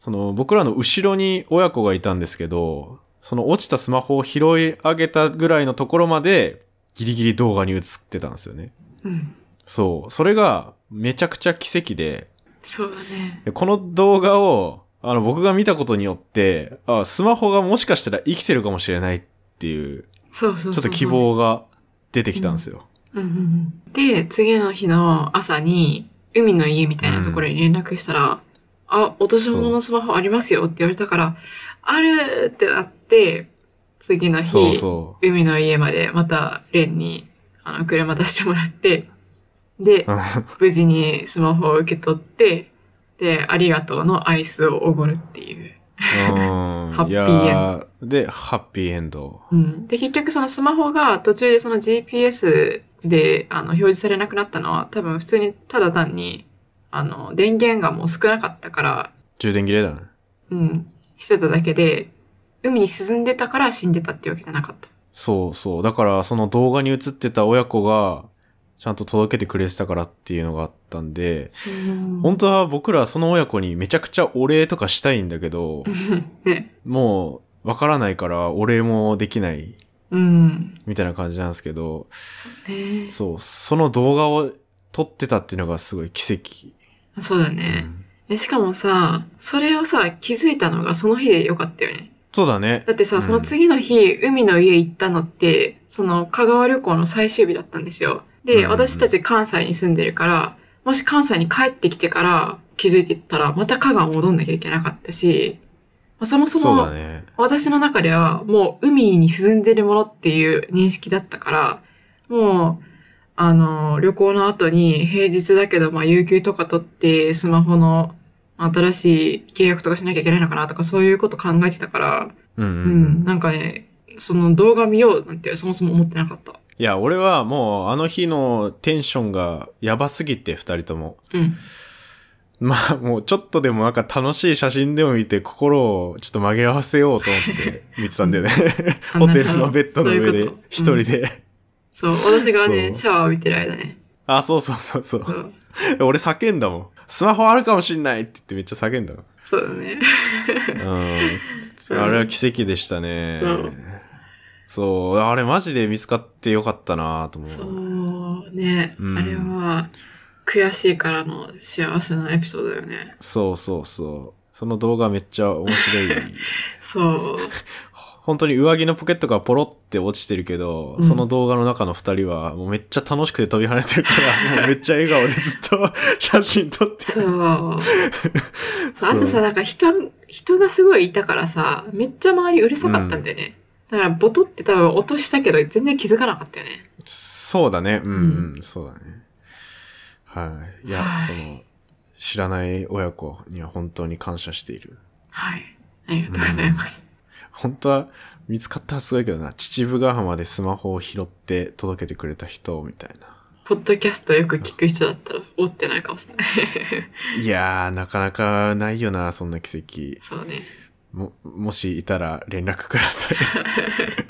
[SPEAKER 1] その僕らの後ろに親子がいたんですけど、その落ちたスマホを拾い上げたぐらいのところまでギリギリ動画に映ってたんですよね。
[SPEAKER 3] うん。
[SPEAKER 1] そう。それがめちゃくちゃ奇跡で、
[SPEAKER 3] そうだね。
[SPEAKER 1] でこの動画を、あの、僕が見たことによって、あ、スマホがもしかしたら生きてるかもしれないっていう、
[SPEAKER 3] そうそうそう。
[SPEAKER 1] ちょっと希。望が出てきたんですよ。
[SPEAKER 3] うんうんうん。で、次の日の朝に、海の家みたいなところに連絡したら、あ、落とし物のスマホありますよって言われたから、あるってなって、次の日、
[SPEAKER 1] そうそ
[SPEAKER 3] 海の家までまたレンに、あの、車出してもらって、で
[SPEAKER 1] う。う、ん
[SPEAKER 3] 無事にスマホを受け取って、で、ありがとうのアイスをおごるっていう。ハッ
[SPEAKER 1] うん。
[SPEAKER 3] ピ
[SPEAKER 1] い
[SPEAKER 3] ーエンド
[SPEAKER 1] やーで、ハッピーエンド。
[SPEAKER 3] うん。で、結局そのスマホが途中でその GPS であの表示されなくなったのは多分普通にただ単に、あの、電源がもう少なかったから、
[SPEAKER 1] 充電切れだね。
[SPEAKER 3] うん、してただけで、海に沈んでたから死んでたってわけじゃなかった。
[SPEAKER 1] そうそう。だから、その動画に映ってた親子が、ちゃんと届けてくれてたからっていうのがあったんで、本当は僕らその親子にめちゃくちゃお礼とかしたいんだけど、
[SPEAKER 3] ね。
[SPEAKER 1] もう、わからないからお礼もできない
[SPEAKER 3] うん。
[SPEAKER 1] みたいな感じなんですけど、
[SPEAKER 3] ね
[SPEAKER 1] そう、その動画を撮ってたっていうのがすごい奇跡。
[SPEAKER 3] そうだね。えしかもさ、それをさ、気づいたのがその日でよかったよね。
[SPEAKER 1] そうだね。
[SPEAKER 3] だってさ、
[SPEAKER 1] うん
[SPEAKER 3] その次の日、海の家行ったのって、その香川旅行の最終日だったんですよ。で、
[SPEAKER 1] うん
[SPEAKER 3] 私たち関西に住んでるから、もし関西に帰ってきてから気づいてったら、また香川戻んなきゃいけなかったし、まあそもそ
[SPEAKER 1] そう
[SPEAKER 3] も
[SPEAKER 1] だ、ね。
[SPEAKER 3] 私の中ではもう海に沈んでるものっていう認識だったから、もう、あの、旅行の後に平日だけど、まあ、有給とか取って、スマホの新しい契約とかしなきゃいけないのかなとか、そういうこと考えてたから、
[SPEAKER 1] うん、う、
[SPEAKER 3] うんん、なんかね、その動画見ようなんてそもそも思ってなかった。
[SPEAKER 1] いや、俺はもうあの日のテンションがやばすぎて、二人とも。
[SPEAKER 3] うん。
[SPEAKER 1] まあ、もうちょっとでもなんか楽しい写真でも見て心をちょっと紛らわせようと思って見てたんだよね。ホテルのベッドの上
[SPEAKER 3] そうい
[SPEAKER 1] で
[SPEAKER 3] うこと
[SPEAKER 1] 一人で。
[SPEAKER 3] そう、私が
[SPEAKER 1] そ
[SPEAKER 3] ね、
[SPEAKER 1] う
[SPEAKER 3] シャワー浴びてる間ね。
[SPEAKER 1] あ、そうそうそうそ。
[SPEAKER 3] そうう
[SPEAKER 1] 俺叫んだもん。スマホあるかもしんないって言ってめっちゃ叫んだもん。
[SPEAKER 3] そうだね。
[SPEAKER 1] うん。あれは奇跡でしたね
[SPEAKER 3] うん。
[SPEAKER 1] そう。あれマジで見つかってよかったなと思。
[SPEAKER 3] そううね、
[SPEAKER 1] うん
[SPEAKER 3] あれは悔しいからの幸せなエピソードだよね。
[SPEAKER 1] そうそうそう。その動画めっちゃ面白い。
[SPEAKER 3] そう。
[SPEAKER 1] 本当に上着のポケットがポロって落ちてるけど、
[SPEAKER 3] うん
[SPEAKER 1] その動画の中の二人はもうめっちゃ楽しくて飛び跳ねてる から、もうめっちゃ笑顔でずっと写真撮って。
[SPEAKER 3] そう。 そうあと
[SPEAKER 1] そ
[SPEAKER 3] さ、
[SPEAKER 1] う
[SPEAKER 3] なんか人、人がすごいいたからさ、めっちゃ周りうるさかったんだよね。だから、ボトって多分落としたけど、全然気づかなかったよね。
[SPEAKER 1] そうだね。うん、うん、そうだね。はい。いや、
[SPEAKER 3] はい
[SPEAKER 1] その、知らない親子には本当に感謝している。
[SPEAKER 3] はい。ありがとうございます。
[SPEAKER 1] 本当は、見つかったらすごいけどな、秩父ヶ浜でスマホを拾って届けてくれた人、みたいな。
[SPEAKER 3] ポッドキャストよく聞く人だったら、おってなるかもしれない。
[SPEAKER 1] いやー、なかなかないよな、そんな奇跡。
[SPEAKER 3] そうね。
[SPEAKER 1] も、もしいたら連絡ください。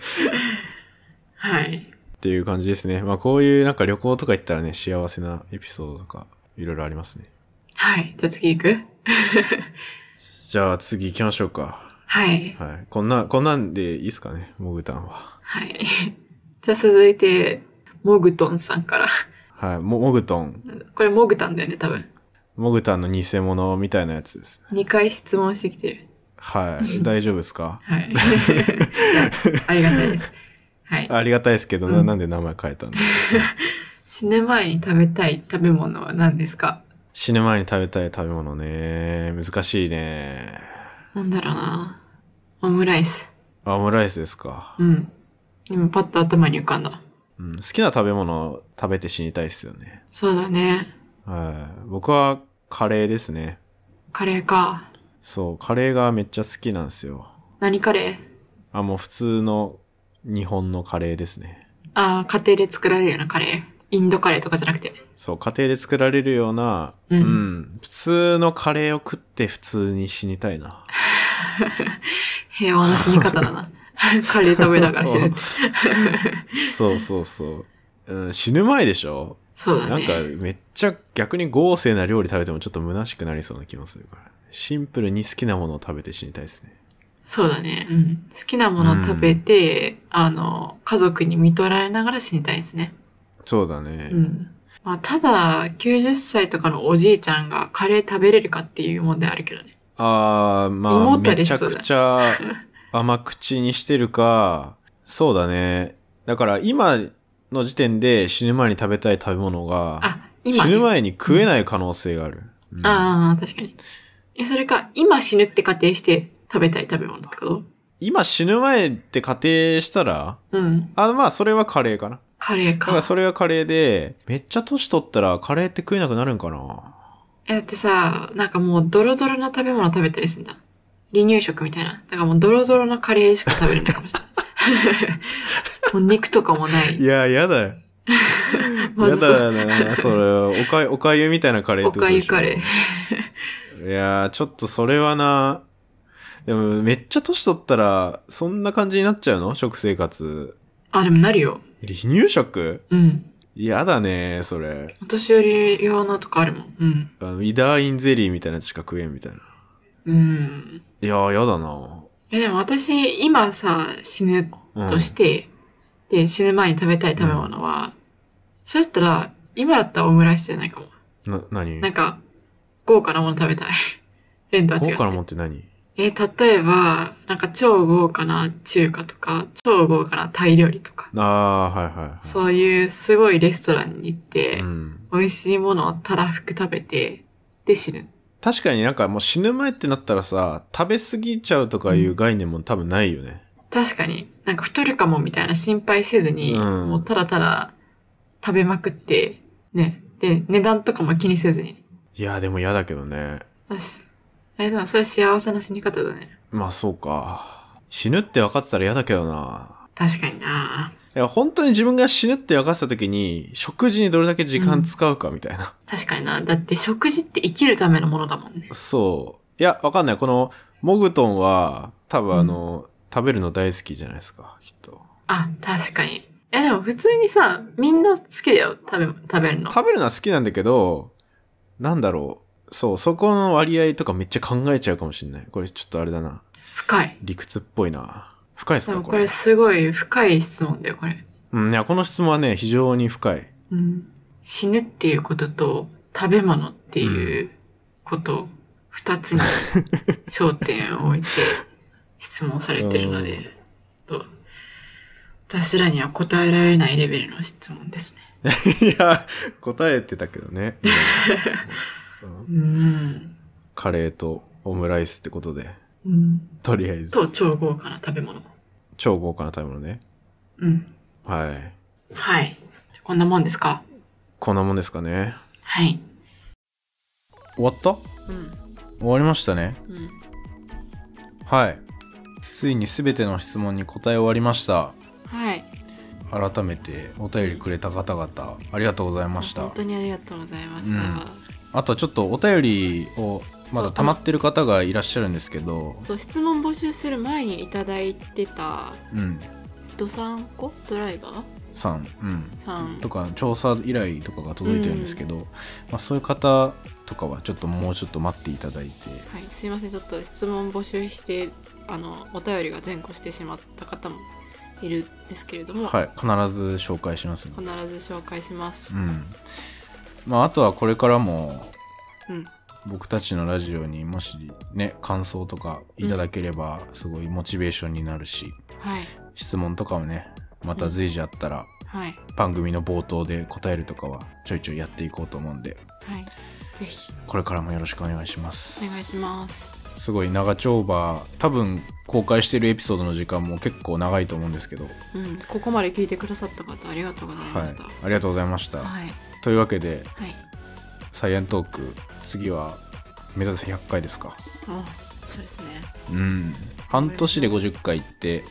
[SPEAKER 3] はい。
[SPEAKER 1] っていう感じですね。まあこういうなんか旅行とか行ったらね、幸せなエピソードとかいろいろありますね。
[SPEAKER 3] はい。じゃあ次行く
[SPEAKER 1] じゃあ次行きましょうか。
[SPEAKER 3] はい。
[SPEAKER 1] はい。こんな、こんなんでいいですかね、モグタンは。
[SPEAKER 3] はい。じゃあ続いて、モグトンさんから。
[SPEAKER 1] はい。モモグトン。
[SPEAKER 3] これモグタンだよね、多分。
[SPEAKER 1] モグタンの偽物みたいなやつですね。
[SPEAKER 3] 2回質問してきてる。
[SPEAKER 1] はい。大丈夫ですか
[SPEAKER 3] はい。いや ありがたいです。はい。
[SPEAKER 1] ありがたいですけど、な
[SPEAKER 3] うん
[SPEAKER 1] なんで名前変えたんだ
[SPEAKER 3] 死ぬ前に食べたい食べ物は何ですか
[SPEAKER 1] 死ぬ前に食べたい食べ物ね。難しいね。
[SPEAKER 3] なんだろうなオムライス。
[SPEAKER 1] あオムライスですか。
[SPEAKER 3] うん。今パッと頭に浮かんだ。
[SPEAKER 1] うん。好きな食べ物を食べて死にたいですよね。
[SPEAKER 3] そうだね。
[SPEAKER 1] はい。僕はカレーですね。
[SPEAKER 3] カレーか。
[SPEAKER 1] そう、カレーがめっちゃ好きなんですよ。
[SPEAKER 3] 何カレー
[SPEAKER 1] あ、もう普通の日本のカレーですね。
[SPEAKER 3] ああ、家庭で作られるようなカレー。インドカレーとかじゃなくて。
[SPEAKER 1] そう、家庭で作られるような、
[SPEAKER 3] うん
[SPEAKER 1] 普通のカレーを食って普通に死にたいな。
[SPEAKER 3] 平和な死に方だな。 カレー食べながら 死ぬって。
[SPEAKER 1] そうそうそう。うん、死ぬ前でしょ
[SPEAKER 3] そうだ
[SPEAKER 1] なん
[SPEAKER 3] ね。
[SPEAKER 1] かめっちゃ逆に豪勢な料理食べてもちょっと虚しくなりそうな気もするから。シンプルに好きなものを食べて死にたいですね。
[SPEAKER 3] そうだね。うん。好きなものを食べて、あの、家族に見とられながら死にたいですね。
[SPEAKER 1] そうだね。
[SPEAKER 3] うん。まあ、ただ、90歳とかのおじいちゃんがカレー食べれるかっていう問題あるけどね。
[SPEAKER 1] あー、ま
[SPEAKER 3] 胃
[SPEAKER 1] あ、
[SPEAKER 3] もた
[SPEAKER 1] め
[SPEAKER 3] れ
[SPEAKER 1] ち
[SPEAKER 3] し
[SPEAKER 1] ゃ
[SPEAKER 3] そうだ
[SPEAKER 1] くちゃ甘口にしてるか、そうだね。だから今の時点で死ぬ前に食べたい食べ物が、
[SPEAKER 3] あ、今、
[SPEAKER 1] 死
[SPEAKER 3] ね。
[SPEAKER 1] ぬ前に食えない可能性がある。うん
[SPEAKER 3] ああ、確かに。え、それか、今死ぬって仮定して食べたい食べ物ってこと
[SPEAKER 1] 今死ぬ前って仮定したら、
[SPEAKER 3] うん。
[SPEAKER 1] あ、まあそれはカレーかな。
[SPEAKER 3] カレ
[SPEAKER 1] だ
[SPEAKER 3] ー
[SPEAKER 1] から
[SPEAKER 3] か。
[SPEAKER 1] それはカレーで、めっちゃ年取ったらカレーって食えなくなるんかな。
[SPEAKER 3] え、だってさ、なんかもうドロドロな食べ物食べたりするんだ。離乳食みたいな。だからもうドロドロなカレーしか食べれないかもしれない。 もう肉とかもない
[SPEAKER 1] い。や、やだよ。
[SPEAKER 3] ま
[SPEAKER 1] や
[SPEAKER 3] ずそう。
[SPEAKER 1] だな、それ。おかゆ、おかゆみたいなカレーってことでしょ
[SPEAKER 3] おかゆカレ
[SPEAKER 1] ー。いやー、ちょっとそれはな、でもめっちゃ年取ったら、そんな感じになっちゃうの食生活。
[SPEAKER 3] あ、でもなるよ。
[SPEAKER 1] 離乳食
[SPEAKER 3] うん。
[SPEAKER 1] やだね、それ。
[SPEAKER 3] お年寄り用のとかあるもん。うん。
[SPEAKER 1] あのイダーインゼリーみたいなやつしか食えんみたいな。
[SPEAKER 3] うん。
[SPEAKER 1] いやー、やだな。
[SPEAKER 3] え、でも私、今さ、死ぬ
[SPEAKER 1] うん
[SPEAKER 3] として、で、死ぬ前に食べたい食べ物は、そうやったら、今だったらオムライスじゃないかも。
[SPEAKER 1] な、何
[SPEAKER 3] なんか、豪華なもの食べたい。レンとは違
[SPEAKER 1] 豪
[SPEAKER 3] う
[SPEAKER 1] 華なもんって何
[SPEAKER 3] え、例えば、なんか超豪華な中華とか、超豪華なタイ料理とか、
[SPEAKER 1] あー、はいはい、はい。
[SPEAKER 3] そういうすごいレストランに行って、
[SPEAKER 1] うん。
[SPEAKER 3] 美味しいものをたらふく食べて、で死ぬ。
[SPEAKER 1] 確かになんかもう死ぬ前ってなったらさ、食べ過ぎちゃうとかいう概念も多分ないよね。
[SPEAKER 3] 確かに、なんか太るかもみたいな心配せずに、
[SPEAKER 1] うん
[SPEAKER 3] もうただただ食べまくって、ね。で、値段とかも気にせずに。
[SPEAKER 1] いやー、でも嫌だけどね。
[SPEAKER 3] よし。え、でもそれ幸せな死に方だね。
[SPEAKER 1] まあそうか。死ぬって分かってたら嫌だけどな。
[SPEAKER 3] 確かにない
[SPEAKER 1] や、本当に自分が死ぬって分かってた時に、食事にどれだけ時間使うかみたいな。
[SPEAKER 3] 確かになだって食事って生きるためのものだもんね。
[SPEAKER 1] そう。いや、分かんない。この、モグトンは、多分あの、食べるの大好きじゃないですか、きっと。
[SPEAKER 3] あ、確かに。いやでも普通にさ、みんな好きだよ、食べ、食べるの。
[SPEAKER 1] 食べるのは好きなんだけど、なんだろう。そう、そこの割合とかめっちゃ考えちゃうかもしんない。これちょっとあれだな。
[SPEAKER 3] 深い。
[SPEAKER 1] 理屈っぽいな。深いです
[SPEAKER 3] で
[SPEAKER 1] か、
[SPEAKER 3] も
[SPEAKER 1] こ
[SPEAKER 3] こ
[SPEAKER 1] れ
[SPEAKER 3] れ。すごい深い質問だよ、これ。
[SPEAKER 1] うん、いや、この質問はね、非常に深い。
[SPEAKER 3] うん、死ぬっていうことと食べ物っていうこと、二つに焦点を置いて質問されてるの
[SPEAKER 1] う
[SPEAKER 3] で、ちょっと私らには答えられないレベルの質問ですね。
[SPEAKER 1] いや、答えてたけどね。
[SPEAKER 3] うん。
[SPEAKER 1] カレーとオムライスってことで、
[SPEAKER 3] うん、
[SPEAKER 1] とりあえず。
[SPEAKER 3] と、超豪華な食べ物。
[SPEAKER 1] 超豪華な食べ物ね。
[SPEAKER 2] うん。
[SPEAKER 1] はい。
[SPEAKER 2] はい。じゃあこんなもんですか
[SPEAKER 1] こんなもんですかね。
[SPEAKER 2] はい。
[SPEAKER 1] 終わった
[SPEAKER 3] うん。
[SPEAKER 1] 終わりましたね。
[SPEAKER 3] うん。
[SPEAKER 1] はい。ついに全ての質問に答え終わりました。
[SPEAKER 3] はい。
[SPEAKER 1] 改めてお便りくれた方々、ありがとうございました
[SPEAKER 3] 本。当にありがとうございました。
[SPEAKER 1] あとちょっとお便りをま
[SPEAKER 3] そ
[SPEAKER 1] だ
[SPEAKER 3] う
[SPEAKER 1] 溜まってる方がいらっしゃるんですけど、
[SPEAKER 3] そう、質問募集する前にいただいてた、
[SPEAKER 1] うん、
[SPEAKER 3] ドサンコドライバー
[SPEAKER 1] さん、うん、
[SPEAKER 3] さん
[SPEAKER 1] とか調査依頼とかが届いてるんですけど、まあ、そういう方とかはちょっともうちょっと待っていただいて、
[SPEAKER 3] はい、すいませんちょっと質問募集してあのお便りが前後してしまった方もいるんですけれども、
[SPEAKER 1] はい、必ず紹介しますの
[SPEAKER 3] 必
[SPEAKER 1] で、
[SPEAKER 3] ず紹介します
[SPEAKER 1] う、んまあ、あとはこれからも
[SPEAKER 3] うん
[SPEAKER 1] 僕たちのラジオにもしね感想とかいただければすごいモチベーションになるし、
[SPEAKER 3] はい
[SPEAKER 1] 質問とかもねまた随時あったら
[SPEAKER 3] はい
[SPEAKER 1] 番組の冒頭で答えるとかはちょいちょいやっていこうと思うんで
[SPEAKER 3] はいぜひ
[SPEAKER 1] これからもよろしくお願いしま
[SPEAKER 3] お願い
[SPEAKER 1] す
[SPEAKER 3] します
[SPEAKER 1] すごい長丁場多分公開してるエピソードの時間も結構長いと思うんですけど、
[SPEAKER 3] うんここまで聞いてくださった方ありがとうござい
[SPEAKER 1] は
[SPEAKER 3] ま
[SPEAKER 1] い
[SPEAKER 3] した、
[SPEAKER 1] ありがとうございました、
[SPEAKER 3] はい
[SPEAKER 1] というわけで
[SPEAKER 3] はい
[SPEAKER 1] 「サイエントーク」次は目指せ100回ですか
[SPEAKER 3] あそうですね
[SPEAKER 1] うん半年で50回って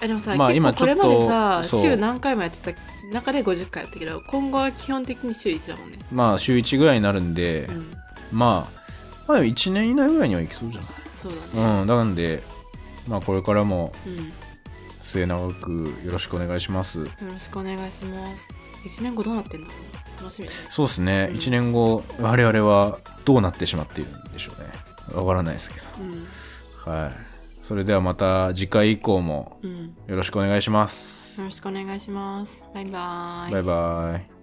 [SPEAKER 3] えでもさ、
[SPEAKER 1] まあ
[SPEAKER 3] 結
[SPEAKER 1] 今
[SPEAKER 3] 構
[SPEAKER 1] ち
[SPEAKER 3] こ
[SPEAKER 1] ょっ
[SPEAKER 3] れ
[SPEAKER 1] と
[SPEAKER 3] までさ
[SPEAKER 1] そう
[SPEAKER 3] 週何回もやってた中で50回やったけど今後は基本的に週1だもんね
[SPEAKER 1] まあ週1ぐらいになるんで、
[SPEAKER 3] うん
[SPEAKER 1] まあまあ1年以内ぐらいにはいきそうじゃ
[SPEAKER 3] そうだね
[SPEAKER 1] ないうんなんでまあこれからも
[SPEAKER 3] うん
[SPEAKER 1] 末永くよろしくお願いします
[SPEAKER 3] よろしくお願いします。1年後どうなってんだろうな楽しみだね。
[SPEAKER 1] そうですね、
[SPEAKER 3] うん
[SPEAKER 1] 1年後我々はどうなってしまっているんでしょうねわからないですけど
[SPEAKER 3] うん。
[SPEAKER 1] はいそれではまた次回以降も
[SPEAKER 3] うん。
[SPEAKER 1] よろしくお願いします、
[SPEAKER 3] よろしくお願いします。バイバーイ。
[SPEAKER 1] バイバイ